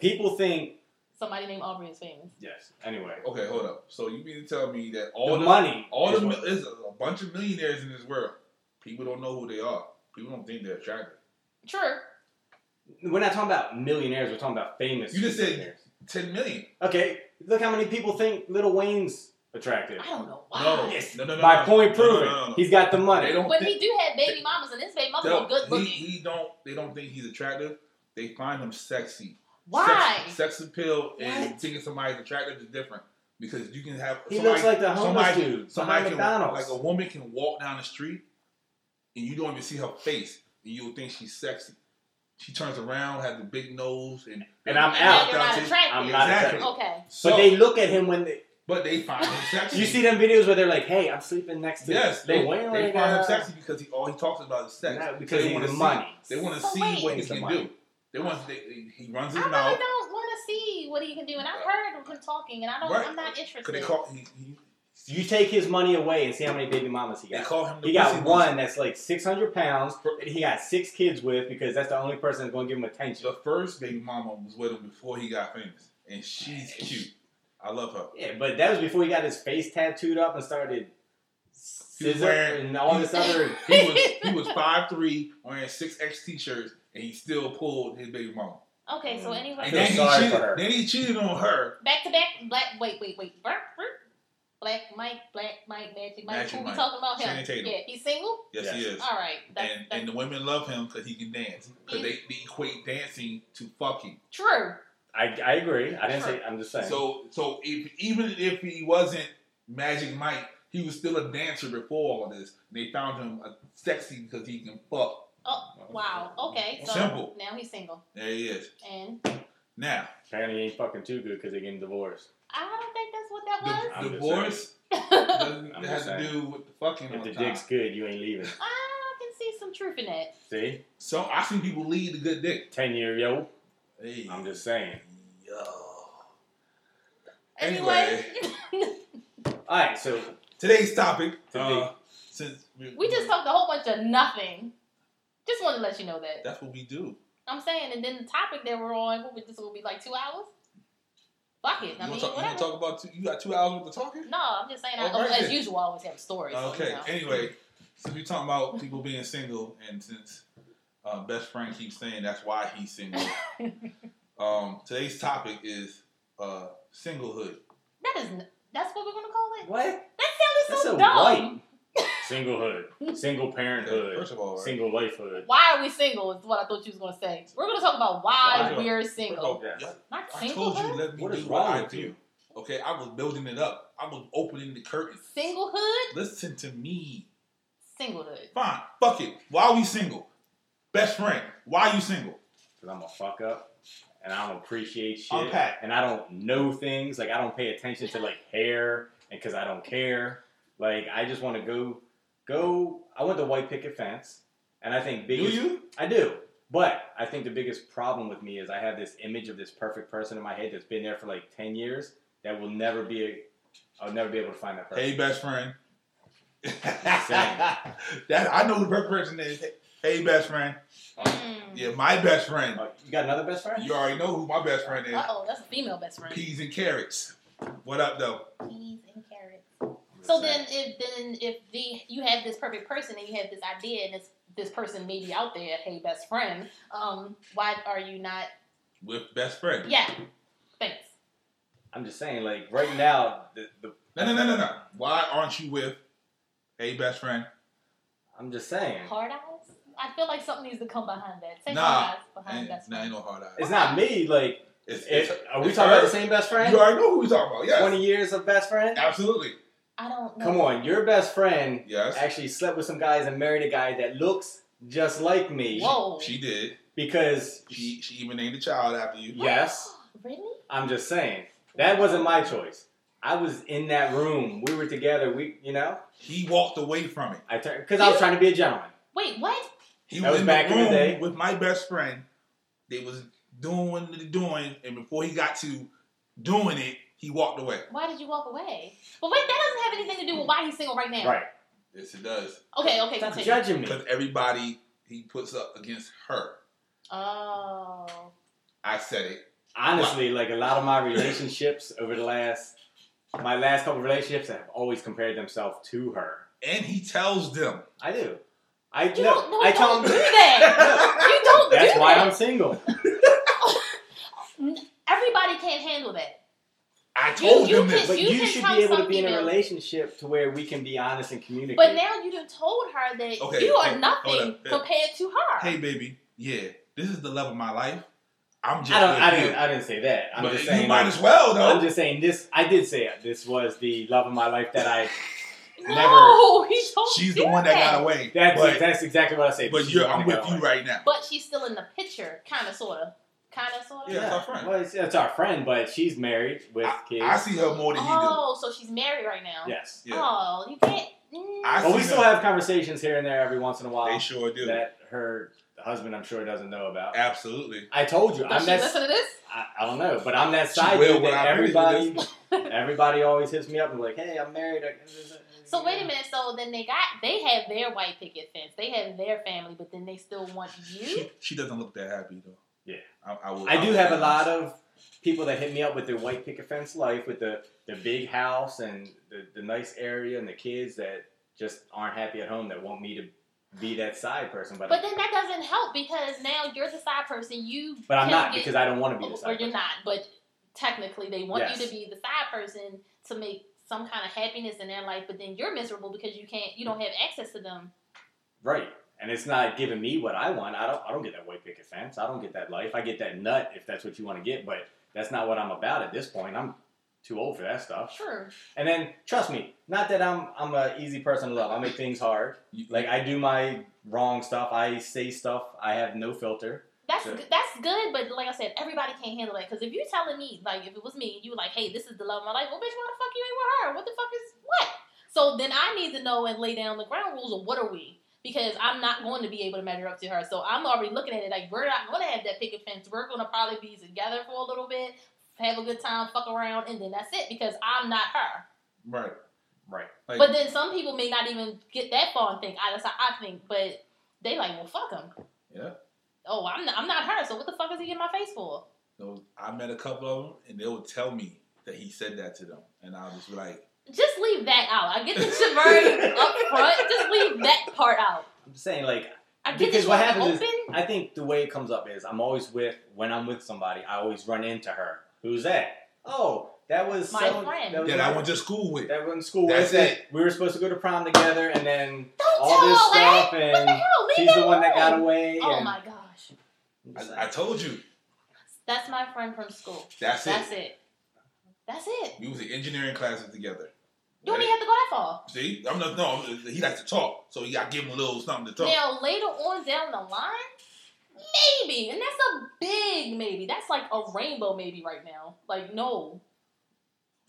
Speaker 3: people think
Speaker 2: Somebody named Aubrey is famous.
Speaker 3: yes. Anyway,
Speaker 1: Okay, hold up. So you mean to tell me that all
Speaker 3: the,
Speaker 1: the,
Speaker 3: money,
Speaker 1: all
Speaker 3: is
Speaker 1: the
Speaker 3: what-
Speaker 1: mil- there's a bunch of millionaires in this world. People don't know who they are. People don't think they're attractive.
Speaker 2: True.
Speaker 3: We're not talking about millionaires. We're talking about famous.
Speaker 1: You just said-
Speaker 3: millionaires.
Speaker 1: Ten million.
Speaker 3: Okay, look how many people think Lil Wayne's attractive.
Speaker 2: I don't know why.
Speaker 1: No,
Speaker 3: Yes.
Speaker 1: no, no, no.
Speaker 3: My
Speaker 1: no.
Speaker 3: point
Speaker 1: No, no,
Speaker 3: proven.
Speaker 1: no, no, no.
Speaker 3: He's got the
Speaker 1: They
Speaker 3: money.
Speaker 1: don't.
Speaker 2: But
Speaker 1: think,
Speaker 2: he do have baby mamas, and his baby mama
Speaker 1: no,
Speaker 2: look good
Speaker 1: he,
Speaker 2: looking.
Speaker 1: he don't. They don't think he's attractive. They find him sexy.
Speaker 2: Why?
Speaker 1: Sex, sex appeal and
Speaker 3: What?
Speaker 1: thinking somebody's attractive is different because you can have.
Speaker 3: He
Speaker 1: somebody-
Speaker 3: looks like the homeless
Speaker 1: somebody,
Speaker 3: dude behind
Speaker 1: Somebody can,
Speaker 3: McDonald's.
Speaker 1: like a woman can walk down the street and you don't even see her face and you'll think she's sexy. She turns around, has a big nose, and
Speaker 3: And I'm
Speaker 2: and
Speaker 3: out.
Speaker 2: now you're not attracted.
Speaker 3: I'm not
Speaker 1: Exactly.
Speaker 3: attracted.
Speaker 2: Okay.
Speaker 1: So,
Speaker 3: But they look at him when they.
Speaker 1: but they find him sexy.
Speaker 3: You see them videos where they're like, "Hey, I'm sleeping next to."
Speaker 1: Yes,
Speaker 3: they
Speaker 1: they,
Speaker 3: wearing
Speaker 1: they
Speaker 3: it,
Speaker 1: find him
Speaker 3: uh,
Speaker 1: sexy because he all he talks about is sex.
Speaker 3: not
Speaker 1: So
Speaker 3: because
Speaker 1: they
Speaker 3: of
Speaker 1: wanna
Speaker 3: the
Speaker 1: see-
Speaker 3: money.
Speaker 1: They want to
Speaker 2: So
Speaker 1: see
Speaker 2: wait.
Speaker 1: what he
Speaker 3: It's the
Speaker 1: can
Speaker 3: money.
Speaker 1: do. They want they, they- he runs his
Speaker 2: I really
Speaker 1: mouth.
Speaker 2: don't want to see what he can do, and I've heard him talking, and I don't.
Speaker 1: Right.
Speaker 2: I'm not
Speaker 1: Cause
Speaker 2: interested.
Speaker 1: they call he, he
Speaker 3: You take his money away and see how many baby mamas he
Speaker 1: they
Speaker 3: got.
Speaker 1: call him the
Speaker 3: He got
Speaker 1: pussy
Speaker 3: one
Speaker 1: monster.
Speaker 3: that's like 600 pounds, and he got six kids with because that's the only person that's going to give him attention.
Speaker 1: The first baby mama was with him before he got famous, and she's cute. I love her.
Speaker 3: Yeah, but that was before he got his face tattooed up and started scissor
Speaker 1: wearing-
Speaker 3: and all this other.
Speaker 1: He was he was five three, wearing six X t shirts, and he still pulled his baby mama.
Speaker 2: Okay, so
Speaker 3: Mm.
Speaker 2: anyway,
Speaker 1: And
Speaker 3: feel
Speaker 1: then he
Speaker 3: sorry
Speaker 1: cheated.
Speaker 3: for her.
Speaker 1: Then he cheated on her.
Speaker 2: back to back, black. Wait, wait, wait. Burp, burp. Black Mike, Black Mike, Magic Mike.
Speaker 1: Magic
Speaker 2: Who we
Speaker 1: Mike.
Speaker 2: talking about him?
Speaker 1: Channing Tatum.
Speaker 2: Yeah, he's single.
Speaker 1: Yes, he
Speaker 3: Yes.
Speaker 1: is.
Speaker 2: All right, that's,
Speaker 1: And
Speaker 2: that's
Speaker 1: and the women love him because he can dance. Because they, they equate dancing to fucking.
Speaker 2: true.
Speaker 3: I, I agree. I didn't say. I'm just saying.
Speaker 1: So so if, even if he wasn't Magic Mike, he was still a dancer before all this. They found him uh, sexy because he can fuck.
Speaker 2: Wow. Okay. So
Speaker 1: Simple.
Speaker 2: now he's single,
Speaker 1: There he is.
Speaker 2: and
Speaker 1: Now
Speaker 3: apparently, he ain't fucking too good because they getting divorced.
Speaker 2: I don't think that's what that
Speaker 1: the,
Speaker 2: was.
Speaker 3: I'm just
Speaker 1: divorce
Speaker 2: I
Speaker 1: doesn't
Speaker 3: I'm
Speaker 1: have
Speaker 3: just
Speaker 1: to
Speaker 3: saying.
Speaker 1: do with the fucking
Speaker 3: If
Speaker 1: all
Speaker 3: the
Speaker 1: the time.
Speaker 3: dick's good, you ain't leaving.
Speaker 2: can see some truth in that.
Speaker 3: See,
Speaker 1: So I've seen people lead the good dick.
Speaker 3: ten year yo.
Speaker 1: Hey.
Speaker 3: I'm just saying.
Speaker 1: Yo.
Speaker 2: Anyway,
Speaker 3: All right, so
Speaker 1: Today's topic.
Speaker 3: Today.
Speaker 1: uh, since
Speaker 2: we just talked a whole bunch of nothing. Just wanted to let you know that.
Speaker 1: That's what we do.
Speaker 2: I'm saying, and then the topic that we're on, what would this will be like two hours? Fuck it.
Speaker 1: You
Speaker 2: I mean,
Speaker 1: want to talk, you wanna
Speaker 2: whatever.
Speaker 1: talk about? Two, you got two hours worth of talking.
Speaker 2: No, I'm just saying. I,
Speaker 1: Alright
Speaker 2: as
Speaker 1: then.
Speaker 2: usual, I always have stories. so, you
Speaker 1: Okay.
Speaker 2: know.
Speaker 1: Anyway, since we're talking about people being single, and since uh, best friend keeps saying that's why he's single, um, today's topic is uh, singlehood.
Speaker 2: That is n- that's what we're gonna call it.
Speaker 3: what?
Speaker 2: That sounded
Speaker 3: That's
Speaker 2: so
Speaker 3: a
Speaker 2: dumb.
Speaker 3: Singlehood, single
Speaker 1: Okay,
Speaker 3: parenthood,
Speaker 1: First of all, right?
Speaker 3: single lifehood.
Speaker 2: Why are we single? Is what I thought you was gonna say. We're gonna talk about why
Speaker 1: Why?
Speaker 2: we're
Speaker 1: First of all,
Speaker 2: single,
Speaker 3: Yes.
Speaker 1: y'all-
Speaker 2: not
Speaker 1: I told you,
Speaker 2: singlehood.
Speaker 1: let me
Speaker 3: What
Speaker 1: do
Speaker 3: is
Speaker 1: what
Speaker 3: wrong
Speaker 1: I
Speaker 3: with
Speaker 1: do.
Speaker 3: you?
Speaker 1: Okay, I was building it up. I was opening the curtain.
Speaker 2: Singlehood,
Speaker 1: Listen to me.
Speaker 2: singlehood.
Speaker 1: Fine. Fuck it. Why we single? Best friend. Why you single?
Speaker 3: Cause I'm a fuck up, and I don't appreciate shit,
Speaker 1: Unpack.
Speaker 3: and I don't know things. Like I don't pay attention to like hair, and cause I don't care. Like I just want to go, go. I want the white picket fence, and I think
Speaker 1: Do
Speaker 3: biggest.
Speaker 1: you?
Speaker 3: I do. But I think the biggest problem with me is I have this image of this perfect person in my head that's been there for like ten years that will never be. A, I'll never be able to find that person.
Speaker 1: Hey, best friend. that I know who the perfect person is. Hey, best friend.
Speaker 2: Mm.
Speaker 1: Yeah, my best friend.
Speaker 3: Oh, you got another best friend?
Speaker 1: You already know who my best friend is.
Speaker 2: Uh oh, that's a female best friend.
Speaker 1: Peas and carrots. What up, though?
Speaker 2: Peas and carrots. So then, if then if the you have this perfect person and you have this idea and this this person may be out there, hey best friend, um, why are you not?
Speaker 1: With best friend.
Speaker 2: Yeah, thanks.
Speaker 3: I'm just saying, like right now, the, the
Speaker 1: No, no, no, no, no. Why aren't you with hey best friend?
Speaker 3: I'm just saying,
Speaker 2: Hard eyes. I feel like something needs to come behind that. Take
Speaker 1: Nah,
Speaker 2: hard eyes behind
Speaker 1: Ain't,
Speaker 2: best
Speaker 1: nah,
Speaker 2: friend.
Speaker 1: ain't no hard eyes.
Speaker 3: it's not me. Like,
Speaker 1: It's-
Speaker 3: it,
Speaker 1: it's-
Speaker 3: are we
Speaker 1: it's
Speaker 3: talking
Speaker 1: her.
Speaker 3: about the same best friend?
Speaker 1: You already know who we talking about. Yes.
Speaker 3: Twenty years of best friend?
Speaker 1: Absolutely.
Speaker 2: I don't know.
Speaker 3: Come on, your best friend
Speaker 1: Yes.
Speaker 3: actually slept with some guys and married a guy that looks just like me
Speaker 2: Whoa.
Speaker 1: She did.
Speaker 3: because
Speaker 1: She she even named a child after you.
Speaker 3: yes,
Speaker 2: really?
Speaker 3: I'm just saying that wasn't my choice. I was in that room. We were together. We, you know,
Speaker 1: He walked away from it.
Speaker 3: I turned because I was trying to be a gentleman.
Speaker 2: Wait, what?
Speaker 1: He
Speaker 3: That was
Speaker 1: in
Speaker 3: back
Speaker 1: the
Speaker 3: in
Speaker 1: room
Speaker 3: the day.
Speaker 1: with my best friend. They was doing what they doing, and before he got to doing it, he walked away.
Speaker 2: Why did you walk away? But wait, that doesn't have anything to do with why he's single right now.
Speaker 3: Right?
Speaker 1: Yes, it does.
Speaker 2: Okay. Okay.
Speaker 3: Stop
Speaker 2: Continue.
Speaker 3: judging me.
Speaker 1: Because everybody he puts up against her.
Speaker 2: Oh.
Speaker 1: I said it.
Speaker 3: honestly, like a lot of my relationships over the last my last couple of relationships have always compared themselves to her.
Speaker 1: And he tells them.
Speaker 3: I do. I
Speaker 2: You
Speaker 3: no,
Speaker 2: don't, no,
Speaker 3: I
Speaker 2: you
Speaker 3: tell
Speaker 2: don't do
Speaker 3: them
Speaker 2: that. you don't
Speaker 3: that's
Speaker 2: do
Speaker 3: why
Speaker 2: that.
Speaker 3: I'm single.
Speaker 2: Everybody can't handle that.
Speaker 1: I
Speaker 2: You-
Speaker 1: told
Speaker 2: you
Speaker 1: them
Speaker 2: can-
Speaker 1: this.
Speaker 3: But
Speaker 2: you
Speaker 3: you,
Speaker 2: can
Speaker 3: should
Speaker 2: tell
Speaker 3: be able to be in a
Speaker 2: somebody else.
Speaker 3: relationship to where we can be honest and communicate.
Speaker 2: But now you done told her that
Speaker 1: Okay,
Speaker 2: you are
Speaker 1: hold-
Speaker 2: nothing
Speaker 1: hold up.
Speaker 2: compared to her.
Speaker 1: hey baby, yeah, this is the love of my life. I'm just
Speaker 3: I don't
Speaker 1: with
Speaker 3: I
Speaker 1: you.
Speaker 3: didn't I didn't say that. I'm
Speaker 1: but
Speaker 3: just
Speaker 1: you
Speaker 3: saying
Speaker 1: might
Speaker 3: like,
Speaker 1: as well though.
Speaker 3: I'm just saying this I did say it. this was the love of my life that I
Speaker 2: no, he don't
Speaker 1: She's
Speaker 2: do
Speaker 1: the one that got away.
Speaker 3: that's
Speaker 1: but
Speaker 3: that's exactly what I say.
Speaker 1: but
Speaker 3: she's
Speaker 1: you're
Speaker 3: the one
Speaker 1: I'm
Speaker 3: that
Speaker 1: with
Speaker 3: got
Speaker 1: you
Speaker 3: away.
Speaker 1: right now.
Speaker 2: But she's still in the picture, kind of, sort of. Kind of, sort of?
Speaker 1: Yeah, that's our friend.
Speaker 3: Well, it's, it's our friend, but she's married with kids.
Speaker 1: I see her more than he do.
Speaker 2: Oh, so she's married right now.
Speaker 3: yes.
Speaker 1: Yeah.
Speaker 2: Oh, you can't. mm.
Speaker 1: I
Speaker 3: But we
Speaker 1: see
Speaker 3: still
Speaker 1: them.
Speaker 3: have conversations here and there every once in a
Speaker 1: They
Speaker 3: while
Speaker 1: sure do.
Speaker 3: that her husband, I'm sure, doesn't know about.
Speaker 1: Absolutely.
Speaker 3: I told you,
Speaker 2: Does
Speaker 3: I'm
Speaker 2: she
Speaker 3: that.
Speaker 2: listen to this?
Speaker 3: I, I don't know, but I'm that
Speaker 1: She
Speaker 3: side
Speaker 1: will
Speaker 3: dude
Speaker 1: when
Speaker 3: that
Speaker 1: I finish
Speaker 3: everybody,
Speaker 1: with
Speaker 3: everybody always hits me up and like, "Hey, I'm married." I,
Speaker 2: So wait a minute. So then they got they have their white picket fence. They have their family, but then they still want you.
Speaker 1: She, she doesn't look that happy though.
Speaker 3: Yeah.
Speaker 1: I, I, will,
Speaker 3: I do
Speaker 1: will
Speaker 3: have a
Speaker 1: say
Speaker 3: lot of people that hit me up with their white picket fence life, with the the big house and the, the nice area and the kids that just aren't happy at home that want me to be that side person, but
Speaker 2: But then that doesn't help because now you're the side person. You
Speaker 3: but
Speaker 2: can
Speaker 3: I'm not
Speaker 2: get-
Speaker 3: because I don't want to be the
Speaker 2: or
Speaker 3: side.
Speaker 2: you're
Speaker 3: person.
Speaker 2: not. But technically, they want you
Speaker 3: Yes.
Speaker 2: to be the side person to make some kind of happiness in their life. But then you're miserable because you can't. You don't have access to them.
Speaker 3: Right. And it's not giving me what I want. I don't I don't get that white picket fence. I don't get that life. I get that nut if that's what you want to get, but that's not what I'm about at this point. I'm too old for that stuff.
Speaker 2: Sure.
Speaker 3: And then trust me, not that I'm I'm an easy person to love. I make things hard.
Speaker 1: You-
Speaker 3: Like I do my wrong stuff. I say stuff. I have no filter.
Speaker 2: That's
Speaker 3: Sure.
Speaker 2: that's good, but like I said, everybody can't handle that. Because if you're telling me, like, if it was me, you were like, "Hey, this is the love of my life." Well, bitch, why the fuck you ain't with her? What the fuck is what? So then I need to know and lay down the ground rules of what are we? Because I'm not going to be able to measure up to her. So I'm already looking at it like we're not going to have that picket fence. We're going to probably be together for a little bit, have a good time, fuck around, and then that's it. Because I'm not her.
Speaker 1: Right.
Speaker 3: Right.
Speaker 1: Like,
Speaker 2: But then some people may not even get that far and think, "I that's how I think." But they like, well, fuck him.
Speaker 1: Yeah.
Speaker 2: Oh, I'm not, I'm not her. So what the fuck is he in my face for?
Speaker 1: so I met a couple of them and they would tell me that he said that to them. And I'll just be like,
Speaker 2: Just leave that out. I get the shit very up front. Just leave that part out.
Speaker 3: I'm just saying like
Speaker 2: I get
Speaker 3: Because
Speaker 2: this
Speaker 3: what
Speaker 2: one
Speaker 3: happens is-
Speaker 2: open.
Speaker 3: I think the way it comes up is I'm always with when I'm with somebody, I always run into her. Who's that? Oh, that was
Speaker 2: My
Speaker 3: so-
Speaker 2: friend.
Speaker 3: That was
Speaker 1: that
Speaker 3: my-
Speaker 1: I went to school with.
Speaker 3: that was in school
Speaker 1: That's
Speaker 3: with that we were supposed to go to prom together and then
Speaker 2: Don't
Speaker 3: all
Speaker 2: tell
Speaker 3: this
Speaker 2: all that.
Speaker 3: stuff
Speaker 2: What the
Speaker 3: and
Speaker 2: hell? Leave
Speaker 3: she's the one that got
Speaker 2: alone.
Speaker 3: away
Speaker 2: Oh
Speaker 3: and
Speaker 2: my gosh,
Speaker 1: I, I told you.
Speaker 2: that's my friend from school.
Speaker 1: That's,
Speaker 2: That's
Speaker 1: it.
Speaker 2: it. That's it.
Speaker 1: We was in engineering classes together.
Speaker 2: You don't even have to go that far.
Speaker 1: See, I'm not no. He likes to talk, so you gotta give him a little something to talk.
Speaker 2: Now later on down the line, maybe, and that's a big maybe. That's like a rainbow maybe right now. Like no,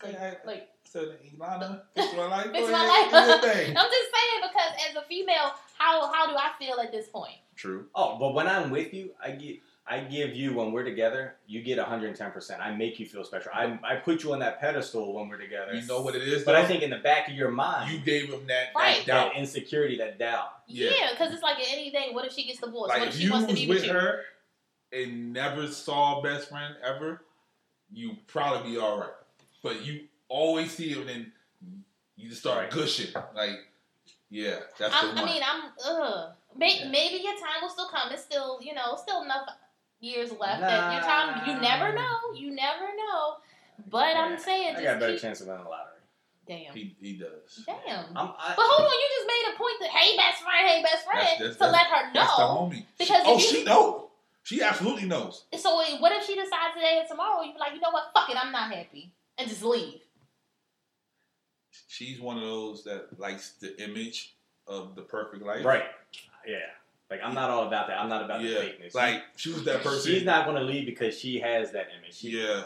Speaker 2: like, like
Speaker 1: So Ilana, fix my life.
Speaker 2: Fix
Speaker 1: go
Speaker 2: my
Speaker 1: ahead,
Speaker 2: life.
Speaker 1: do your thing.
Speaker 2: I'm just saying because as a female, how how do I feel at this point?
Speaker 1: True.
Speaker 3: oh but when I'm with you I get I give you when we're together, you get 110%. I make you feel special. I, I put you on that pedestal when we're together.
Speaker 1: You know what it is,
Speaker 3: But I
Speaker 1: though?
Speaker 3: think in the back of your mind,
Speaker 1: you gave him that,
Speaker 2: Right.
Speaker 1: that doubt.
Speaker 3: that insecurity, that doubt.
Speaker 1: Yeah.
Speaker 2: Yeah, because it's like in anything. What if she gets divorced?
Speaker 1: Like
Speaker 2: what if
Speaker 1: if
Speaker 2: she
Speaker 1: you
Speaker 2: wants to
Speaker 1: was
Speaker 2: be with
Speaker 1: with
Speaker 2: you?
Speaker 1: her and never saw best friend ever, you probably be all right. But you always see him and then you just start
Speaker 3: Right.
Speaker 1: gushing. Like, yeah, that's the
Speaker 2: I'm,
Speaker 1: one.
Speaker 2: I mean, I'm. Ugh. May,
Speaker 3: Yeah.
Speaker 2: Maybe your time will still come. It's still, you know, still enough years left that your time. You never
Speaker 3: Nah.
Speaker 2: know. You never know. But
Speaker 3: Yeah.
Speaker 2: I'm saying,
Speaker 3: I
Speaker 2: just
Speaker 3: got a better
Speaker 2: keep,
Speaker 3: chance of winning the lottery.
Speaker 2: damn,
Speaker 1: he, he does.
Speaker 2: damn.
Speaker 3: I'm, I,
Speaker 2: but hold on, you just made a point that hey, best friend, hey, best friend,
Speaker 1: That's- that's-
Speaker 2: to let her
Speaker 1: That's the
Speaker 2: know
Speaker 1: homie.
Speaker 2: because
Speaker 1: Oh,
Speaker 2: if you,
Speaker 1: she knows. She absolutely knows.
Speaker 2: So wait, what if she decides today and tomorrow you be like, you know what, fuck it, I'm not happy, and just leave.
Speaker 1: She's one of those that likes the image of the perfect life.
Speaker 3: Right. Yeah. Like, I'm not all about that. I'm not about
Speaker 1: Yeah.
Speaker 3: the fakeness.
Speaker 1: Like she was that person.
Speaker 3: She's not going to leave because she has that image. She,
Speaker 1: Yeah,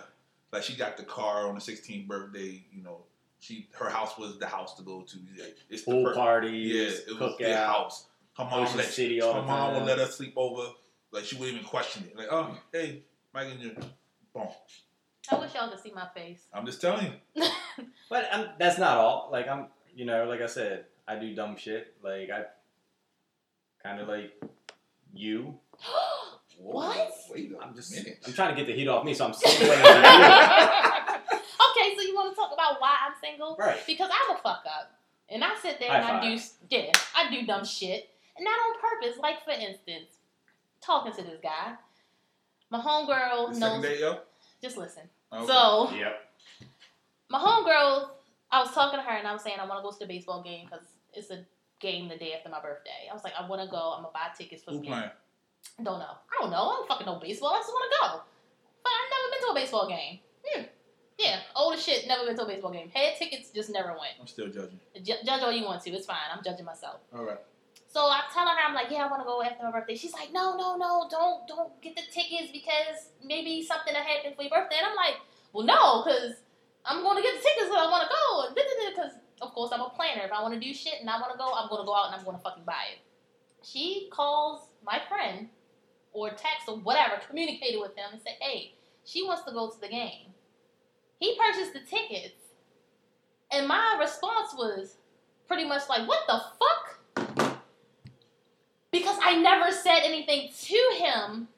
Speaker 1: like she got the car on the 16th birthday. You know, she her house was the house to go to. Like, it's the
Speaker 3: Pool
Speaker 1: perfect- Yeah,
Speaker 3: parties,
Speaker 1: it was the
Speaker 3: cookouts.
Speaker 1: house. Her mom,
Speaker 3: Ocean
Speaker 1: let,
Speaker 3: City all
Speaker 1: her
Speaker 3: the
Speaker 1: mom would
Speaker 3: time.
Speaker 1: let us sleep over. Like she wouldn't even question it. Like, oh, hey, Mike and Jim, boom.
Speaker 2: I wish y'all could see my face.
Speaker 1: I'm just telling you.
Speaker 3: But I'm, that's not all. Like I'm, you know, like I said, I do dumb shit. Like I, kind of like you.
Speaker 1: Whoa,
Speaker 2: What?
Speaker 1: Wait a
Speaker 3: I'm just,
Speaker 1: minute.
Speaker 3: I'm trying to get the heat off me, so I'm single. right.
Speaker 2: okay, so you want to talk about why I'm single? Because I'm a fuck up, and I sit there and
Speaker 3: High
Speaker 2: I do yeah, I do dumb shit, and not on purpose. Like for instance, talking to this guy, my homegirl
Speaker 1: The second
Speaker 2: knows.
Speaker 1: date, yo?
Speaker 2: Just listen.
Speaker 1: Okay.
Speaker 2: So
Speaker 3: Yep.
Speaker 2: my homegirl, I was talking to her and I was saying I want to go to the baseball game because it's a game the day after my birthday. I was like, I want to go. I'm gonna buy tickets for
Speaker 1: who
Speaker 2: the game.
Speaker 1: playing?
Speaker 2: Don't know. I don't know. I don't fucking know baseball. I just want to go. But I've never been to a baseball game. Hmm. Yeah, old as shit. Never been to a baseball game. Had tickets, just never went.
Speaker 1: I'm still judging.
Speaker 2: Ju- judge all you want to. It's fine. I'm judging myself.
Speaker 1: All right.
Speaker 2: So I'm telling her, I'm like, yeah, I want to go after my birthday. She's like, no, no, no, don't, don't get the tickets because maybe something that happened for your birthday. And I'm like, well, no, because I'm going to get the tickets because I want to go. And because of course I'm a planner. If I want to do shit and I want to go, I'm going to go out and I'm going to fucking buy it. She calls my friend or text or whatever, communicated with them and said, hey, she wants to go to the game. He purchased the tickets, and my response was pretty much like, what the fuck? Because I never said anything to him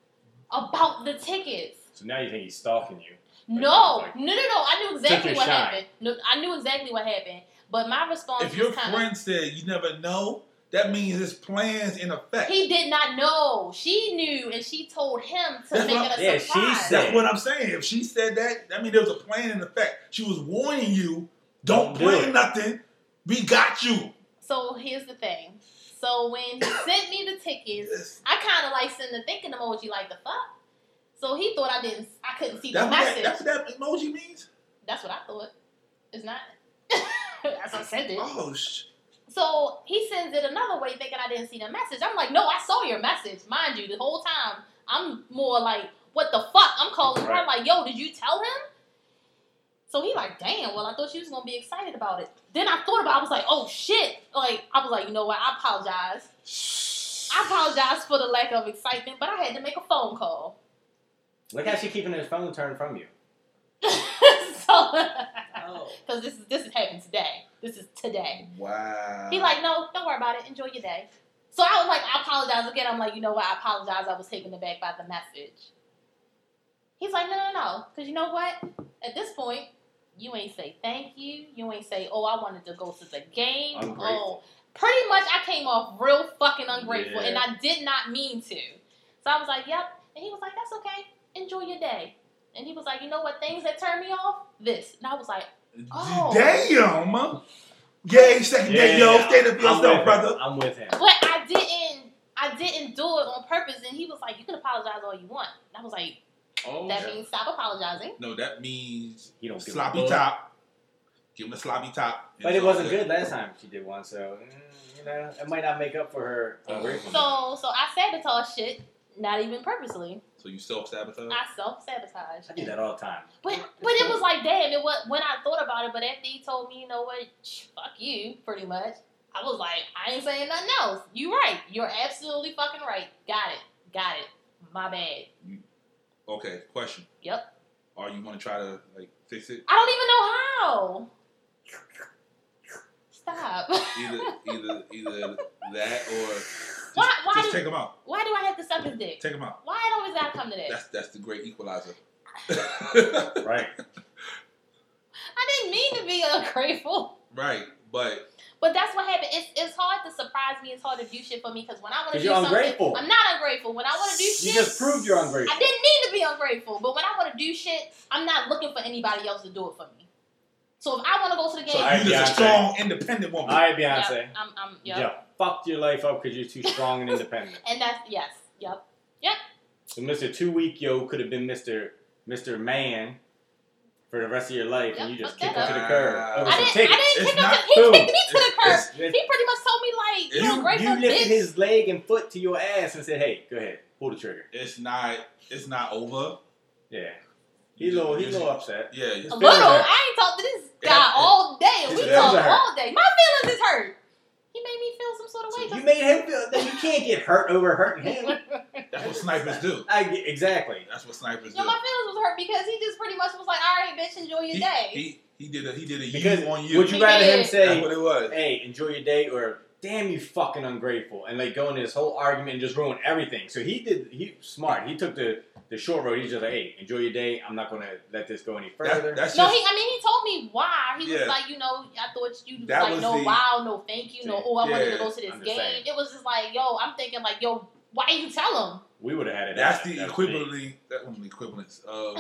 Speaker 2: about the tickets.
Speaker 3: So now you think he's stalking you?
Speaker 2: No, no, no, no. I knew exactly
Speaker 3: your
Speaker 2: what
Speaker 3: shine.
Speaker 2: happened. No, I knew exactly what happened. But my response
Speaker 1: If your
Speaker 2: was kind
Speaker 1: friend said you never know, that means his plans in effect.
Speaker 2: he did not know. She knew, and she told him to
Speaker 1: That's
Speaker 2: make
Speaker 1: what
Speaker 2: it a
Speaker 3: yeah, she
Speaker 2: surprise.
Speaker 3: said-
Speaker 1: That's what I'm saying. If she said that, I mean, there was a plan in effect. She was warning you, don't,
Speaker 3: Don't do
Speaker 1: play
Speaker 3: it.
Speaker 1: nothing. We got you.
Speaker 2: So here's the thing. So when he sent me the tickets,
Speaker 1: Yes.
Speaker 2: I kind of like sent the thinking emoji, like the fuck. So he thought I didn't. I couldn't see
Speaker 1: That's
Speaker 2: the
Speaker 1: what, that,
Speaker 2: message.
Speaker 1: that's what that emoji means?
Speaker 2: That's what I thought. It's not. That's what I sent it.
Speaker 1: Oh, sh-
Speaker 2: So he sends it another way, thinking I didn't see the message. I'm like, no, I saw your message, mind you. The whole time, I'm more like, what the fuck? I'm calling her
Speaker 3: Right.
Speaker 2: like, yo, did you tell him? So he like, damn. Well, I thought you was gonna be excited about it. Then I thought about, it, I was like, oh shit. Like I was like, you know what? I apologize. I apologize for the lack of excitement, but I had to make a phone call.
Speaker 3: Look how she keeping his phone turned from you.
Speaker 2: so,
Speaker 3: Oh.
Speaker 2: because this is this is happening today. This is today.
Speaker 1: wow.
Speaker 2: He like, no, don't worry about it. Enjoy your day. So I was like, I apologize again. I'm like, you know what? I apologize. I was taken aback by the message. He's like, no, no, no, because you know what? At this point, you ain't say thank you. You ain't say, oh, I wanted to go to the game. Oh,
Speaker 3: Ungrateful.
Speaker 2: pretty much, I came off real fucking ungrateful,
Speaker 3: Yeah.
Speaker 2: and I did not mean to. So I was like, yep. And he was like, that's okay. Enjoy your day. And he was like, you know what? Things that turn me off, this. And I was like, oh.
Speaker 1: Damn. Yay, second day, yo. Stand up for
Speaker 3: I'm
Speaker 1: yourself,
Speaker 3: with him.
Speaker 1: brother.
Speaker 3: I'm with him.
Speaker 2: But I didn't. I didn't do it on purpose, and he was like, "You can apologize all you want." And I was like,
Speaker 1: Oh,
Speaker 2: "That means stop apologizing."
Speaker 1: no, that means
Speaker 3: He don't give a
Speaker 1: sloppy
Speaker 3: fuck.
Speaker 1: top. Give him a sloppy top.
Speaker 3: But it wasn't good last time she did one, so mm, you know it might not make up for her ungratefulness.
Speaker 2: So, so I sabotage shit, not even purposely.
Speaker 1: So you self sabotage?
Speaker 2: I self sabotage.
Speaker 3: I do that all the time.
Speaker 2: But but it was like, damn, it was when I thought about it. But after he told me, you know what, sh- fuck you, pretty much. I was like, I ain't saying nothing else. You right. You're absolutely fucking right. Got it. Got it. My bad.
Speaker 1: Okay, question.
Speaker 2: Yep.
Speaker 1: Are you want to try to like fix it?
Speaker 2: I don't even know how. Stop.
Speaker 1: Either either either that or just,
Speaker 2: Why- why
Speaker 1: just
Speaker 2: do-
Speaker 1: take them out.
Speaker 2: Why do I have to suck his dick?
Speaker 1: Take them out.
Speaker 2: Why it always gotta come to this?
Speaker 1: That's that's the great equalizer.
Speaker 3: Right.
Speaker 2: I didn't mean to be ungrateful,
Speaker 1: right, but
Speaker 2: but that's what happened. It's it's hard to surprise me. It's hard to do shit for me because when I want to
Speaker 3: 'Cause
Speaker 2: do
Speaker 3: you're
Speaker 2: something,
Speaker 3: ungrateful.
Speaker 2: I'm not ungrateful. When I want to do
Speaker 3: You
Speaker 2: shit,
Speaker 3: just proved you're ungrateful.
Speaker 2: I didn't need to be ungrateful, but when I want to do shit, I'm not looking for anybody else to do it for me. So if I want to go to the
Speaker 1: so
Speaker 2: game,
Speaker 3: I-
Speaker 1: you're just a
Speaker 3: Beyonce.
Speaker 1: strong, independent woman.
Speaker 3: All right,
Speaker 2: yeah,
Speaker 3: Beyonce.
Speaker 2: I'm, I'm,
Speaker 3: You
Speaker 2: yep.
Speaker 3: fucked your life up because you're too strong and independent.
Speaker 2: And that's yes, yep.
Speaker 3: So Mr. Two Week Yo could have been Mr. Mr. Man for the rest of your life, and you
Speaker 2: Yep,
Speaker 3: just
Speaker 2: fuck
Speaker 3: kicked him
Speaker 1: that
Speaker 3: to the
Speaker 1: up.
Speaker 3: curb. It was
Speaker 2: I
Speaker 3: a
Speaker 2: didn't,
Speaker 3: ticket.
Speaker 2: I didn't
Speaker 1: It's
Speaker 2: kick him.
Speaker 1: not
Speaker 2: To, he
Speaker 3: food.
Speaker 2: kicked me to the curb.
Speaker 1: It's-
Speaker 2: He pretty much told me like,
Speaker 1: You-
Speaker 2: "You're
Speaker 3: you
Speaker 2: ungrateful,
Speaker 3: lifted
Speaker 2: bitch."
Speaker 3: his leg and foot to your ass and said, "Hey, go ahead, pull the trigger."
Speaker 1: It's not it's not over.
Speaker 3: Yeah, he's a little, he's a little upset.
Speaker 1: Yeah, you-
Speaker 2: A
Speaker 3: His
Speaker 2: little.
Speaker 3: feelings hurt.
Speaker 2: I ain't talked to this
Speaker 1: Yeah,
Speaker 2: guy
Speaker 1: it-
Speaker 2: all day.
Speaker 1: his
Speaker 2: We
Speaker 1: feelings
Speaker 2: talked
Speaker 3: are hurt.
Speaker 2: all day. My feelings is hurt. He made me feel some sort of way.
Speaker 3: You made him feel that you can't get hurt over hurting him.
Speaker 1: that's what snipers do.
Speaker 3: I get- exactly.
Speaker 1: That's what snipers do.
Speaker 2: Yo, my feelings was hurt because he just pretty much was like, "All right, bitch, enjoy your
Speaker 1: He,
Speaker 2: day."
Speaker 1: he he did a he did a
Speaker 3: Because
Speaker 1: you on you.
Speaker 3: would you
Speaker 2: He
Speaker 3: rather him
Speaker 2: did.
Speaker 1: that's
Speaker 3: say,
Speaker 1: what it was.
Speaker 3: "Hey, enjoy your day," or "Damn, you fucking ungrateful," and like go into this whole argument and just ruin everything? So he did. He smart. He took the the short road. He's just like, "Hey, enjoy your day. I'm not gonna let this go any further."
Speaker 1: That, that's
Speaker 2: no,
Speaker 1: just
Speaker 2: he. I mean, he told me why. He
Speaker 1: Yeah.
Speaker 2: was like, you know, I thought you was
Speaker 1: That
Speaker 2: like,
Speaker 1: was
Speaker 2: no,
Speaker 1: the-
Speaker 2: wow, no, thank you, no, oh, I wanted
Speaker 1: Yeah,
Speaker 2: to go to this
Speaker 3: I'm just
Speaker 2: game.
Speaker 3: saying.
Speaker 2: It was just like, yo, I'm thinking like, yo, why you tell him?
Speaker 3: we would have had it.
Speaker 1: that's
Speaker 3: out.
Speaker 1: the
Speaker 3: That was me.
Speaker 1: equivalent that one of the equivalents of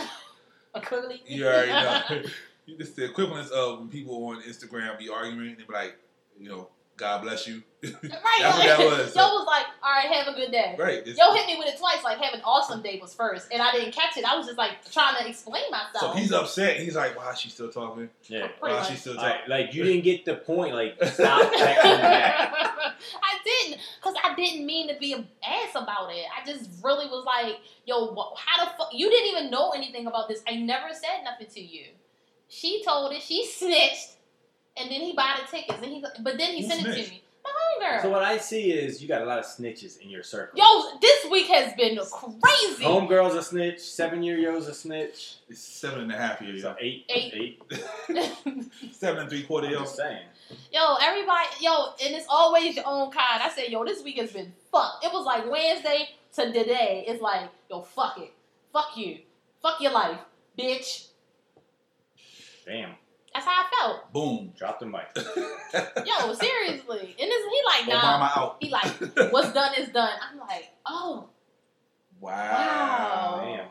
Speaker 2: Clearly,
Speaker 1: You already know. it's the equivalence of when people on Instagram be arguing and they be like, you know, God bless you.
Speaker 2: right?
Speaker 1: That's what that
Speaker 2: like,
Speaker 1: was.
Speaker 2: Yo was like, all right, have a good day.
Speaker 1: Right. It's-
Speaker 2: Yo hit me with it twice, like have an awesome day was first, and I didn't catch it. I was just like trying to explain
Speaker 1: so
Speaker 2: myself.
Speaker 1: he's upset. He's like, why is she still talking?
Speaker 3: Yeah.
Speaker 2: Pretty
Speaker 1: Why is
Speaker 2: much.
Speaker 1: she still talking?
Speaker 3: Like, like you didn't get the point. Like stop texting back.
Speaker 2: I didn't, cause I didn't mean to be an ass about it. I just really was like, yo, wh- how the fuck? You didn't even know anything about this. I never said nothing to you. She told it. She snitched, and then he bought the tickets, and he. But then he
Speaker 1: Who
Speaker 2: sent it
Speaker 1: snitched?
Speaker 2: to me. My homegirl.
Speaker 3: So what I see is you got a lot of snitches in your circle.
Speaker 2: yo, this week has been crazy.
Speaker 3: Homegirl's a snitch. Seven year yo's a snitch.
Speaker 1: It's seven and a half years.
Speaker 3: So eight,
Speaker 2: Eight.
Speaker 3: eight.
Speaker 1: seven and three quarter
Speaker 3: I'm
Speaker 1: years.
Speaker 3: just saying.
Speaker 2: Yo, everybody, yo, and it's always your own kind. I said, yo, this week has been fucked. It was like Wednesday to today. It's like, yo, fuck it. Fuck you. Fuck your life, bitch.
Speaker 3: Damn,
Speaker 2: That's how I
Speaker 1: Boom.
Speaker 3: drop the mic.
Speaker 2: felt. Yo, seriously. And this, he like, nah.
Speaker 1: Obama out.
Speaker 2: He like, what's done is done. I'm like, oh,
Speaker 1: Wow.
Speaker 2: Wow.
Speaker 3: Damn.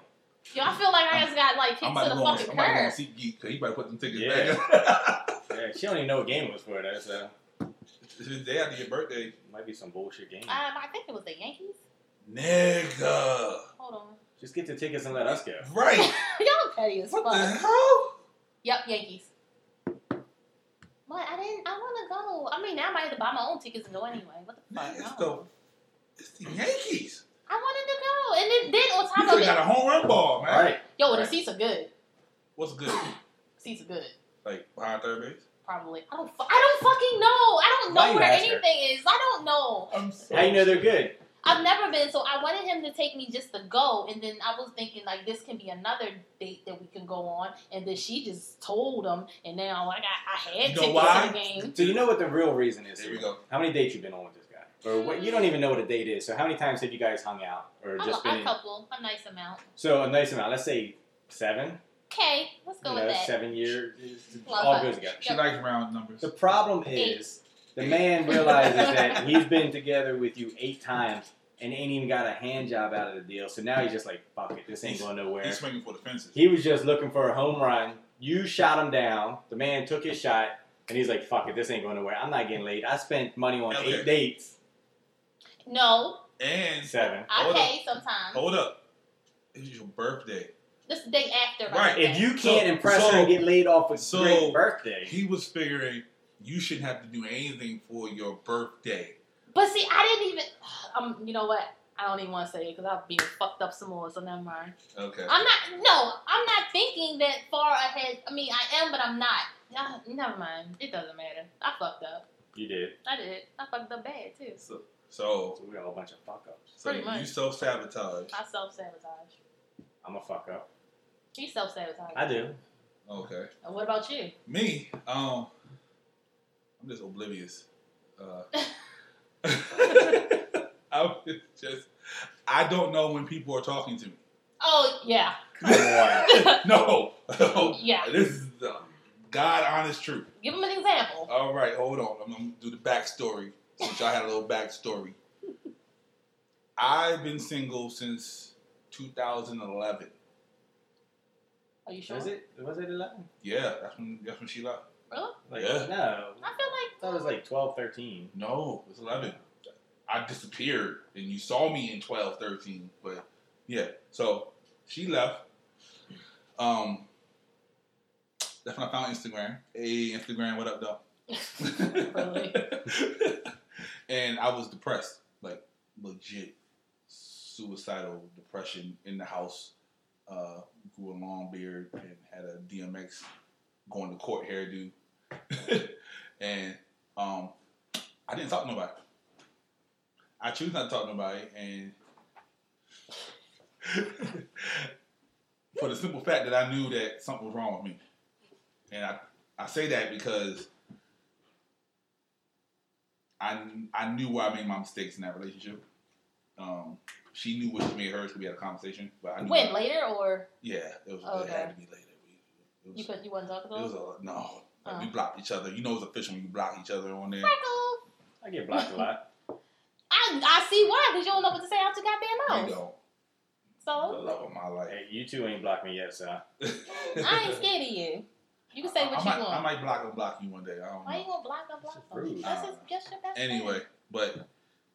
Speaker 2: yo, I feel like I just got like kicked
Speaker 1: I'm about
Speaker 2: to
Speaker 1: to
Speaker 2: the
Speaker 1: go on, I'm
Speaker 2: fucking
Speaker 1: about to go on
Speaker 2: curb.
Speaker 1: SeatGeek because he better put them tickets
Speaker 3: Yeah.
Speaker 1: back.
Speaker 3: Yeah, she don't even know what game it was for though, so
Speaker 1: it's his day after your birthday.
Speaker 3: it might be some bullshit game.
Speaker 2: Um, I think it was the Yankees.
Speaker 1: Nigga.
Speaker 2: Hold on.
Speaker 3: Just get the tickets and let us go.
Speaker 1: Right.
Speaker 2: Y'all petty as
Speaker 1: What
Speaker 2: fuck.
Speaker 1: the hell?
Speaker 2: Yep, Yankees. But I didn't. I want to go. I mean, now I might have to buy my own tickets and go anyway. What the
Speaker 1: Man,
Speaker 2: fuck?
Speaker 1: it's
Speaker 2: no.
Speaker 1: the it's the Yankees.
Speaker 2: I wanted to go, and then, then on
Speaker 1: You
Speaker 2: top
Speaker 1: could
Speaker 2: of
Speaker 1: have got a
Speaker 2: it,
Speaker 1: home run ball,
Speaker 3: All
Speaker 1: man.
Speaker 3: right.
Speaker 2: yo, and the
Speaker 3: Right.
Speaker 2: seats are good.
Speaker 1: What's good?
Speaker 2: Seats are good.
Speaker 1: Like behind third base?
Speaker 2: Probably. I don't. fu- I don't fucking know. I don't know
Speaker 3: Why you
Speaker 2: where
Speaker 3: ask her?
Speaker 2: anything is. I don't know.
Speaker 1: I'm so
Speaker 3: How you know they're good?
Speaker 2: I've never been, so I wanted him to take me just to go, and then I was thinking like this can be another date that we can go on, and then she just told him, and now I got I had
Speaker 1: You know
Speaker 2: tickets
Speaker 1: why?
Speaker 2: to the game.
Speaker 3: So you know what the real reason is?
Speaker 1: There we go.
Speaker 3: How many dates you been on with this guy? Or what you don't even know what a date is. So how many times have you guys hung out or
Speaker 2: I'm
Speaker 3: just
Speaker 2: a,
Speaker 3: been
Speaker 2: a
Speaker 3: in-
Speaker 2: couple, a nice amount.
Speaker 3: So a nice amount, let's say seven.
Speaker 2: Okay, let's go
Speaker 3: you
Speaker 2: with
Speaker 3: know,
Speaker 2: that.
Speaker 3: seven years
Speaker 2: Love
Speaker 3: all
Speaker 2: that.
Speaker 3: goes together.
Speaker 1: She likes round numbers.
Speaker 3: The problem
Speaker 2: Eight.
Speaker 3: is the man realizes that he's been together with you eight times and ain't even got a hand job out of the deal. So now he's just like, fuck it, this ain't
Speaker 1: He's-
Speaker 3: going
Speaker 1: He's
Speaker 3: nowhere.
Speaker 1: swinging for the fences.
Speaker 3: He was just looking for a home run. You shot him down. The man took his shot and he's like, fuck it, this ain't going nowhere. I'm not getting laid. I spent money on
Speaker 1: Okay.
Speaker 3: eight dates.
Speaker 2: No,
Speaker 1: And
Speaker 3: Seven.
Speaker 2: I
Speaker 1: Hold
Speaker 2: pay sometimes.
Speaker 1: hold up, it's your birthday.
Speaker 2: This is the day after. my
Speaker 1: Right,
Speaker 3: If
Speaker 2: birthday.
Speaker 3: you can't
Speaker 1: So-
Speaker 3: impress
Speaker 1: so-
Speaker 3: her and get laid off with
Speaker 1: so-
Speaker 3: great birthday,
Speaker 1: He was figuring you shouldn't have to do anything for your birthday.
Speaker 2: But see, I didn't even. Um, you know what? I don't even want to say it because I'll be fucked up some more. So never mind.
Speaker 1: Okay.
Speaker 2: I'm not. No, I'm not thinking that far ahead. I mean, I am, but I'm not. Nah, never mind. It doesn't matter. I fucked up.
Speaker 3: you did.
Speaker 2: I did. I fucked up bad too.
Speaker 1: So So,
Speaker 3: So we got a whole bunch of fuck ups.
Speaker 1: so
Speaker 2: Pretty much.
Speaker 1: you self sabotage.
Speaker 2: I self sabotage.
Speaker 3: I'm a fuck up.
Speaker 2: He self sabotage.
Speaker 3: I do.
Speaker 1: Okay.
Speaker 2: What about you?
Speaker 1: Me, um, I'm just oblivious. Uh, I'm just, I don't know when people are talking to me.
Speaker 2: Oh yeah,
Speaker 1: no, no.
Speaker 2: yeah.
Speaker 1: This is the God honest truth.
Speaker 2: Give him an example.
Speaker 1: All right, hold on. I'm gonna do the backstory, which I had a little backstory. I've been single since 2011.
Speaker 2: Are you sure?
Speaker 3: Was it? Was it 11?
Speaker 1: Yeah, that's when that's when she left.
Speaker 2: Really?
Speaker 3: Like,
Speaker 1: Yeah.
Speaker 2: I
Speaker 3: No. I
Speaker 2: feel
Speaker 3: thought
Speaker 2: like
Speaker 3: it was like 12, 13.
Speaker 1: No, it was 11. I disappeared, and you saw me in 12, 13. But yeah, so she left. Um, that's when I found Instagram. Hey, Instagram, what up, though? and I was depressed, like legit suicidal depression in the house. Uh, grew a long beard and had a DMX going to court hairdo. and um, I didn't talk to nobody. I choose not to talk to nobody, and for the simple fact that I knew that something was wrong with me, and I I say that because I I knew where I made my mistakes in that relationship. Um, she knew what she made hers. 'cause We had a conversation, but I knew
Speaker 2: when later or
Speaker 1: Yeah, it was.
Speaker 2: Oh,
Speaker 1: it had
Speaker 2: okay.
Speaker 1: to be later. We- It
Speaker 2: you
Speaker 1: was,
Speaker 2: could you wasn't talking to
Speaker 1: it
Speaker 2: him?
Speaker 1: was a no. Like, We
Speaker 2: Oh.
Speaker 1: blocked each other. You know, it's official when you block each other on there.
Speaker 2: Freckle.
Speaker 3: I get blocked a lot.
Speaker 2: I I see why because you don't know what to say out your
Speaker 1: You
Speaker 2: goddamn mouth.
Speaker 1: don't.
Speaker 2: So
Speaker 1: The love of my life.
Speaker 3: Hey, you two ain't blocked me yet, so.
Speaker 2: I ain't scared of you. You can say
Speaker 1: I- I
Speaker 2: what you
Speaker 1: might- I
Speaker 2: want.
Speaker 1: might block and block you one day. I don't
Speaker 2: Why you
Speaker 1: know.
Speaker 2: gonna block and block
Speaker 3: It's
Speaker 2: them?
Speaker 3: rude.
Speaker 2: That's just, just your best friend.
Speaker 1: Anyway, but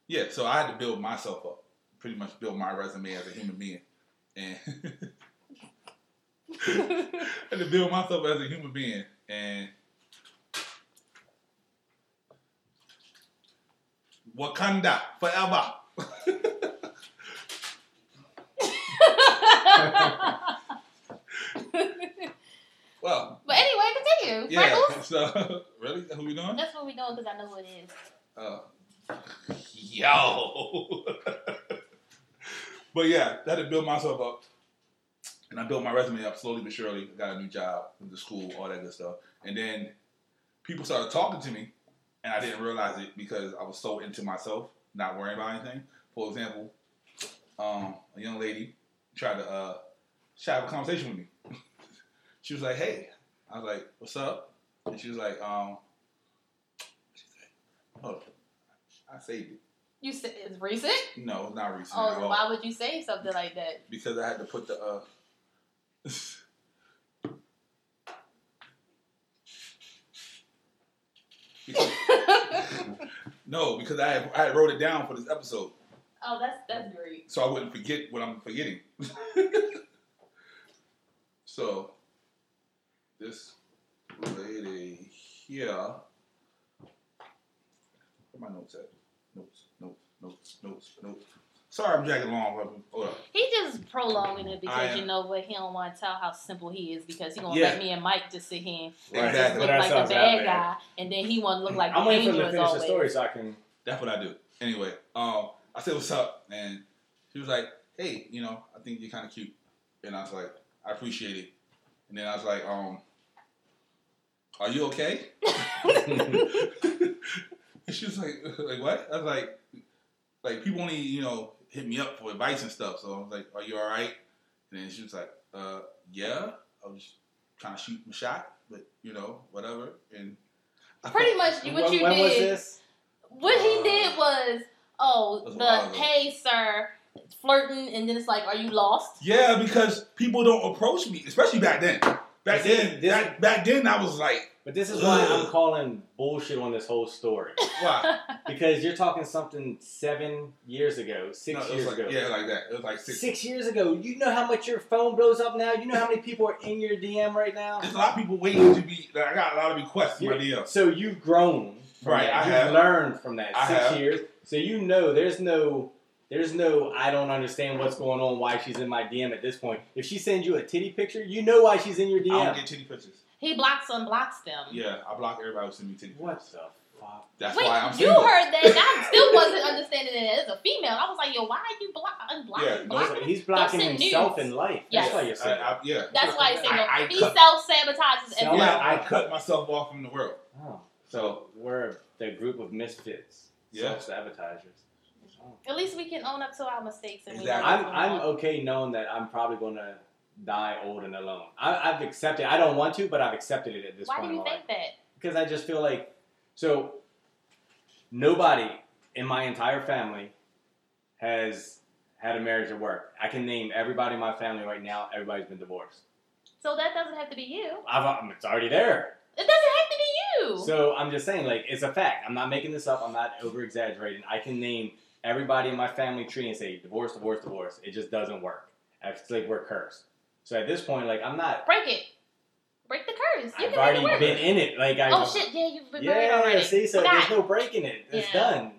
Speaker 1: yeah, so I had to build myself up, pretty much build my resume as a human being, and I had to build myself as a human being, and Wakanda forever. Well,
Speaker 2: but anyway, continue.
Speaker 1: yeah.
Speaker 2: Freckles.
Speaker 1: So really, who we doing?
Speaker 2: That's what we doing because I know what it is.
Speaker 1: Oh. Yo. but yeah, that had to build myself up. And I built my resume up slowly but surely. Got a new job, went to school, all that good stuff. And then people started talking to me, and I didn't realize it because I was so into myself, not worrying about anything. For example, um, a young lady tried to uh, try to have a conversation with me. she was like, "Hey," I was like, "What's up?" And she was like, um, she said, "Oh, I saved it."
Speaker 2: You said it's recent.
Speaker 1: No, it's not recent
Speaker 2: Oh,
Speaker 1: at all
Speaker 2: why would you say something like that?
Speaker 1: because I had to put the uh, because, no, because I had, I had wrote it down for this episode,
Speaker 2: oh, that's that's great.
Speaker 1: so I wouldn't forget what I'm forgetting. so this lady here, where my notes at? Notes, notes, notes, notes, notes. Sorry, I'm dragging along. Hold up.
Speaker 2: He just prolonging it
Speaker 1: I
Speaker 2: because
Speaker 1: am-
Speaker 2: you know what he don't want to tell how simple he is because he gonna
Speaker 1: Yeah.
Speaker 2: let me and Mike just sit here
Speaker 1: Right.
Speaker 2: and
Speaker 1: Exactly.
Speaker 2: just
Speaker 3: Put
Speaker 2: look like
Speaker 3: ourselves
Speaker 2: the
Speaker 3: out
Speaker 2: bad
Speaker 3: there.
Speaker 2: guy, and then he want to look like
Speaker 3: I'm
Speaker 2: the
Speaker 3: waiting for
Speaker 2: angel
Speaker 3: them to
Speaker 2: as
Speaker 3: finish the
Speaker 2: always.
Speaker 3: story so I can.
Speaker 1: That's what I do. Anyway, um, I said, "What's up?" And she was like, "Hey, you know, I think you're kind of cute." And I was like, "I appreciate it." And then I was like, "Um, are you okay?" and she was like, "Like what?" I was like, "Like people only, you know, hit me up for advice and stuff." So I was like, "Are you all right?" And then she was like, "Uh, yeah." I was trying to shoot my shot, but you know, whatever. And I
Speaker 2: Pretty
Speaker 1: thought-
Speaker 2: much
Speaker 3: When,
Speaker 2: what you
Speaker 3: when
Speaker 2: did.
Speaker 3: was this?
Speaker 2: What
Speaker 1: Uh,
Speaker 2: he did was,
Speaker 1: That
Speaker 2: oh,
Speaker 1: was a while
Speaker 2: the
Speaker 1: ago.
Speaker 2: hey sir, flirting, and then it's like, are you lost?
Speaker 1: Yeah, because people don't approach me, especially back then. Back
Speaker 3: This is-
Speaker 1: then,
Speaker 3: this
Speaker 1: back, back then, I was like,
Speaker 3: But this is why I'm calling bullshit on this whole story.
Speaker 1: why?
Speaker 3: Because you're talking something seven years ago, six
Speaker 1: No, it was
Speaker 3: years
Speaker 1: like,
Speaker 3: ago.
Speaker 1: Yeah, like that. It was like six.
Speaker 3: Six. years ago, you know how much your phone blows up now. You know how many people are in your DM right now.
Speaker 1: There's a lot of people waiting to be. Like, I got a lot of requests in my DMs.
Speaker 3: So you've grown, from
Speaker 1: Right,
Speaker 3: that.
Speaker 1: I
Speaker 3: you've
Speaker 1: have.
Speaker 3: learned from that
Speaker 1: I
Speaker 3: six
Speaker 1: have.
Speaker 3: years. So you know there's no, there's no. I don't understand what's going on. Why she's in my DM at this point? If she sends you a titty picture, you know why she's in your
Speaker 1: I don't
Speaker 3: DM.
Speaker 1: get titty pictures.
Speaker 2: He blocks unblocks them.
Speaker 1: Yeah, I block everybody who send me titty.
Speaker 3: What the fuck.
Speaker 1: That's
Speaker 2: Wait,
Speaker 1: why I'm
Speaker 2: you
Speaker 1: single.
Speaker 2: heard that? and I still wasn't understanding it as a female. I was like, yo, why are you block unblocking?
Speaker 1: Yeah, no,
Speaker 2: blocking?
Speaker 3: So he's blocking
Speaker 2: send
Speaker 3: himself
Speaker 2: nudes.
Speaker 3: in life.
Speaker 2: Yes.
Speaker 3: That's why you're
Speaker 1: I,
Speaker 3: single.
Speaker 1: I, yeah.
Speaker 2: That's why he's single.
Speaker 1: I, I
Speaker 2: he
Speaker 1: cut,
Speaker 2: self sabotages
Speaker 3: Self-
Speaker 2: everything.
Speaker 1: yeah, I
Speaker 3: I-
Speaker 1: cut myself off from the world.
Speaker 3: Oh, so we're the group of misfits,
Speaker 1: Yeah.
Speaker 3: self sabotagers.
Speaker 2: At least we can own up to our mistakes. And
Speaker 1: Exactly.
Speaker 2: we
Speaker 3: I'm I'm okay knowing that I'm probably gonna die old and alone. I, I've accepted. I don't want to, but I've accepted it at this
Speaker 2: Why do
Speaker 3: point. in
Speaker 2: you
Speaker 3: my life.
Speaker 2: think that?
Speaker 3: Because I just feel like so. Nobody in my entire family has had a marriage at work. I can name everybody in my family right now. Everybody's been divorced.
Speaker 2: So that doesn't have to be you.
Speaker 3: I've, I'm, it's already there.
Speaker 2: It doesn't have to be you.
Speaker 3: So I'm just saying, like, it's a fact. I'm not making this up. I'm not over exaggerating. I can name everybody in my family tree and say divorce, divorce, divorce. It just doesn't work. I feel like we're cursed. So at this point, like, I'm not.
Speaker 2: Break it. Break the curse. You
Speaker 3: I've
Speaker 2: can
Speaker 3: already
Speaker 2: make it work.
Speaker 3: been in it. Like, I.
Speaker 2: oh shit! Yeah, you've been married
Speaker 3: Yeah,
Speaker 2: already.
Speaker 3: see, so
Speaker 2: Forgot.
Speaker 3: there's no breaking it. It's
Speaker 2: Yeah.
Speaker 3: done.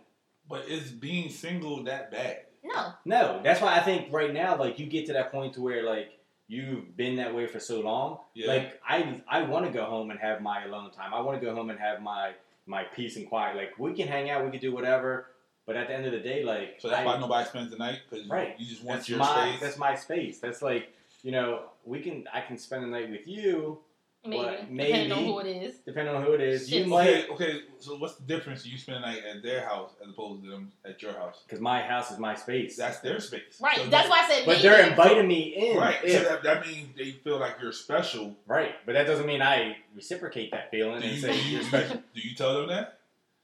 Speaker 1: But is being single that bad?
Speaker 2: no.
Speaker 3: No, that's why I think right now, like, you get to that point to where, like, you've been that way for so long.
Speaker 1: Yeah.
Speaker 3: Like I I want to go home and have my alone time. I want to go home and have my my peace and quiet. Like we can hang out, we can do whatever. But at the end of the day, like
Speaker 1: so that's
Speaker 3: I-
Speaker 1: why nobody spends the night because
Speaker 3: Right.
Speaker 1: you just want
Speaker 3: that's
Speaker 1: your
Speaker 3: my
Speaker 1: space.
Speaker 3: that's my space. That's like you know we can I can spend the night with you
Speaker 2: Maybe.
Speaker 3: What?
Speaker 2: Depending on
Speaker 3: Maybe.
Speaker 2: who it is.
Speaker 3: depending on who it is. You
Speaker 2: Shit.
Speaker 3: might
Speaker 1: okay, okay. So what's the difference? You spend the night at their house as opposed to them at your house.
Speaker 3: because my house is my space.
Speaker 1: That's their space.
Speaker 2: Right.
Speaker 1: So
Speaker 2: That's why I said.
Speaker 3: but
Speaker 2: maybe.
Speaker 3: they're inviting me in.
Speaker 1: Right.
Speaker 3: if-
Speaker 1: So that, that means they feel like you're special.
Speaker 3: right. But that doesn't mean I reciprocate that feeling
Speaker 1: Do
Speaker 3: and
Speaker 1: you,
Speaker 3: say
Speaker 1: do, you,
Speaker 3: you're special.
Speaker 1: do you tell them that?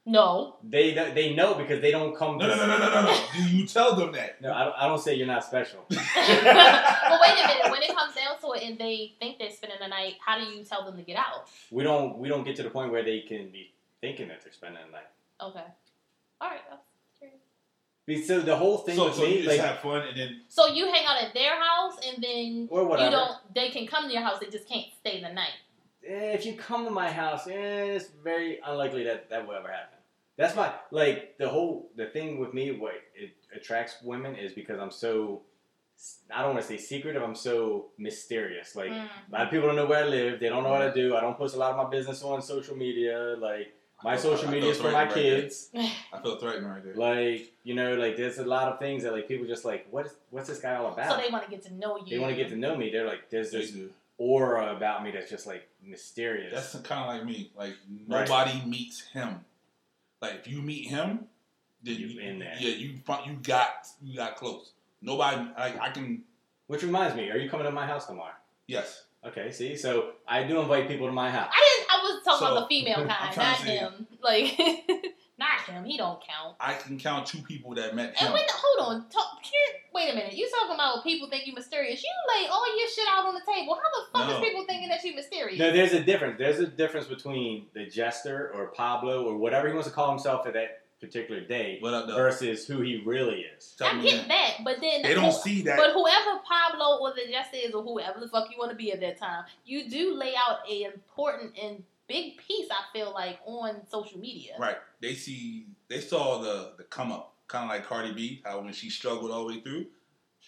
Speaker 2: No.
Speaker 3: They they know because they don't come.
Speaker 1: No,
Speaker 3: to-
Speaker 1: no, no, no, no, no. no. do you tell them that?
Speaker 3: No, I don't, I don't say you're not special.
Speaker 2: but wait a minute. When it comes down to it, and they think they're spending the night, how do you tell them to get out?
Speaker 3: we don't we don't get to the point where they can be thinking that they're spending the night.
Speaker 2: Okay. All right.
Speaker 3: Be- So the whole thing
Speaker 1: so
Speaker 3: with
Speaker 1: so you
Speaker 3: me,
Speaker 1: just
Speaker 3: like,
Speaker 1: have fun and then
Speaker 2: So you hang out at their house, and then
Speaker 3: or whatever.
Speaker 2: you don't. They can come to your house. They just can't stay the night.
Speaker 3: Eh, if you come to my house, eh, it's very unlikely that that will ever happen. That's my like the whole the thing with me. What it attracts women is because I'm so I don't want to say secretive. I'm so mysterious. Like
Speaker 2: Mm.
Speaker 3: a lot of people don't know where I live. They don't know what I do. I don't post a lot of my business on social media. Like my
Speaker 1: I feel-
Speaker 3: social
Speaker 1: I
Speaker 3: media
Speaker 1: feel
Speaker 3: is for my
Speaker 1: threatened right there.
Speaker 3: kids.
Speaker 1: I feel threatened right there.
Speaker 3: Like you know, like there's a lot of things that like people just like what is what's this guy all about?
Speaker 2: So they want to get to know you.
Speaker 3: they want to get to know me. They're like, there's
Speaker 1: They
Speaker 3: this
Speaker 1: do.
Speaker 3: aura about me that's just like mysterious.
Speaker 1: That's kind of like me. Like
Speaker 3: Right.
Speaker 1: nobody meets him. Like if you meet him, then
Speaker 3: You
Speaker 1: you
Speaker 3: in there.
Speaker 1: Yeah, you fi- you got you got close. Nobody like I can.
Speaker 3: Which reminds me, are you coming to my house tomorrow?
Speaker 1: Yes,
Speaker 3: Okay, see, so I do invite people to my house.
Speaker 2: I didn't. I was talking
Speaker 1: So,
Speaker 2: about the female
Speaker 1: I'm
Speaker 2: kind,
Speaker 1: trying
Speaker 2: not
Speaker 1: to say-
Speaker 2: him. Like, not him. He don't count.
Speaker 1: I can count two people that met
Speaker 2: And
Speaker 1: him.
Speaker 2: when hold on, talk, here- wait a minute. You talking about people think you mysterious? You lay all your shit out on the table. How the fuck
Speaker 1: No.
Speaker 2: is people thinking that you mysterious?
Speaker 3: No, there's a difference. There's a difference between the jester or Pablo or whatever he wants to call himself at that particular day
Speaker 1: What up, though?
Speaker 3: versus who he really is.
Speaker 1: Tell
Speaker 2: I
Speaker 1: me
Speaker 2: get
Speaker 1: that.
Speaker 2: that, but then
Speaker 1: They don't see that.
Speaker 2: But whoever Pablo or the Jester is, or whoever the fuck you want to be at that time, you do lay out a important and big piece. I feel like on social media.
Speaker 1: Right. They see they saw the the come up, kind of like Cardi B, how when she struggled all the way through.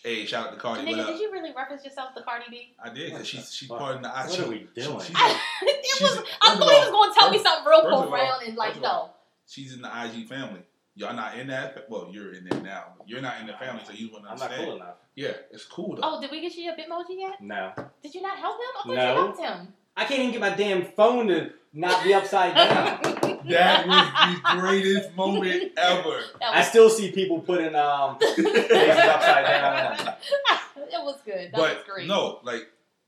Speaker 1: Hey, shout out to Cardi.
Speaker 2: Nigga,
Speaker 1: What
Speaker 2: did
Speaker 1: up?
Speaker 2: you really reference yourself to Cardi B?
Speaker 1: I did
Speaker 3: What
Speaker 1: because she's
Speaker 3: the
Speaker 1: she's
Speaker 3: fuck?
Speaker 1: part of the I
Speaker 3: What
Speaker 1: she-
Speaker 3: are we doing?
Speaker 1: She's,
Speaker 2: I, it
Speaker 1: she's-
Speaker 2: was. I
Speaker 1: first
Speaker 2: thought
Speaker 1: of
Speaker 2: he was going to tell me
Speaker 1: first-
Speaker 2: something real
Speaker 1: first of all-
Speaker 2: profound and like
Speaker 1: first of
Speaker 2: no.
Speaker 1: all, she's in the IG family. Y'all not in that. Well, you're in there now. You're not in the family, so you wouldn't
Speaker 3: I'm not
Speaker 1: understand.
Speaker 3: cool enough.
Speaker 1: Yeah, it's cool though.
Speaker 2: Oh, did we get you a Bitmoji yet?
Speaker 3: No.
Speaker 2: Did you not help him? I thought
Speaker 3: No.
Speaker 2: you helped him.
Speaker 3: I can't even get my damn phone to not be upside down.
Speaker 2: Oh,
Speaker 1: That was the greatest moment ever.
Speaker 2: That
Speaker 3: I
Speaker 2: was,
Speaker 3: still see people putting um faces upside down.
Speaker 2: it was good. That was
Speaker 1: but
Speaker 2: great.
Speaker 1: no, like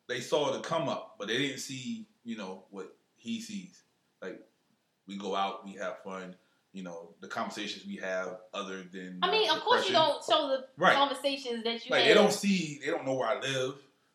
Speaker 1: they saw the come up, but they didn't see, you know, what he sees. Like we go out, we have fun, you know, the conversations we have other than
Speaker 2: I mean, of course you
Speaker 1: depression.
Speaker 2: don't show the
Speaker 1: Right.
Speaker 2: conversations that you
Speaker 1: Like
Speaker 2: had.
Speaker 1: they don't see they don't know where I live.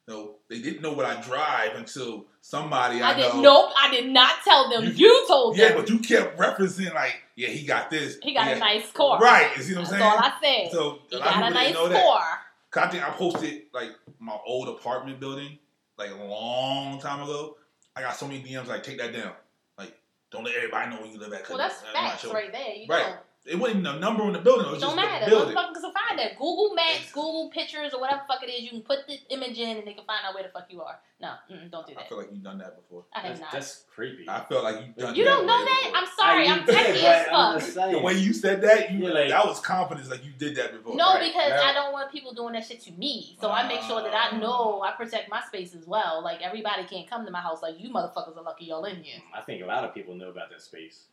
Speaker 1: No, they didn't know what I drive until somebody I,
Speaker 2: I did
Speaker 1: know.
Speaker 2: nope. I did not tell them. You,
Speaker 1: You-
Speaker 2: told
Speaker 1: Yeah,
Speaker 2: them
Speaker 1: but you kept referencing like, yeah, he got this.
Speaker 2: he got
Speaker 1: yeah.
Speaker 2: a nice car.
Speaker 1: Right, you see what I'm
Speaker 2: That's
Speaker 1: saying?
Speaker 2: all I said.
Speaker 1: so
Speaker 2: he
Speaker 1: a lot of
Speaker 2: got a
Speaker 1: people
Speaker 2: nice
Speaker 1: didn't know
Speaker 2: car.
Speaker 1: that. Cause I think I posted like my old apartment building like a long time ago. I got so many DMs like take that down, like don't let everybody know where you live at. 'cause
Speaker 2: Well, that's
Speaker 1: I'm not
Speaker 2: facts
Speaker 1: sure."
Speaker 2: right there. You
Speaker 1: Right.
Speaker 2: know.
Speaker 1: It wasn't even a number on the building. It was
Speaker 2: Don't
Speaker 1: just
Speaker 2: matter.
Speaker 1: the building.
Speaker 2: Motherfuckers can find that. Google Maps, Google Pictures, or whatever the fuck it is. You can put the image in, and they can find out where the fuck you are. No, mm, don't do
Speaker 1: I
Speaker 2: that.
Speaker 1: feel like you've done that before.
Speaker 2: I have
Speaker 3: That's,
Speaker 2: not.
Speaker 3: that's creepy.
Speaker 1: I felt like you've done.
Speaker 2: you
Speaker 1: that
Speaker 2: don't know
Speaker 1: way
Speaker 2: that?
Speaker 1: before.
Speaker 2: I'm sorry.
Speaker 3: I-
Speaker 2: I'm
Speaker 3: you did,
Speaker 2: techie
Speaker 3: but
Speaker 2: as
Speaker 3: I'm
Speaker 2: fuck.
Speaker 3: just saying.
Speaker 1: The way you said that, you,
Speaker 3: Yeah, like-
Speaker 1: that was confidence. Like you did that before.
Speaker 2: No,
Speaker 3: Right,
Speaker 2: because
Speaker 3: right.
Speaker 2: I don't want people doing that shit to me. So I make sure that
Speaker 3: Ah.
Speaker 2: I know I protect my space as well. Like everybody can't come to my house. Like you motherfuckers are lucky y'all in here.
Speaker 3: I think a lot of people know about that space.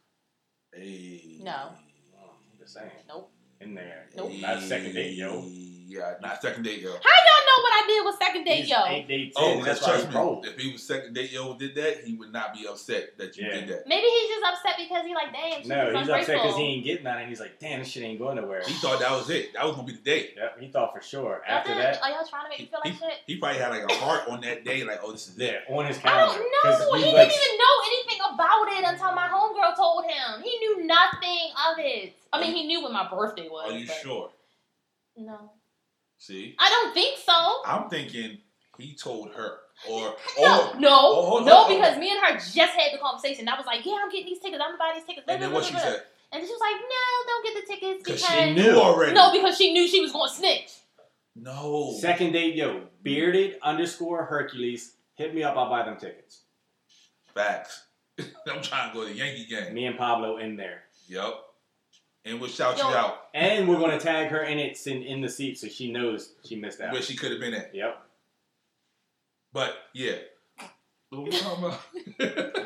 Speaker 1: Hey.
Speaker 2: No.
Speaker 3: Um, just saying.
Speaker 2: Nope.
Speaker 3: In there.
Speaker 2: Nope.
Speaker 3: Not second date, yo.
Speaker 1: Yeah, not second date, yo.
Speaker 2: How y'all know what I did with second date,
Speaker 3: He's
Speaker 2: yo?
Speaker 3: Eight, day
Speaker 1: Oh,
Speaker 3: ten. That's why
Speaker 1: trust
Speaker 3: he
Speaker 1: me.
Speaker 3: broke.
Speaker 1: If he was second date, yo, did that, he would not be upset that you
Speaker 3: Yeah.
Speaker 1: did that.
Speaker 2: Maybe he's just upset because he like, damn, she's
Speaker 3: No, he's upset
Speaker 2: ungrateful.
Speaker 3: because he ain't getting on it. He's like, damn, this shit ain't going nowhere.
Speaker 1: He thought that was it. That was gonna be the day.
Speaker 3: Yep, he thought for sure.
Speaker 2: Y'all
Speaker 3: After
Speaker 2: did-
Speaker 3: that,
Speaker 2: are y'all trying to make me feel like shit?
Speaker 1: He probably had like a heart on that day. Like, oh, this is it.
Speaker 3: yeah, on his
Speaker 2: I
Speaker 3: calendar.
Speaker 2: don't
Speaker 3: 'Cause
Speaker 2: know. He
Speaker 3: he's like,
Speaker 2: didn't even know anything about it until my homegirl told him. He knew nothing of it. I mean, he knew when my birthday was.
Speaker 1: Are you
Speaker 2: but-
Speaker 1: sure?
Speaker 2: No,
Speaker 1: See,
Speaker 2: I don't think so.
Speaker 1: I'm thinking he told her, or
Speaker 2: No,
Speaker 1: or oh, hold
Speaker 2: no, no,
Speaker 1: on, hold on.
Speaker 2: because me and her just had the conversation. I was like, "Yeah, I'm getting these tickets. I'm gonna buy these tickets."
Speaker 1: and then what she
Speaker 2: blah, blah, blah.
Speaker 1: said
Speaker 2: And then she was like, "No, don't get the tickets
Speaker 1: because
Speaker 2: because
Speaker 1: she knew already.
Speaker 2: no, because she knew she was gonna snitch."
Speaker 1: no.
Speaker 3: Second date, yo, bearded underscore Hercules. Hit me up, I'll buy them tickets.
Speaker 1: facts. I'm trying to go to the Yankee game.
Speaker 3: Me and Pablo in there.
Speaker 1: Yep, and we'll shout
Speaker 2: Yo.
Speaker 1: you out
Speaker 3: And we're gonna tag her in it in, in the seat so she knows she missed out.
Speaker 1: where she could have been at.
Speaker 3: yep.
Speaker 1: But yeah, what we talking about?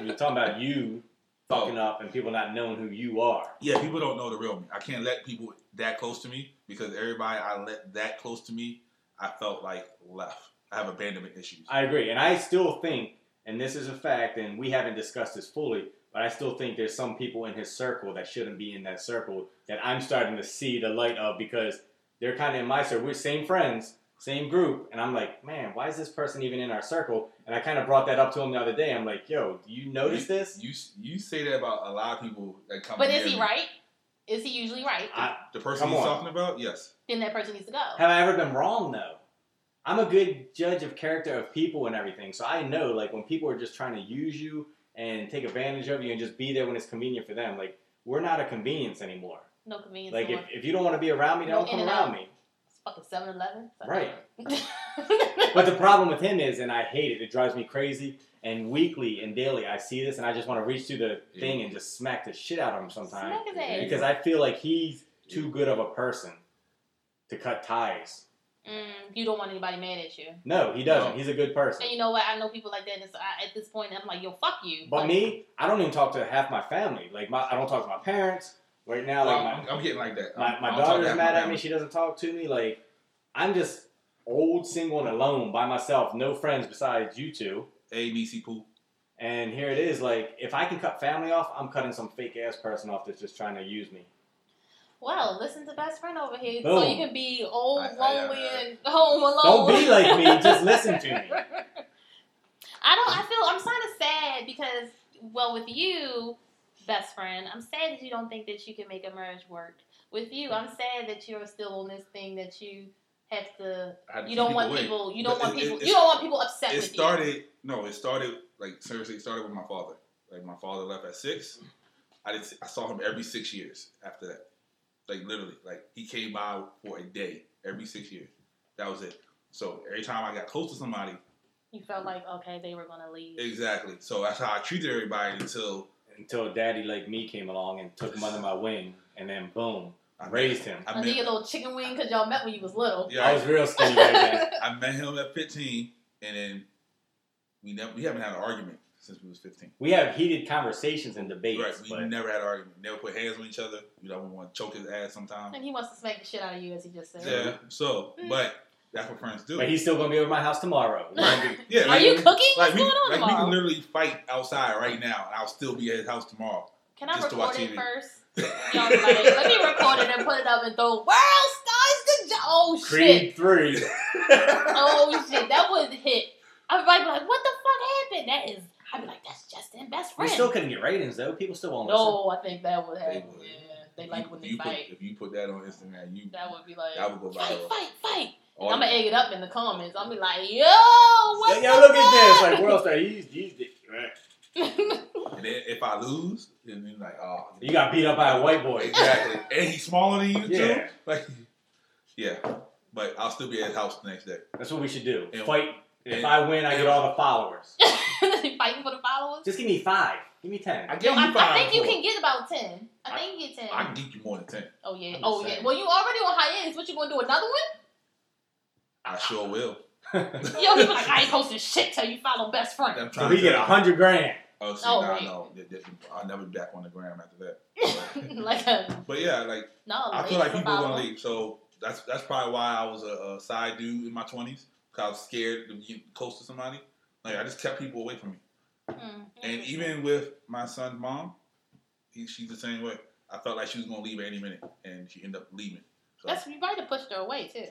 Speaker 3: You're talking about you
Speaker 1: Oh.
Speaker 3: fucking up and people not knowing who you are.
Speaker 1: Yeah, people don't know the real me. I can't let people that close to me because everybody I let that close to me, I felt like left. I have abandonment issues.
Speaker 3: I agree. And I still think, and this is a fact, and we haven't discussed this fully, but I still think there's some people in his circle that shouldn't be in that circle that I'm starting to see the light of because they're kind of in my circle. We're same friends, same group. And I'm like, man, why is this person even in our circle? And I kind of brought that up to him the other day. I'm like, yo, do you notice this?
Speaker 1: You you say that about a lot of people that come.
Speaker 2: But
Speaker 1: near
Speaker 2: is he
Speaker 1: me.
Speaker 2: right? Is he usually right?
Speaker 3: I,
Speaker 1: The person
Speaker 3: Come
Speaker 1: he's
Speaker 3: on.
Speaker 1: talking about, yes.
Speaker 2: then that person needs to go.
Speaker 3: Have I ever been wrong though? I'm a good judge of character of people and everything, so I know like when people are just trying to use you and take advantage of you and just be there when it's convenient for them. Like we're not a convenience anymore.
Speaker 2: No convenience.
Speaker 3: Like if,
Speaker 2: store.
Speaker 3: if you don't want to be around me, then
Speaker 2: No
Speaker 3: don't come
Speaker 2: in and
Speaker 3: around
Speaker 2: out.
Speaker 3: me.
Speaker 2: it's fucking Seven Eleven,
Speaker 3: Right.
Speaker 2: Right.
Speaker 3: But the problem with him is, and I hate it. It drives me crazy. And weekly and daily, I see this, and I just want to reach through the
Speaker 1: Yeah.
Speaker 3: thing and just smack the shit out of him sometimes
Speaker 2: Smack his ass.
Speaker 3: because I feel like he's too good of a person to cut ties.
Speaker 2: Mm, you don't want anybody mad at you.
Speaker 3: No, he
Speaker 1: No.
Speaker 3: doesn't. He's a good person.
Speaker 2: And you know what? I know people like that. And so I, at this point, I'm like, yo, fuck you.
Speaker 3: But
Speaker 2: Like,
Speaker 3: me, I don't even talk to half my family. Like my, I don't talk to my parents right now.
Speaker 1: Well,
Speaker 3: Like
Speaker 1: I'm, I'm getting like that.
Speaker 3: my,
Speaker 1: I'm-
Speaker 3: my,
Speaker 1: I'm
Speaker 3: my
Speaker 1: talking
Speaker 3: daughter's
Speaker 1: about
Speaker 3: mad
Speaker 1: my
Speaker 3: at me.
Speaker 1: family.
Speaker 3: She doesn't talk to me. Like I'm just old, single, and alone by myself. No friends besides you two.
Speaker 1: A B C pool.
Speaker 3: And here it is. Like if I can cut family off, I'm cutting some fake ass person off that's just trying to use me.
Speaker 2: Well, listen to best friend over here, so
Speaker 3: Boom.
Speaker 2: you can be old,
Speaker 1: I- I-
Speaker 2: lonely,
Speaker 1: I-
Speaker 2: and home alone.
Speaker 3: Don't
Speaker 1: Oh.
Speaker 3: be like me. Just listen to me.
Speaker 2: I don't. I feel I'm kind of sad because, well, with you, best friend, I'm sad that you don't think that you can make a marriage work. With you, I'm sad that you're still on this thing that you have to.
Speaker 1: I had to
Speaker 2: You
Speaker 1: keep
Speaker 2: don't want
Speaker 1: away.
Speaker 2: people. You don't
Speaker 1: But
Speaker 2: want
Speaker 1: it-
Speaker 2: people.
Speaker 1: it-
Speaker 2: You don't want people upset
Speaker 1: It
Speaker 2: with
Speaker 1: started. No, it started like seriously. It started with my father. Like my father left at six. I did. I saw him every six years after that. Like literally, like he came by for a day every six years. That was it. So every time I got close to somebody,
Speaker 2: you. You felt like okay, they were gonna leave.
Speaker 1: exactly. So that's how I treated everybody until
Speaker 3: Until daddy like me came along and took him under my wing, and then boom,
Speaker 1: I
Speaker 3: raised him.
Speaker 1: Met, I
Speaker 2: I think a
Speaker 1: met.
Speaker 2: little chicken wing because y'all met when you was little.
Speaker 1: Yeah,
Speaker 3: I was real skinny right then.
Speaker 1: I met him at fifteen, and then we never we haven't had an argument since we was fifteen.
Speaker 3: We have heated conversations and debates,
Speaker 1: Right, we
Speaker 3: but
Speaker 1: never had an argument. Never put hands on each other. We don't want to choke his ass sometimes.
Speaker 2: and he wants to smack the shit out of you, as he just said.
Speaker 1: Yeah. So,
Speaker 2: Mm.
Speaker 1: but that's what friends do.
Speaker 3: but he's still gonna be over my house tomorrow.
Speaker 1: Right. Yeah.
Speaker 2: Are
Speaker 1: like-
Speaker 2: you cooking?
Speaker 1: Like
Speaker 2: What's
Speaker 1: we,
Speaker 2: going on
Speaker 1: like we
Speaker 2: tomorrow?
Speaker 1: can literally fight outside right now, and I'll still be at his house tomorrow.
Speaker 2: Can I
Speaker 1: just to
Speaker 2: record
Speaker 1: watch
Speaker 2: it
Speaker 1: TV.
Speaker 2: first? Y'all like, let me record it and put it up and throw world stars to jo- oh shit
Speaker 3: Creed three.
Speaker 2: oh shit that was a hit. Everybody be like, what the fuck happened? That is, I'd be like, that's Justin best
Speaker 3: we
Speaker 2: friend.
Speaker 3: still couldn't get ratings though. People still won't listen.
Speaker 2: no, I think that would happen.
Speaker 1: would.
Speaker 2: Yeah, they like when they
Speaker 1: you put,
Speaker 2: fight.
Speaker 1: If you put that on Instagram, you
Speaker 2: That would be like
Speaker 1: that would go
Speaker 2: fight,
Speaker 1: viral.
Speaker 2: fight, fight.
Speaker 1: All-
Speaker 2: I'm gonna egg it up in the comments. I'm be like, yo, what?
Speaker 3: Yo, look
Speaker 2: the
Speaker 3: at this!
Speaker 2: fuck?
Speaker 3: Like world star, he's, he's the,
Speaker 2: this.
Speaker 1: And then if I lose, then you're like, oh,
Speaker 3: You got beat up by a white boy.
Speaker 1: exactly. and he's smaller than you too.
Speaker 3: Yeah.
Speaker 1: Like, yeah. But I'll still be at his house the next day.
Speaker 3: That's what we should do.
Speaker 1: And-
Speaker 3: Fight. If
Speaker 1: and-
Speaker 3: I win, I get all the followers.
Speaker 2: Fighting for the followers.
Speaker 3: Just give me five. Give me ten.
Speaker 1: I
Speaker 2: Yo,
Speaker 1: gave
Speaker 2: I,
Speaker 1: you five.
Speaker 2: I think you
Speaker 1: before.
Speaker 2: can get about ten. I,
Speaker 1: I-
Speaker 2: think you get ten.
Speaker 1: I can get you more than ten.
Speaker 2: oh yeah.
Speaker 4: I'm
Speaker 2: Oh
Speaker 4: just
Speaker 2: yeah.
Speaker 4: saying.
Speaker 2: Well, you already on high ends. What you gonna do? Another one?
Speaker 1: I sure will.
Speaker 2: Yo, he was like, I ain't posting shit till you follow best friend.
Speaker 1: I'm
Speaker 3: So
Speaker 1: trying
Speaker 3: we
Speaker 1: to
Speaker 3: get a
Speaker 1: tell you.
Speaker 3: hundred grand.
Speaker 1: Oh, see,
Speaker 2: Oh,
Speaker 1: nah,
Speaker 2: wait.
Speaker 1: no, Th- th- I'll never be back on the gram after that.
Speaker 2: like uh, a
Speaker 1: But yeah, like
Speaker 2: no.
Speaker 1: I
Speaker 2: ladies
Speaker 1: feel like
Speaker 2: for
Speaker 1: people are gonna
Speaker 2: followers.
Speaker 1: leave. So that's that's probably why I was a, a side dude in my twenties because I was scared to be close to somebody. Like I just kept people away from me.
Speaker 2: Mm,
Speaker 1: And
Speaker 2: interesting.
Speaker 1: even with my son's mom, he, she's the same way. I felt like she was gonna leave at any minute, and she ended up leaving. So
Speaker 2: that's you might have pushed her away too.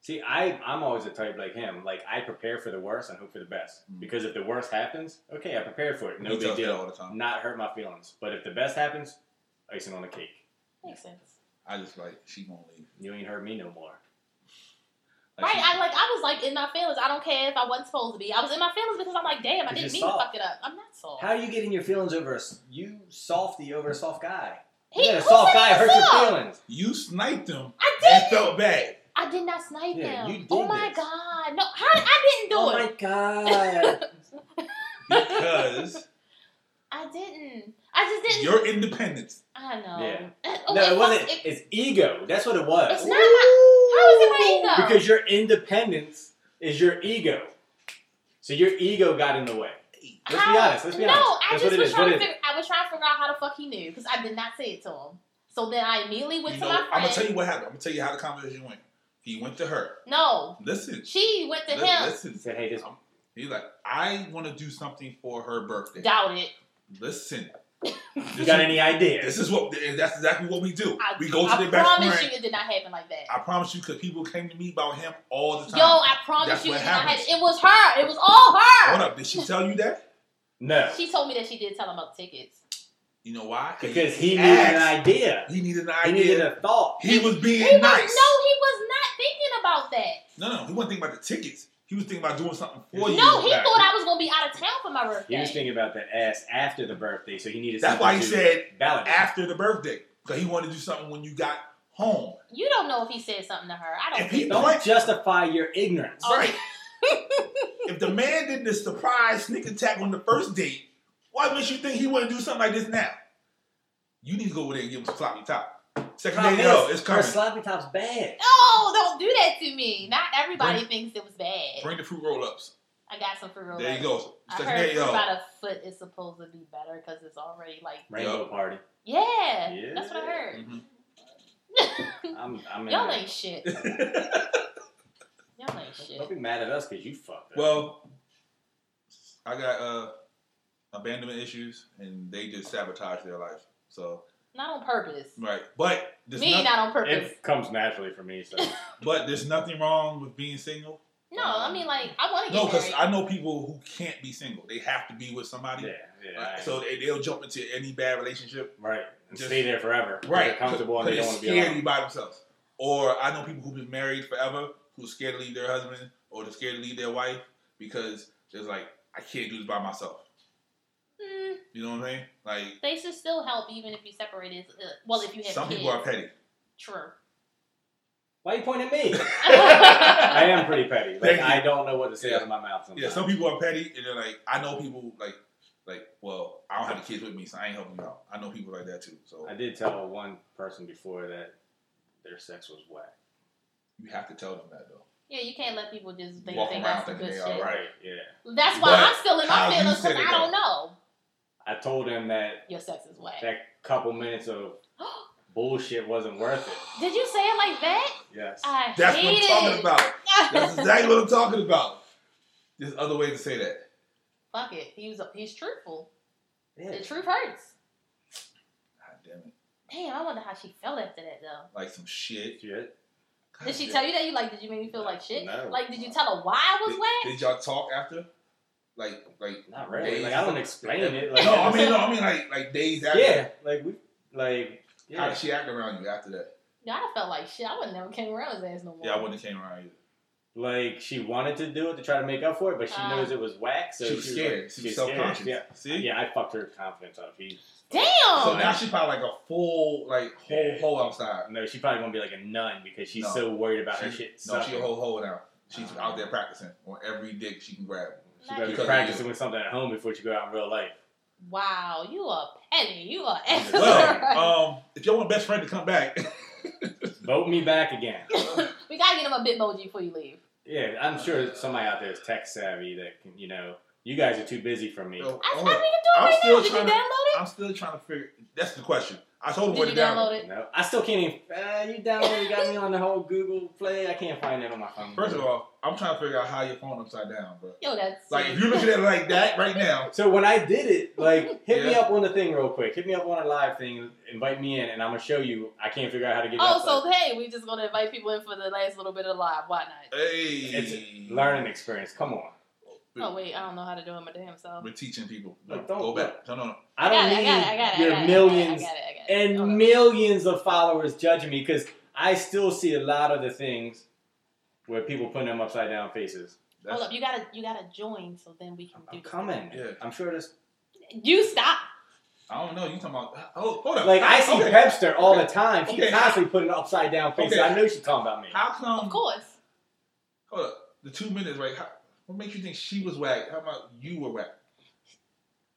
Speaker 3: See, I I'm always a type like him. Like I prepare for the worst and hope for the best.
Speaker 1: Mm.
Speaker 3: Because if the worst happens, okay, I prepared for it. No
Speaker 1: he
Speaker 3: big
Speaker 1: tells me that
Speaker 3: deal.
Speaker 1: all the time.
Speaker 3: Not hurt my feelings. But if the best happens, icing on the cake.
Speaker 2: Makes sense.
Speaker 1: I just like she gonna leave.
Speaker 3: You ain't hurt me no more.
Speaker 1: Like,
Speaker 2: right,
Speaker 1: she-
Speaker 2: I like I was like in my feelings. I don't care if I wasn't supposed to be. I was in my feelings because I'm like, damn, I didn't
Speaker 3: Because
Speaker 2: mean
Speaker 3: you're
Speaker 2: to
Speaker 3: soft.
Speaker 2: fuck it up. I'm not soft.
Speaker 3: How are you getting your feelings over a s- you softy over a soft guy?
Speaker 2: He-
Speaker 3: you let a
Speaker 2: who
Speaker 3: soft
Speaker 2: said
Speaker 3: guy
Speaker 2: he was
Speaker 3: hurt your
Speaker 2: soft?
Speaker 3: feelings.
Speaker 1: you sniped him
Speaker 2: I
Speaker 1: and
Speaker 2: did.
Speaker 1: felt bad.
Speaker 2: I did not snipe
Speaker 3: Yeah,
Speaker 2: him.
Speaker 3: you did
Speaker 2: oh my
Speaker 3: this.
Speaker 2: god, no, how I didn't do
Speaker 3: oh
Speaker 2: it.
Speaker 3: my god!
Speaker 1: Because
Speaker 2: I didn't. I just didn't.
Speaker 1: your independence.
Speaker 2: I know.
Speaker 3: Yeah.
Speaker 2: Oh,
Speaker 3: no, it
Speaker 2: fuck,
Speaker 3: wasn't.
Speaker 2: it-
Speaker 3: it's ego. That's what it was.
Speaker 2: it's not my. How is it my ego?
Speaker 3: Because your independence is your ego. So your ego got in the way. Let's
Speaker 2: How-
Speaker 3: be honest. Let's be
Speaker 2: no,
Speaker 3: honest.
Speaker 2: I
Speaker 3: That's
Speaker 2: just
Speaker 3: what it
Speaker 2: was
Speaker 3: is.
Speaker 2: trying
Speaker 3: What
Speaker 2: to
Speaker 3: is it?
Speaker 2: figure. I was trying to figure out how the fuck he knew because I did not say it to him. So then I immediately went
Speaker 1: You
Speaker 2: to
Speaker 1: know,
Speaker 2: my
Speaker 1: I'm
Speaker 2: friend.
Speaker 1: gonna tell you what happened. I'm gonna tell you how the conversation went. He went to her.
Speaker 2: no,
Speaker 1: Listen,
Speaker 2: she went to
Speaker 1: li-
Speaker 2: him.
Speaker 3: He
Speaker 1: listen.
Speaker 3: said, "Hey, this."
Speaker 1: He's like, I want to do something for her birthday.
Speaker 2: Doubt it.
Speaker 1: Listen,
Speaker 3: You
Speaker 1: This
Speaker 3: got
Speaker 1: is-
Speaker 3: any ideas?
Speaker 1: This is what. and That's exactly what we do.
Speaker 2: I,
Speaker 1: we go to
Speaker 2: I
Speaker 1: their best
Speaker 2: promise
Speaker 1: friend.
Speaker 2: you, it did not happen like that.
Speaker 1: I promise you, because people came to me about him all the time.
Speaker 2: Yo, I promise
Speaker 1: That's
Speaker 2: you, it
Speaker 1: what
Speaker 2: did not happen.
Speaker 1: happens.
Speaker 2: It was her. It was all her.
Speaker 1: Hold up, did she tell you that?
Speaker 3: No,
Speaker 2: She told me that she did tell him about tickets.
Speaker 1: You know why?
Speaker 3: because he needed an
Speaker 1: asked.
Speaker 3: idea.
Speaker 1: He needed an
Speaker 3: He
Speaker 1: idea.
Speaker 3: needed a thought.
Speaker 1: he was being
Speaker 2: He was, no, he
Speaker 1: nice.
Speaker 2: was not thinking about that.
Speaker 1: no, no, he wasn't thinking about the tickets. He was thinking about doing something
Speaker 3: No,
Speaker 1: for you.
Speaker 2: no, he
Speaker 3: back.
Speaker 2: thought I was gonna be out of town for my birthday.
Speaker 3: He was thinking about that ass after the birthday, so he needed.
Speaker 1: That's
Speaker 3: something
Speaker 1: why he
Speaker 3: to
Speaker 1: said
Speaker 3: validate.
Speaker 1: after the birthday, because he wanted to do something when you got home.
Speaker 2: you don't know if he said something to her. I don't.
Speaker 1: If he
Speaker 2: think
Speaker 3: Don't
Speaker 1: Right.
Speaker 3: justify your ignorance.
Speaker 2: Oh.
Speaker 1: Right. if the man did the surprise sneak attack on the first date, why makes you think he wouldn't do something like this now? You need to go over there and give him some sloppy top. Second
Speaker 3: Problem
Speaker 1: day, yo,
Speaker 3: is,
Speaker 1: it's
Speaker 3: Her
Speaker 1: coming.
Speaker 3: sloppy top's bad.
Speaker 2: No, Oh, don't do that to me. Not everybody thinks it was bad.
Speaker 1: Bring the fruit roll ups.
Speaker 2: I got some for real.
Speaker 1: There you go.
Speaker 2: I
Speaker 1: Second
Speaker 2: heard
Speaker 1: day, yo.
Speaker 2: about a foot is supposed to be better because it's already like,
Speaker 3: Rainbow
Speaker 1: Yup.
Speaker 3: party.
Speaker 2: yeah,
Speaker 3: Yeah. Mm-hmm.
Speaker 2: that's what I heard.
Speaker 1: Mhm.
Speaker 3: I'm. I'm in
Speaker 2: Y'all
Speaker 3: there.
Speaker 2: ain't shit. Y'all ain't shit.
Speaker 3: Don't be mad at us because you fucked up.
Speaker 1: well, I got uh, abandonment issues, and they just sabotage their life. So
Speaker 2: Not on purpose.
Speaker 1: right, but there's
Speaker 2: Me,
Speaker 1: nothing,
Speaker 2: not on purpose.
Speaker 3: it comes naturally for me. So
Speaker 1: but there's nothing wrong with being single.
Speaker 2: no, I mean like I want to get
Speaker 1: Um, No, because
Speaker 2: married.
Speaker 1: I know people who can't be single. They have to be with somebody.
Speaker 3: yeah, yeah.
Speaker 1: Right. So they, they'll jump into any bad relationship.
Speaker 3: Right. And
Speaker 1: Just-
Speaker 3: stay there forever.
Speaker 1: Right.
Speaker 3: They're comfortable and they don't
Speaker 1: Because
Speaker 3: want to
Speaker 1: they're
Speaker 3: be alone.
Speaker 1: scared by themselves. Or I know people who've been married forever who are scared to leave their husband or they're scared to leave their wife because it's like, I can't do this by myself.
Speaker 2: Mm,
Speaker 1: You know what I mean? Like,
Speaker 2: they should still help even if you separated. Uh, well, if you have
Speaker 1: some
Speaker 2: kids.
Speaker 1: people are petty.
Speaker 2: True.
Speaker 3: Why you pointing at me?
Speaker 2: I
Speaker 3: I am pretty petty. Like
Speaker 1: Thank you.
Speaker 3: I don't know what to say
Speaker 1: Yeah.
Speaker 3: out of my mouth sometimes.
Speaker 1: Yeah, some people are petty and they're like, I know people like, like, well, I don't have the kids with me, so I ain't helping you out. I know people like that too. So
Speaker 3: I did tell one person before that their sex was whack.
Speaker 1: you have to tell them that though.
Speaker 2: Yeah, you can't let people just think
Speaker 1: Walk
Speaker 2: they
Speaker 1: around
Speaker 2: got some
Speaker 1: thinking
Speaker 2: good
Speaker 1: they
Speaker 2: shit.
Speaker 1: all right.
Speaker 3: Yeah.
Speaker 2: That's why
Speaker 1: But
Speaker 2: I'm still in
Speaker 1: how
Speaker 2: my
Speaker 1: you
Speaker 2: feelings
Speaker 1: said
Speaker 2: because
Speaker 1: it
Speaker 2: I don't know.
Speaker 3: I told him that
Speaker 2: Your sex is whack.
Speaker 3: that couple minutes of bullshit wasn't worth it.
Speaker 2: Did you say it like that?
Speaker 3: Yes.
Speaker 2: I
Speaker 1: That's
Speaker 2: hate
Speaker 1: what I'm
Speaker 2: it.
Speaker 1: talking about. That's exactly what I'm talking about. There's other ways to say that.
Speaker 2: Fuck it. He was, he's truthful.
Speaker 3: Yeah.
Speaker 2: The truth hurts.
Speaker 1: God damn it.
Speaker 2: Damn, I wonder how she felt after that though.
Speaker 1: Like some shit.
Speaker 3: Shit.
Speaker 1: God
Speaker 2: Did she
Speaker 1: damn.
Speaker 2: tell you that? You like? Did you make me feel like shit?
Speaker 3: No.
Speaker 2: Like, did you tell her why I was
Speaker 1: Did-
Speaker 2: wet?
Speaker 1: Did, y'all talk after? Like, like.
Speaker 3: Not really. Like I don't explain it. Like
Speaker 1: no, I mean, no, I mean, like, like days after.
Speaker 3: Yeah. Like we like
Speaker 1: How
Speaker 3: yeah.
Speaker 1: did she act around you after that?
Speaker 2: No, I felt like shit. I would never came around his ass no more.
Speaker 1: Yeah, I wouldn't have came around either.
Speaker 3: Like she wanted to do it to try to make up for it, but she
Speaker 2: Ah.
Speaker 3: knows it was whack, so
Speaker 1: she was
Speaker 3: like,
Speaker 1: scared. she was
Speaker 3: scared.
Speaker 1: self-conscious.
Speaker 3: Yeah,
Speaker 1: See?
Speaker 3: yeah, I fucked her confidence up. She,
Speaker 2: Damn.
Speaker 1: So now she probably like a full, like whole
Speaker 3: Yeah.
Speaker 1: hoe outside.
Speaker 3: no, she probably gonna be like a nun because she's
Speaker 1: No.
Speaker 3: so worried about her
Speaker 1: She-
Speaker 3: shit.
Speaker 1: No, she
Speaker 3: sucking.
Speaker 1: a whole hoe now. She's
Speaker 3: Ah.
Speaker 1: out there practicing on every dick she can grab.
Speaker 3: She better be
Speaker 1: Because-
Speaker 3: practicing with something at home before she go out in real life.
Speaker 2: wow, you are petty. You are
Speaker 3: Well,
Speaker 2: excellent.
Speaker 1: Well, um, if y'all want best friend to come back,
Speaker 3: Vote me back again.
Speaker 1: uh,
Speaker 2: we gotta get him a bitmoji before you leave.
Speaker 3: Yeah, I'm sure somebody out there is tech savvy that can, you know, you guys are too busy for me.
Speaker 1: so,
Speaker 2: I, I,
Speaker 1: oh,
Speaker 2: we can do it
Speaker 1: I'm
Speaker 2: right
Speaker 1: still
Speaker 2: now. Did you
Speaker 1: trying
Speaker 2: download
Speaker 1: to-
Speaker 2: it?
Speaker 1: I'm still trying to figure. That's the question. I told her where
Speaker 2: Did
Speaker 1: to
Speaker 2: you
Speaker 1: download.
Speaker 2: download it?
Speaker 3: No, I still can't even. Uh, you downloaded, you got me on the whole Google Play. I can't find it on my phone.
Speaker 1: First of all, I'm trying to figure out how your phone upside down, bro.
Speaker 2: Yo, that's
Speaker 1: Like if you're looking at it like that right now,
Speaker 3: so when I did it, like, hit me
Speaker 1: Yeah.
Speaker 3: up on the thing real quick. Hit me up on a live thing. Invite me in, and I'm gonna show you. I can't figure out how to get.
Speaker 2: Oh,
Speaker 3: that
Speaker 2: so hey, we just gonna invite people in for the last little bit of live. Why not?
Speaker 1: hey,
Speaker 3: It's learning experience. Come on.
Speaker 2: Oh wait, I don't know how to do it my damn self.
Speaker 1: We're teaching people. No,
Speaker 3: Look, don't-
Speaker 1: go back. No, no, no.
Speaker 3: I don't
Speaker 2: got it,
Speaker 3: need
Speaker 2: I got it, I got it, I got it, I
Speaker 3: your
Speaker 2: got it,
Speaker 3: millions
Speaker 2: I got it, I got it,
Speaker 3: and
Speaker 2: Hold on.
Speaker 3: millions of followers judging me because I still see a lot of the things where people putting them upside down faces.
Speaker 1: That's,
Speaker 2: Hold up, you gotta you gotta join so then we can do
Speaker 3: I'm
Speaker 2: this.
Speaker 3: coming.
Speaker 1: Yeah.
Speaker 3: I'm sure this.
Speaker 2: You stop.
Speaker 1: I don't know. You talking about? Oh, hold up.
Speaker 3: Like I see
Speaker 1: okay.
Speaker 3: Pepster all the time. She's
Speaker 1: Okay.
Speaker 3: constantly putting upside down faces.
Speaker 1: Okay.
Speaker 3: I know she's talking about me.
Speaker 1: How come?
Speaker 2: Of course.
Speaker 1: Hold up. The two minutes, right? How, what makes you think she was whack? How about you were whack?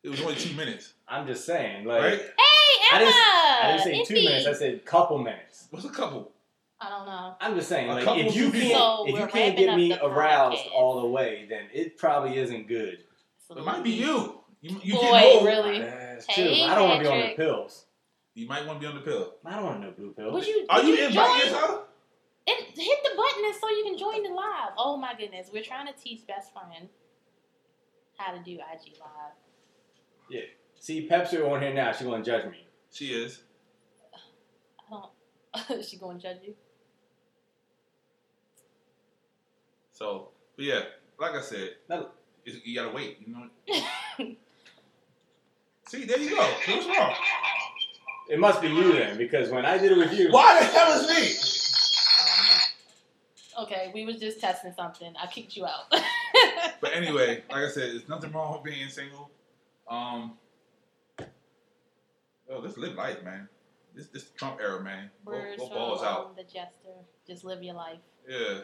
Speaker 1: It was only two minutes,
Speaker 3: I'm just saying. Like
Speaker 1: right?
Speaker 2: Hey,
Speaker 3: I
Speaker 2: Emma.
Speaker 3: didn't- I didn't say two
Speaker 2: Iffy.
Speaker 3: minutes. I said couple minutes.
Speaker 1: What's a couple?
Speaker 2: I don't know.
Speaker 3: I'm just saying.
Speaker 1: A
Speaker 3: Like
Speaker 1: couple
Speaker 3: if you
Speaker 1: people.
Speaker 3: can't
Speaker 2: So
Speaker 3: if you
Speaker 2: we're
Speaker 3: can't
Speaker 2: wrapping
Speaker 3: get
Speaker 2: up
Speaker 3: me
Speaker 2: the
Speaker 3: aroused
Speaker 2: podcast.
Speaker 3: all the way, then it probably isn't good.
Speaker 2: It's a
Speaker 1: It
Speaker 2: little
Speaker 1: might be
Speaker 2: weird.
Speaker 1: you. You you
Speaker 2: Boy,
Speaker 1: getting old.
Speaker 2: really?
Speaker 3: That's
Speaker 2: Hey,
Speaker 3: true. I don't want to be on the
Speaker 2: Patrick.
Speaker 3: pills.
Speaker 1: You might want to be on the pill.
Speaker 3: I don't want no blue pill.
Speaker 2: Would you?
Speaker 1: Are
Speaker 2: would
Speaker 1: you
Speaker 2: you
Speaker 1: in
Speaker 2: join?
Speaker 1: by yourself?
Speaker 2: And hit the button and so you can join the live. Oh my goodness, we're trying to teach best friend how to do IG live.
Speaker 3: See, Pepsi on here now. She gonna judge me.
Speaker 1: She is.
Speaker 2: I don't. she gonna judge you?
Speaker 1: So, but yeah, like I said,
Speaker 3: No.
Speaker 1: it's- you gotta wait. You know. See, there you go. What's wrong?
Speaker 3: It must be you then, because when I did it with you,
Speaker 1: Why the hell is
Speaker 2: Okay, we was just testing something. I kicked you out.
Speaker 1: me? But anyway, like I said, there's nothing wrong with being single. Um, oh, just live life, man. This this Trump era, man. Go,
Speaker 2: Words
Speaker 1: go
Speaker 2: from
Speaker 1: balls out.
Speaker 2: um, the jester. Just live your life.
Speaker 1: Yeah.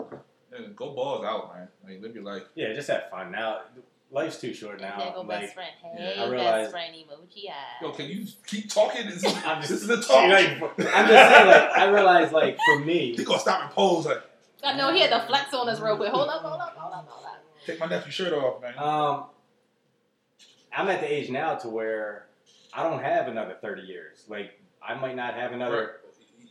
Speaker 1: Yeah, go balls out, man. Like live your life.
Speaker 3: yeah, just have fun. Now, life's too short
Speaker 2: And there
Speaker 3: now.
Speaker 2: go best
Speaker 3: Like,
Speaker 2: friend.
Speaker 1: yeah, I
Speaker 2: Hey,
Speaker 3: realize-
Speaker 2: best friend emoji.
Speaker 1: Yo,
Speaker 2: eyes.
Speaker 1: can you keep talking? This is,
Speaker 3: I'm
Speaker 1: this
Speaker 3: just,
Speaker 1: is a
Speaker 3: See,
Speaker 1: talk.
Speaker 3: like, I'm just saying, like, I realize, like, for me,
Speaker 1: He gonna stop and pose like,
Speaker 2: I know he had to flex on us real quick. Hold up, hold up, hold up, hold up.
Speaker 1: take my nephew's shirt off, man.
Speaker 3: um, I'm at the age now to where I don't have another 30 years. Like, I might not have another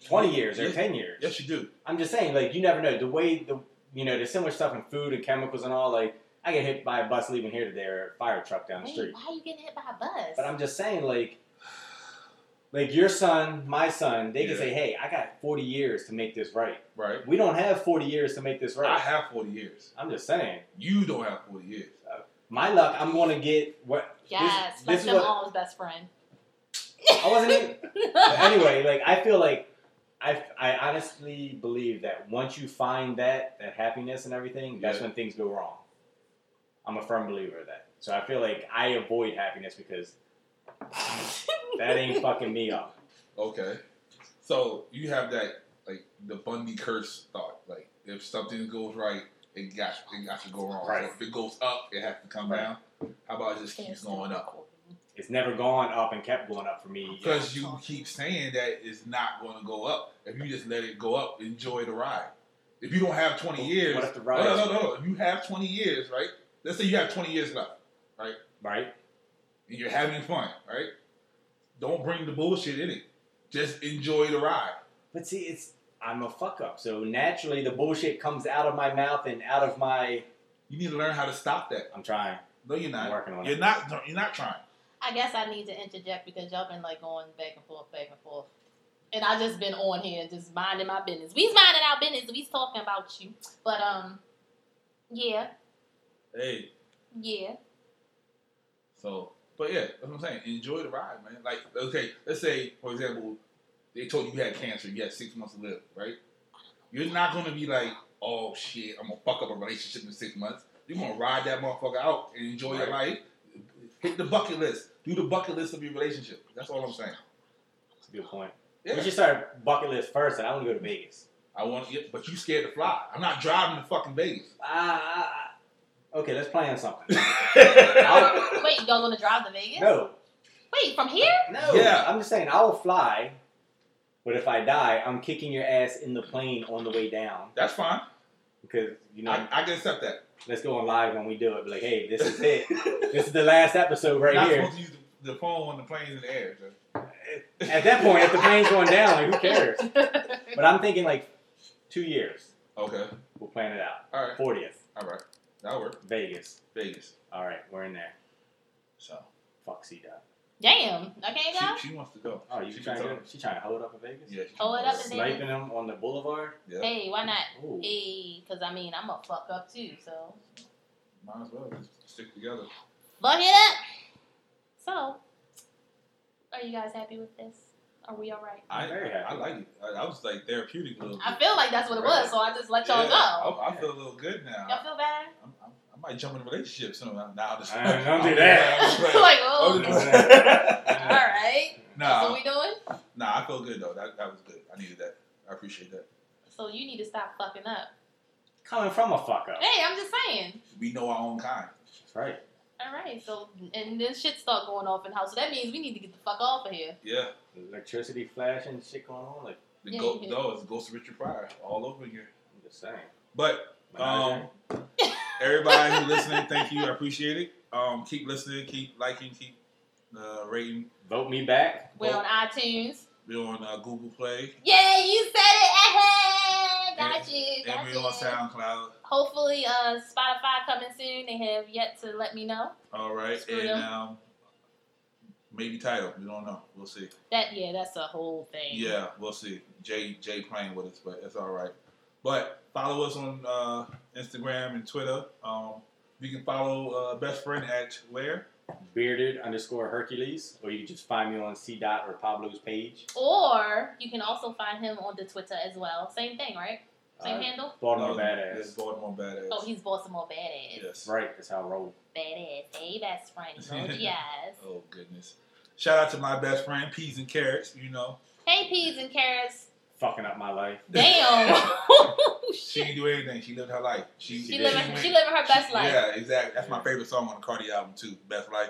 Speaker 3: 20 years or
Speaker 1: Yes,
Speaker 3: 10 years.
Speaker 1: yes, you do.
Speaker 3: I'm just saying, like, you never know. The way the you know, there's so much stuff in food and chemicals and all. Like, I get hit by a bus leaving here to there, fire truck down the
Speaker 2: Wait,
Speaker 3: street.
Speaker 2: why are you getting hit by a bus?
Speaker 3: But I'm just saying, like, like your son, my son, they can
Speaker 1: Yeah.
Speaker 3: say, "Hey, I got 40 years to make this right."
Speaker 1: Right.
Speaker 3: We don't have 40 years to make this
Speaker 1: I
Speaker 3: right.
Speaker 1: have 40 years.
Speaker 3: I'm just saying,
Speaker 1: You don't have 40 years.
Speaker 3: my luck, I'm going to get what.
Speaker 2: yes,
Speaker 3: this,
Speaker 2: flex
Speaker 3: this is
Speaker 2: them
Speaker 3: what
Speaker 2: all as best friend.
Speaker 3: I wasn't. Even, but anyway, like I feel like I I honestly believe that once you find that that happiness and everything, that's
Speaker 1: Yeah.
Speaker 3: when things go wrong. I'm a firm believer of that. So I feel like I avoid happiness because that ain't fucking me up.
Speaker 1: Okay. So you have that, like, the Bundy curse thought. Like, if something goes right, it got, it got to go wrong.
Speaker 3: Right.
Speaker 1: So if it goes up, it has to come
Speaker 3: Right.
Speaker 1: down. How about it just keeps going up?
Speaker 3: It's never gone up and kept going up for me.
Speaker 1: Because you keep saying that it's not going to go up. If you just let it go up, enjoy the ride. If you don't have 20 years,
Speaker 3: What if the
Speaker 1: no,
Speaker 3: ride?
Speaker 1: no, no, no. If you have 20 years, right? Let's say you have 20 years left.
Speaker 3: Right?
Speaker 1: and you're having fun, right? Don't bring the bullshit in it. Just enjoy the ride.
Speaker 3: But see, it's I'm a fuck up. So naturally, the bullshit comes out of my mouth and out of my.
Speaker 1: You need to learn how to stop that.
Speaker 3: I'm trying.
Speaker 1: No, you're not.
Speaker 3: I'm working on
Speaker 1: You're
Speaker 3: it.
Speaker 1: not. You're not trying.
Speaker 2: I guess I need to interject because y'all been like going back and forth, back and forth. And I just been on here just minding my business. We's minding our business. We's talking about you. But um yeah,
Speaker 1: Hey,
Speaker 2: yeah.
Speaker 1: so but yeah, that's what I'm saying. Enjoy the ride, man. Like, okay, let's say for example, they told you you had cancer. You had six months to live, right? You're not gonna be like, oh shit, I'm gonna fuck up a relationship in six months. You're gonna ride that motherfucker out and enjoy your life. Hit the bucket list. Do the bucket list of your relationship. That's all I'm saying.
Speaker 3: That's a good point.
Speaker 1: Yeah.
Speaker 3: We should start bucket list first, and I want to go to Vegas.
Speaker 1: I want you, but you scared to fly. I'm not driving to fucking Vegas.
Speaker 3: Ah, ah, ah. okay, let's plan something.
Speaker 1: I
Speaker 2: Wait, y'all gonna drive to Vegas?
Speaker 3: No,
Speaker 2: Wait, from here?
Speaker 3: no.
Speaker 1: Yeah.
Speaker 3: I'm just saying I will fly, but if I die, I'm kicking your ass in the plane on the way down
Speaker 1: That's fine.
Speaker 3: because you know.
Speaker 1: I, I can accept that.
Speaker 3: let's go on live when we do it. Be like, hey, this is it. this is the last episode right
Speaker 1: not
Speaker 3: here.
Speaker 1: supposed to use the, the phone when the plane's in the air. so.
Speaker 3: At that point, if the plane's going down, like, who cares? But I'm thinking like two years.
Speaker 1: Okay.
Speaker 3: We'll plan it out.
Speaker 1: All right.
Speaker 3: Fortieth,
Speaker 1: All right. That'll work.
Speaker 3: Vegas.
Speaker 1: Vegas.
Speaker 3: All right, we're in there.
Speaker 1: So
Speaker 3: Fuck C dub.
Speaker 2: Damn, I can't go.
Speaker 1: she, she wants to go.
Speaker 3: Oh, you
Speaker 1: She
Speaker 3: trying to?
Speaker 1: been
Speaker 3: get- She trying to hold up in Vegas?
Speaker 1: Yeah. she-
Speaker 2: Hold it up and then-
Speaker 3: Sniping them on the boulevard.
Speaker 1: Yeah.
Speaker 2: Hey, why not?
Speaker 3: Ooh.
Speaker 2: Hey, because I mean, I'm gonna fuck up too, so
Speaker 1: Might as well just stick together.
Speaker 2: fuck it up. So, are you guys happy with this? Are we all right?
Speaker 1: I
Speaker 3: I'm very happy.
Speaker 1: I like it. I, I was like therapeutic a little bit.
Speaker 2: I feel like that's what it was, so I just let y'all
Speaker 1: Yeah,
Speaker 2: know.
Speaker 1: I, I feel a little good now.
Speaker 2: Y'all feel better?
Speaker 1: I'm, I'm, I might jump in a relationship soon. Now nah, just
Speaker 3: Uh, don't do that.
Speaker 2: like,
Speaker 1: I'm
Speaker 2: oh,
Speaker 1: just
Speaker 3: oh.
Speaker 1: playing.
Speaker 2: all right. That's what
Speaker 1: nah,
Speaker 2: we doing?
Speaker 1: nah, I feel good though. That that was good. I needed that. I appreciate that.
Speaker 2: So you need to stop fucking up.
Speaker 3: Coming from a fuck up.
Speaker 2: Hey, I'm just saying.
Speaker 1: We know our own kind.
Speaker 3: That's right.
Speaker 2: All right, so and then shit start going off in the house, so that means we need to get the fuck off of here.
Speaker 1: Yeah.
Speaker 3: Electricity flashing, shit going on. Like
Speaker 1: The
Speaker 2: Yeah,
Speaker 1: go-
Speaker 2: yeah.
Speaker 1: no, it's Ghost of Richard Pryor all over here.
Speaker 3: I'm just saying.
Speaker 1: But Um, everybody who listening, thank you. I appreciate it. Um, keep listening, keep liking, keep uh, rating.
Speaker 3: vote me back.
Speaker 2: We're
Speaker 1: Well-
Speaker 2: on iTunes.
Speaker 1: We're on uh, Google Play
Speaker 2: Yeah, you said it. Hey, got you. Got
Speaker 1: and we're
Speaker 2: you.
Speaker 1: on SoundCloud.
Speaker 2: Hopefully, uh, Spotify coming soon. They have yet to let me know.
Speaker 1: All right,
Speaker 2: Screw
Speaker 1: and
Speaker 2: them.
Speaker 1: um, maybe title. We don't know. We'll see.
Speaker 2: That yeah, that's a whole thing.
Speaker 1: Yeah, we'll see. Jay Jay playing with us, but it's all right. But follow us on uh, Instagram and Twitter. Um, you can follow uh, best friend at where
Speaker 3: bearded underscore Hercules, or you can just find me on C dot or Pablo's page.
Speaker 2: Or you can also find him on the Twitter as well. Same thing, right? Same
Speaker 3: Uh,
Speaker 2: handle.
Speaker 1: Um,
Speaker 3: Baltimore
Speaker 1: Yes,
Speaker 3: badass.
Speaker 1: Baltimore badass.
Speaker 2: Oh, he's Baltimore badass.
Speaker 1: yes.
Speaker 3: Right, that's how I roll.
Speaker 2: Badass. Hey, best friend. Roll the eyes.
Speaker 1: Oh goodness! Shout out to my best friend Peas and Carrots. You know
Speaker 2: Hey, peas and carrots.
Speaker 3: Fucking up my life.
Speaker 2: Damn.
Speaker 1: she didn't do anything. She lived her life. She
Speaker 3: She
Speaker 2: she
Speaker 3: did.
Speaker 2: living she
Speaker 1: went-
Speaker 2: living her best
Speaker 1: she-
Speaker 2: life.
Speaker 1: Yeah, exactly. That's my favorite song on the Cardi album too. Best life.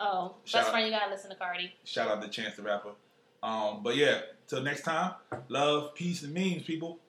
Speaker 2: Oh,
Speaker 1: Shout
Speaker 2: best
Speaker 1: out.
Speaker 2: friend, you gotta listen to Cardi.
Speaker 1: Shout out to Chance the Rapper. Um, but yeah, till next time. Love, peace, and memes, people.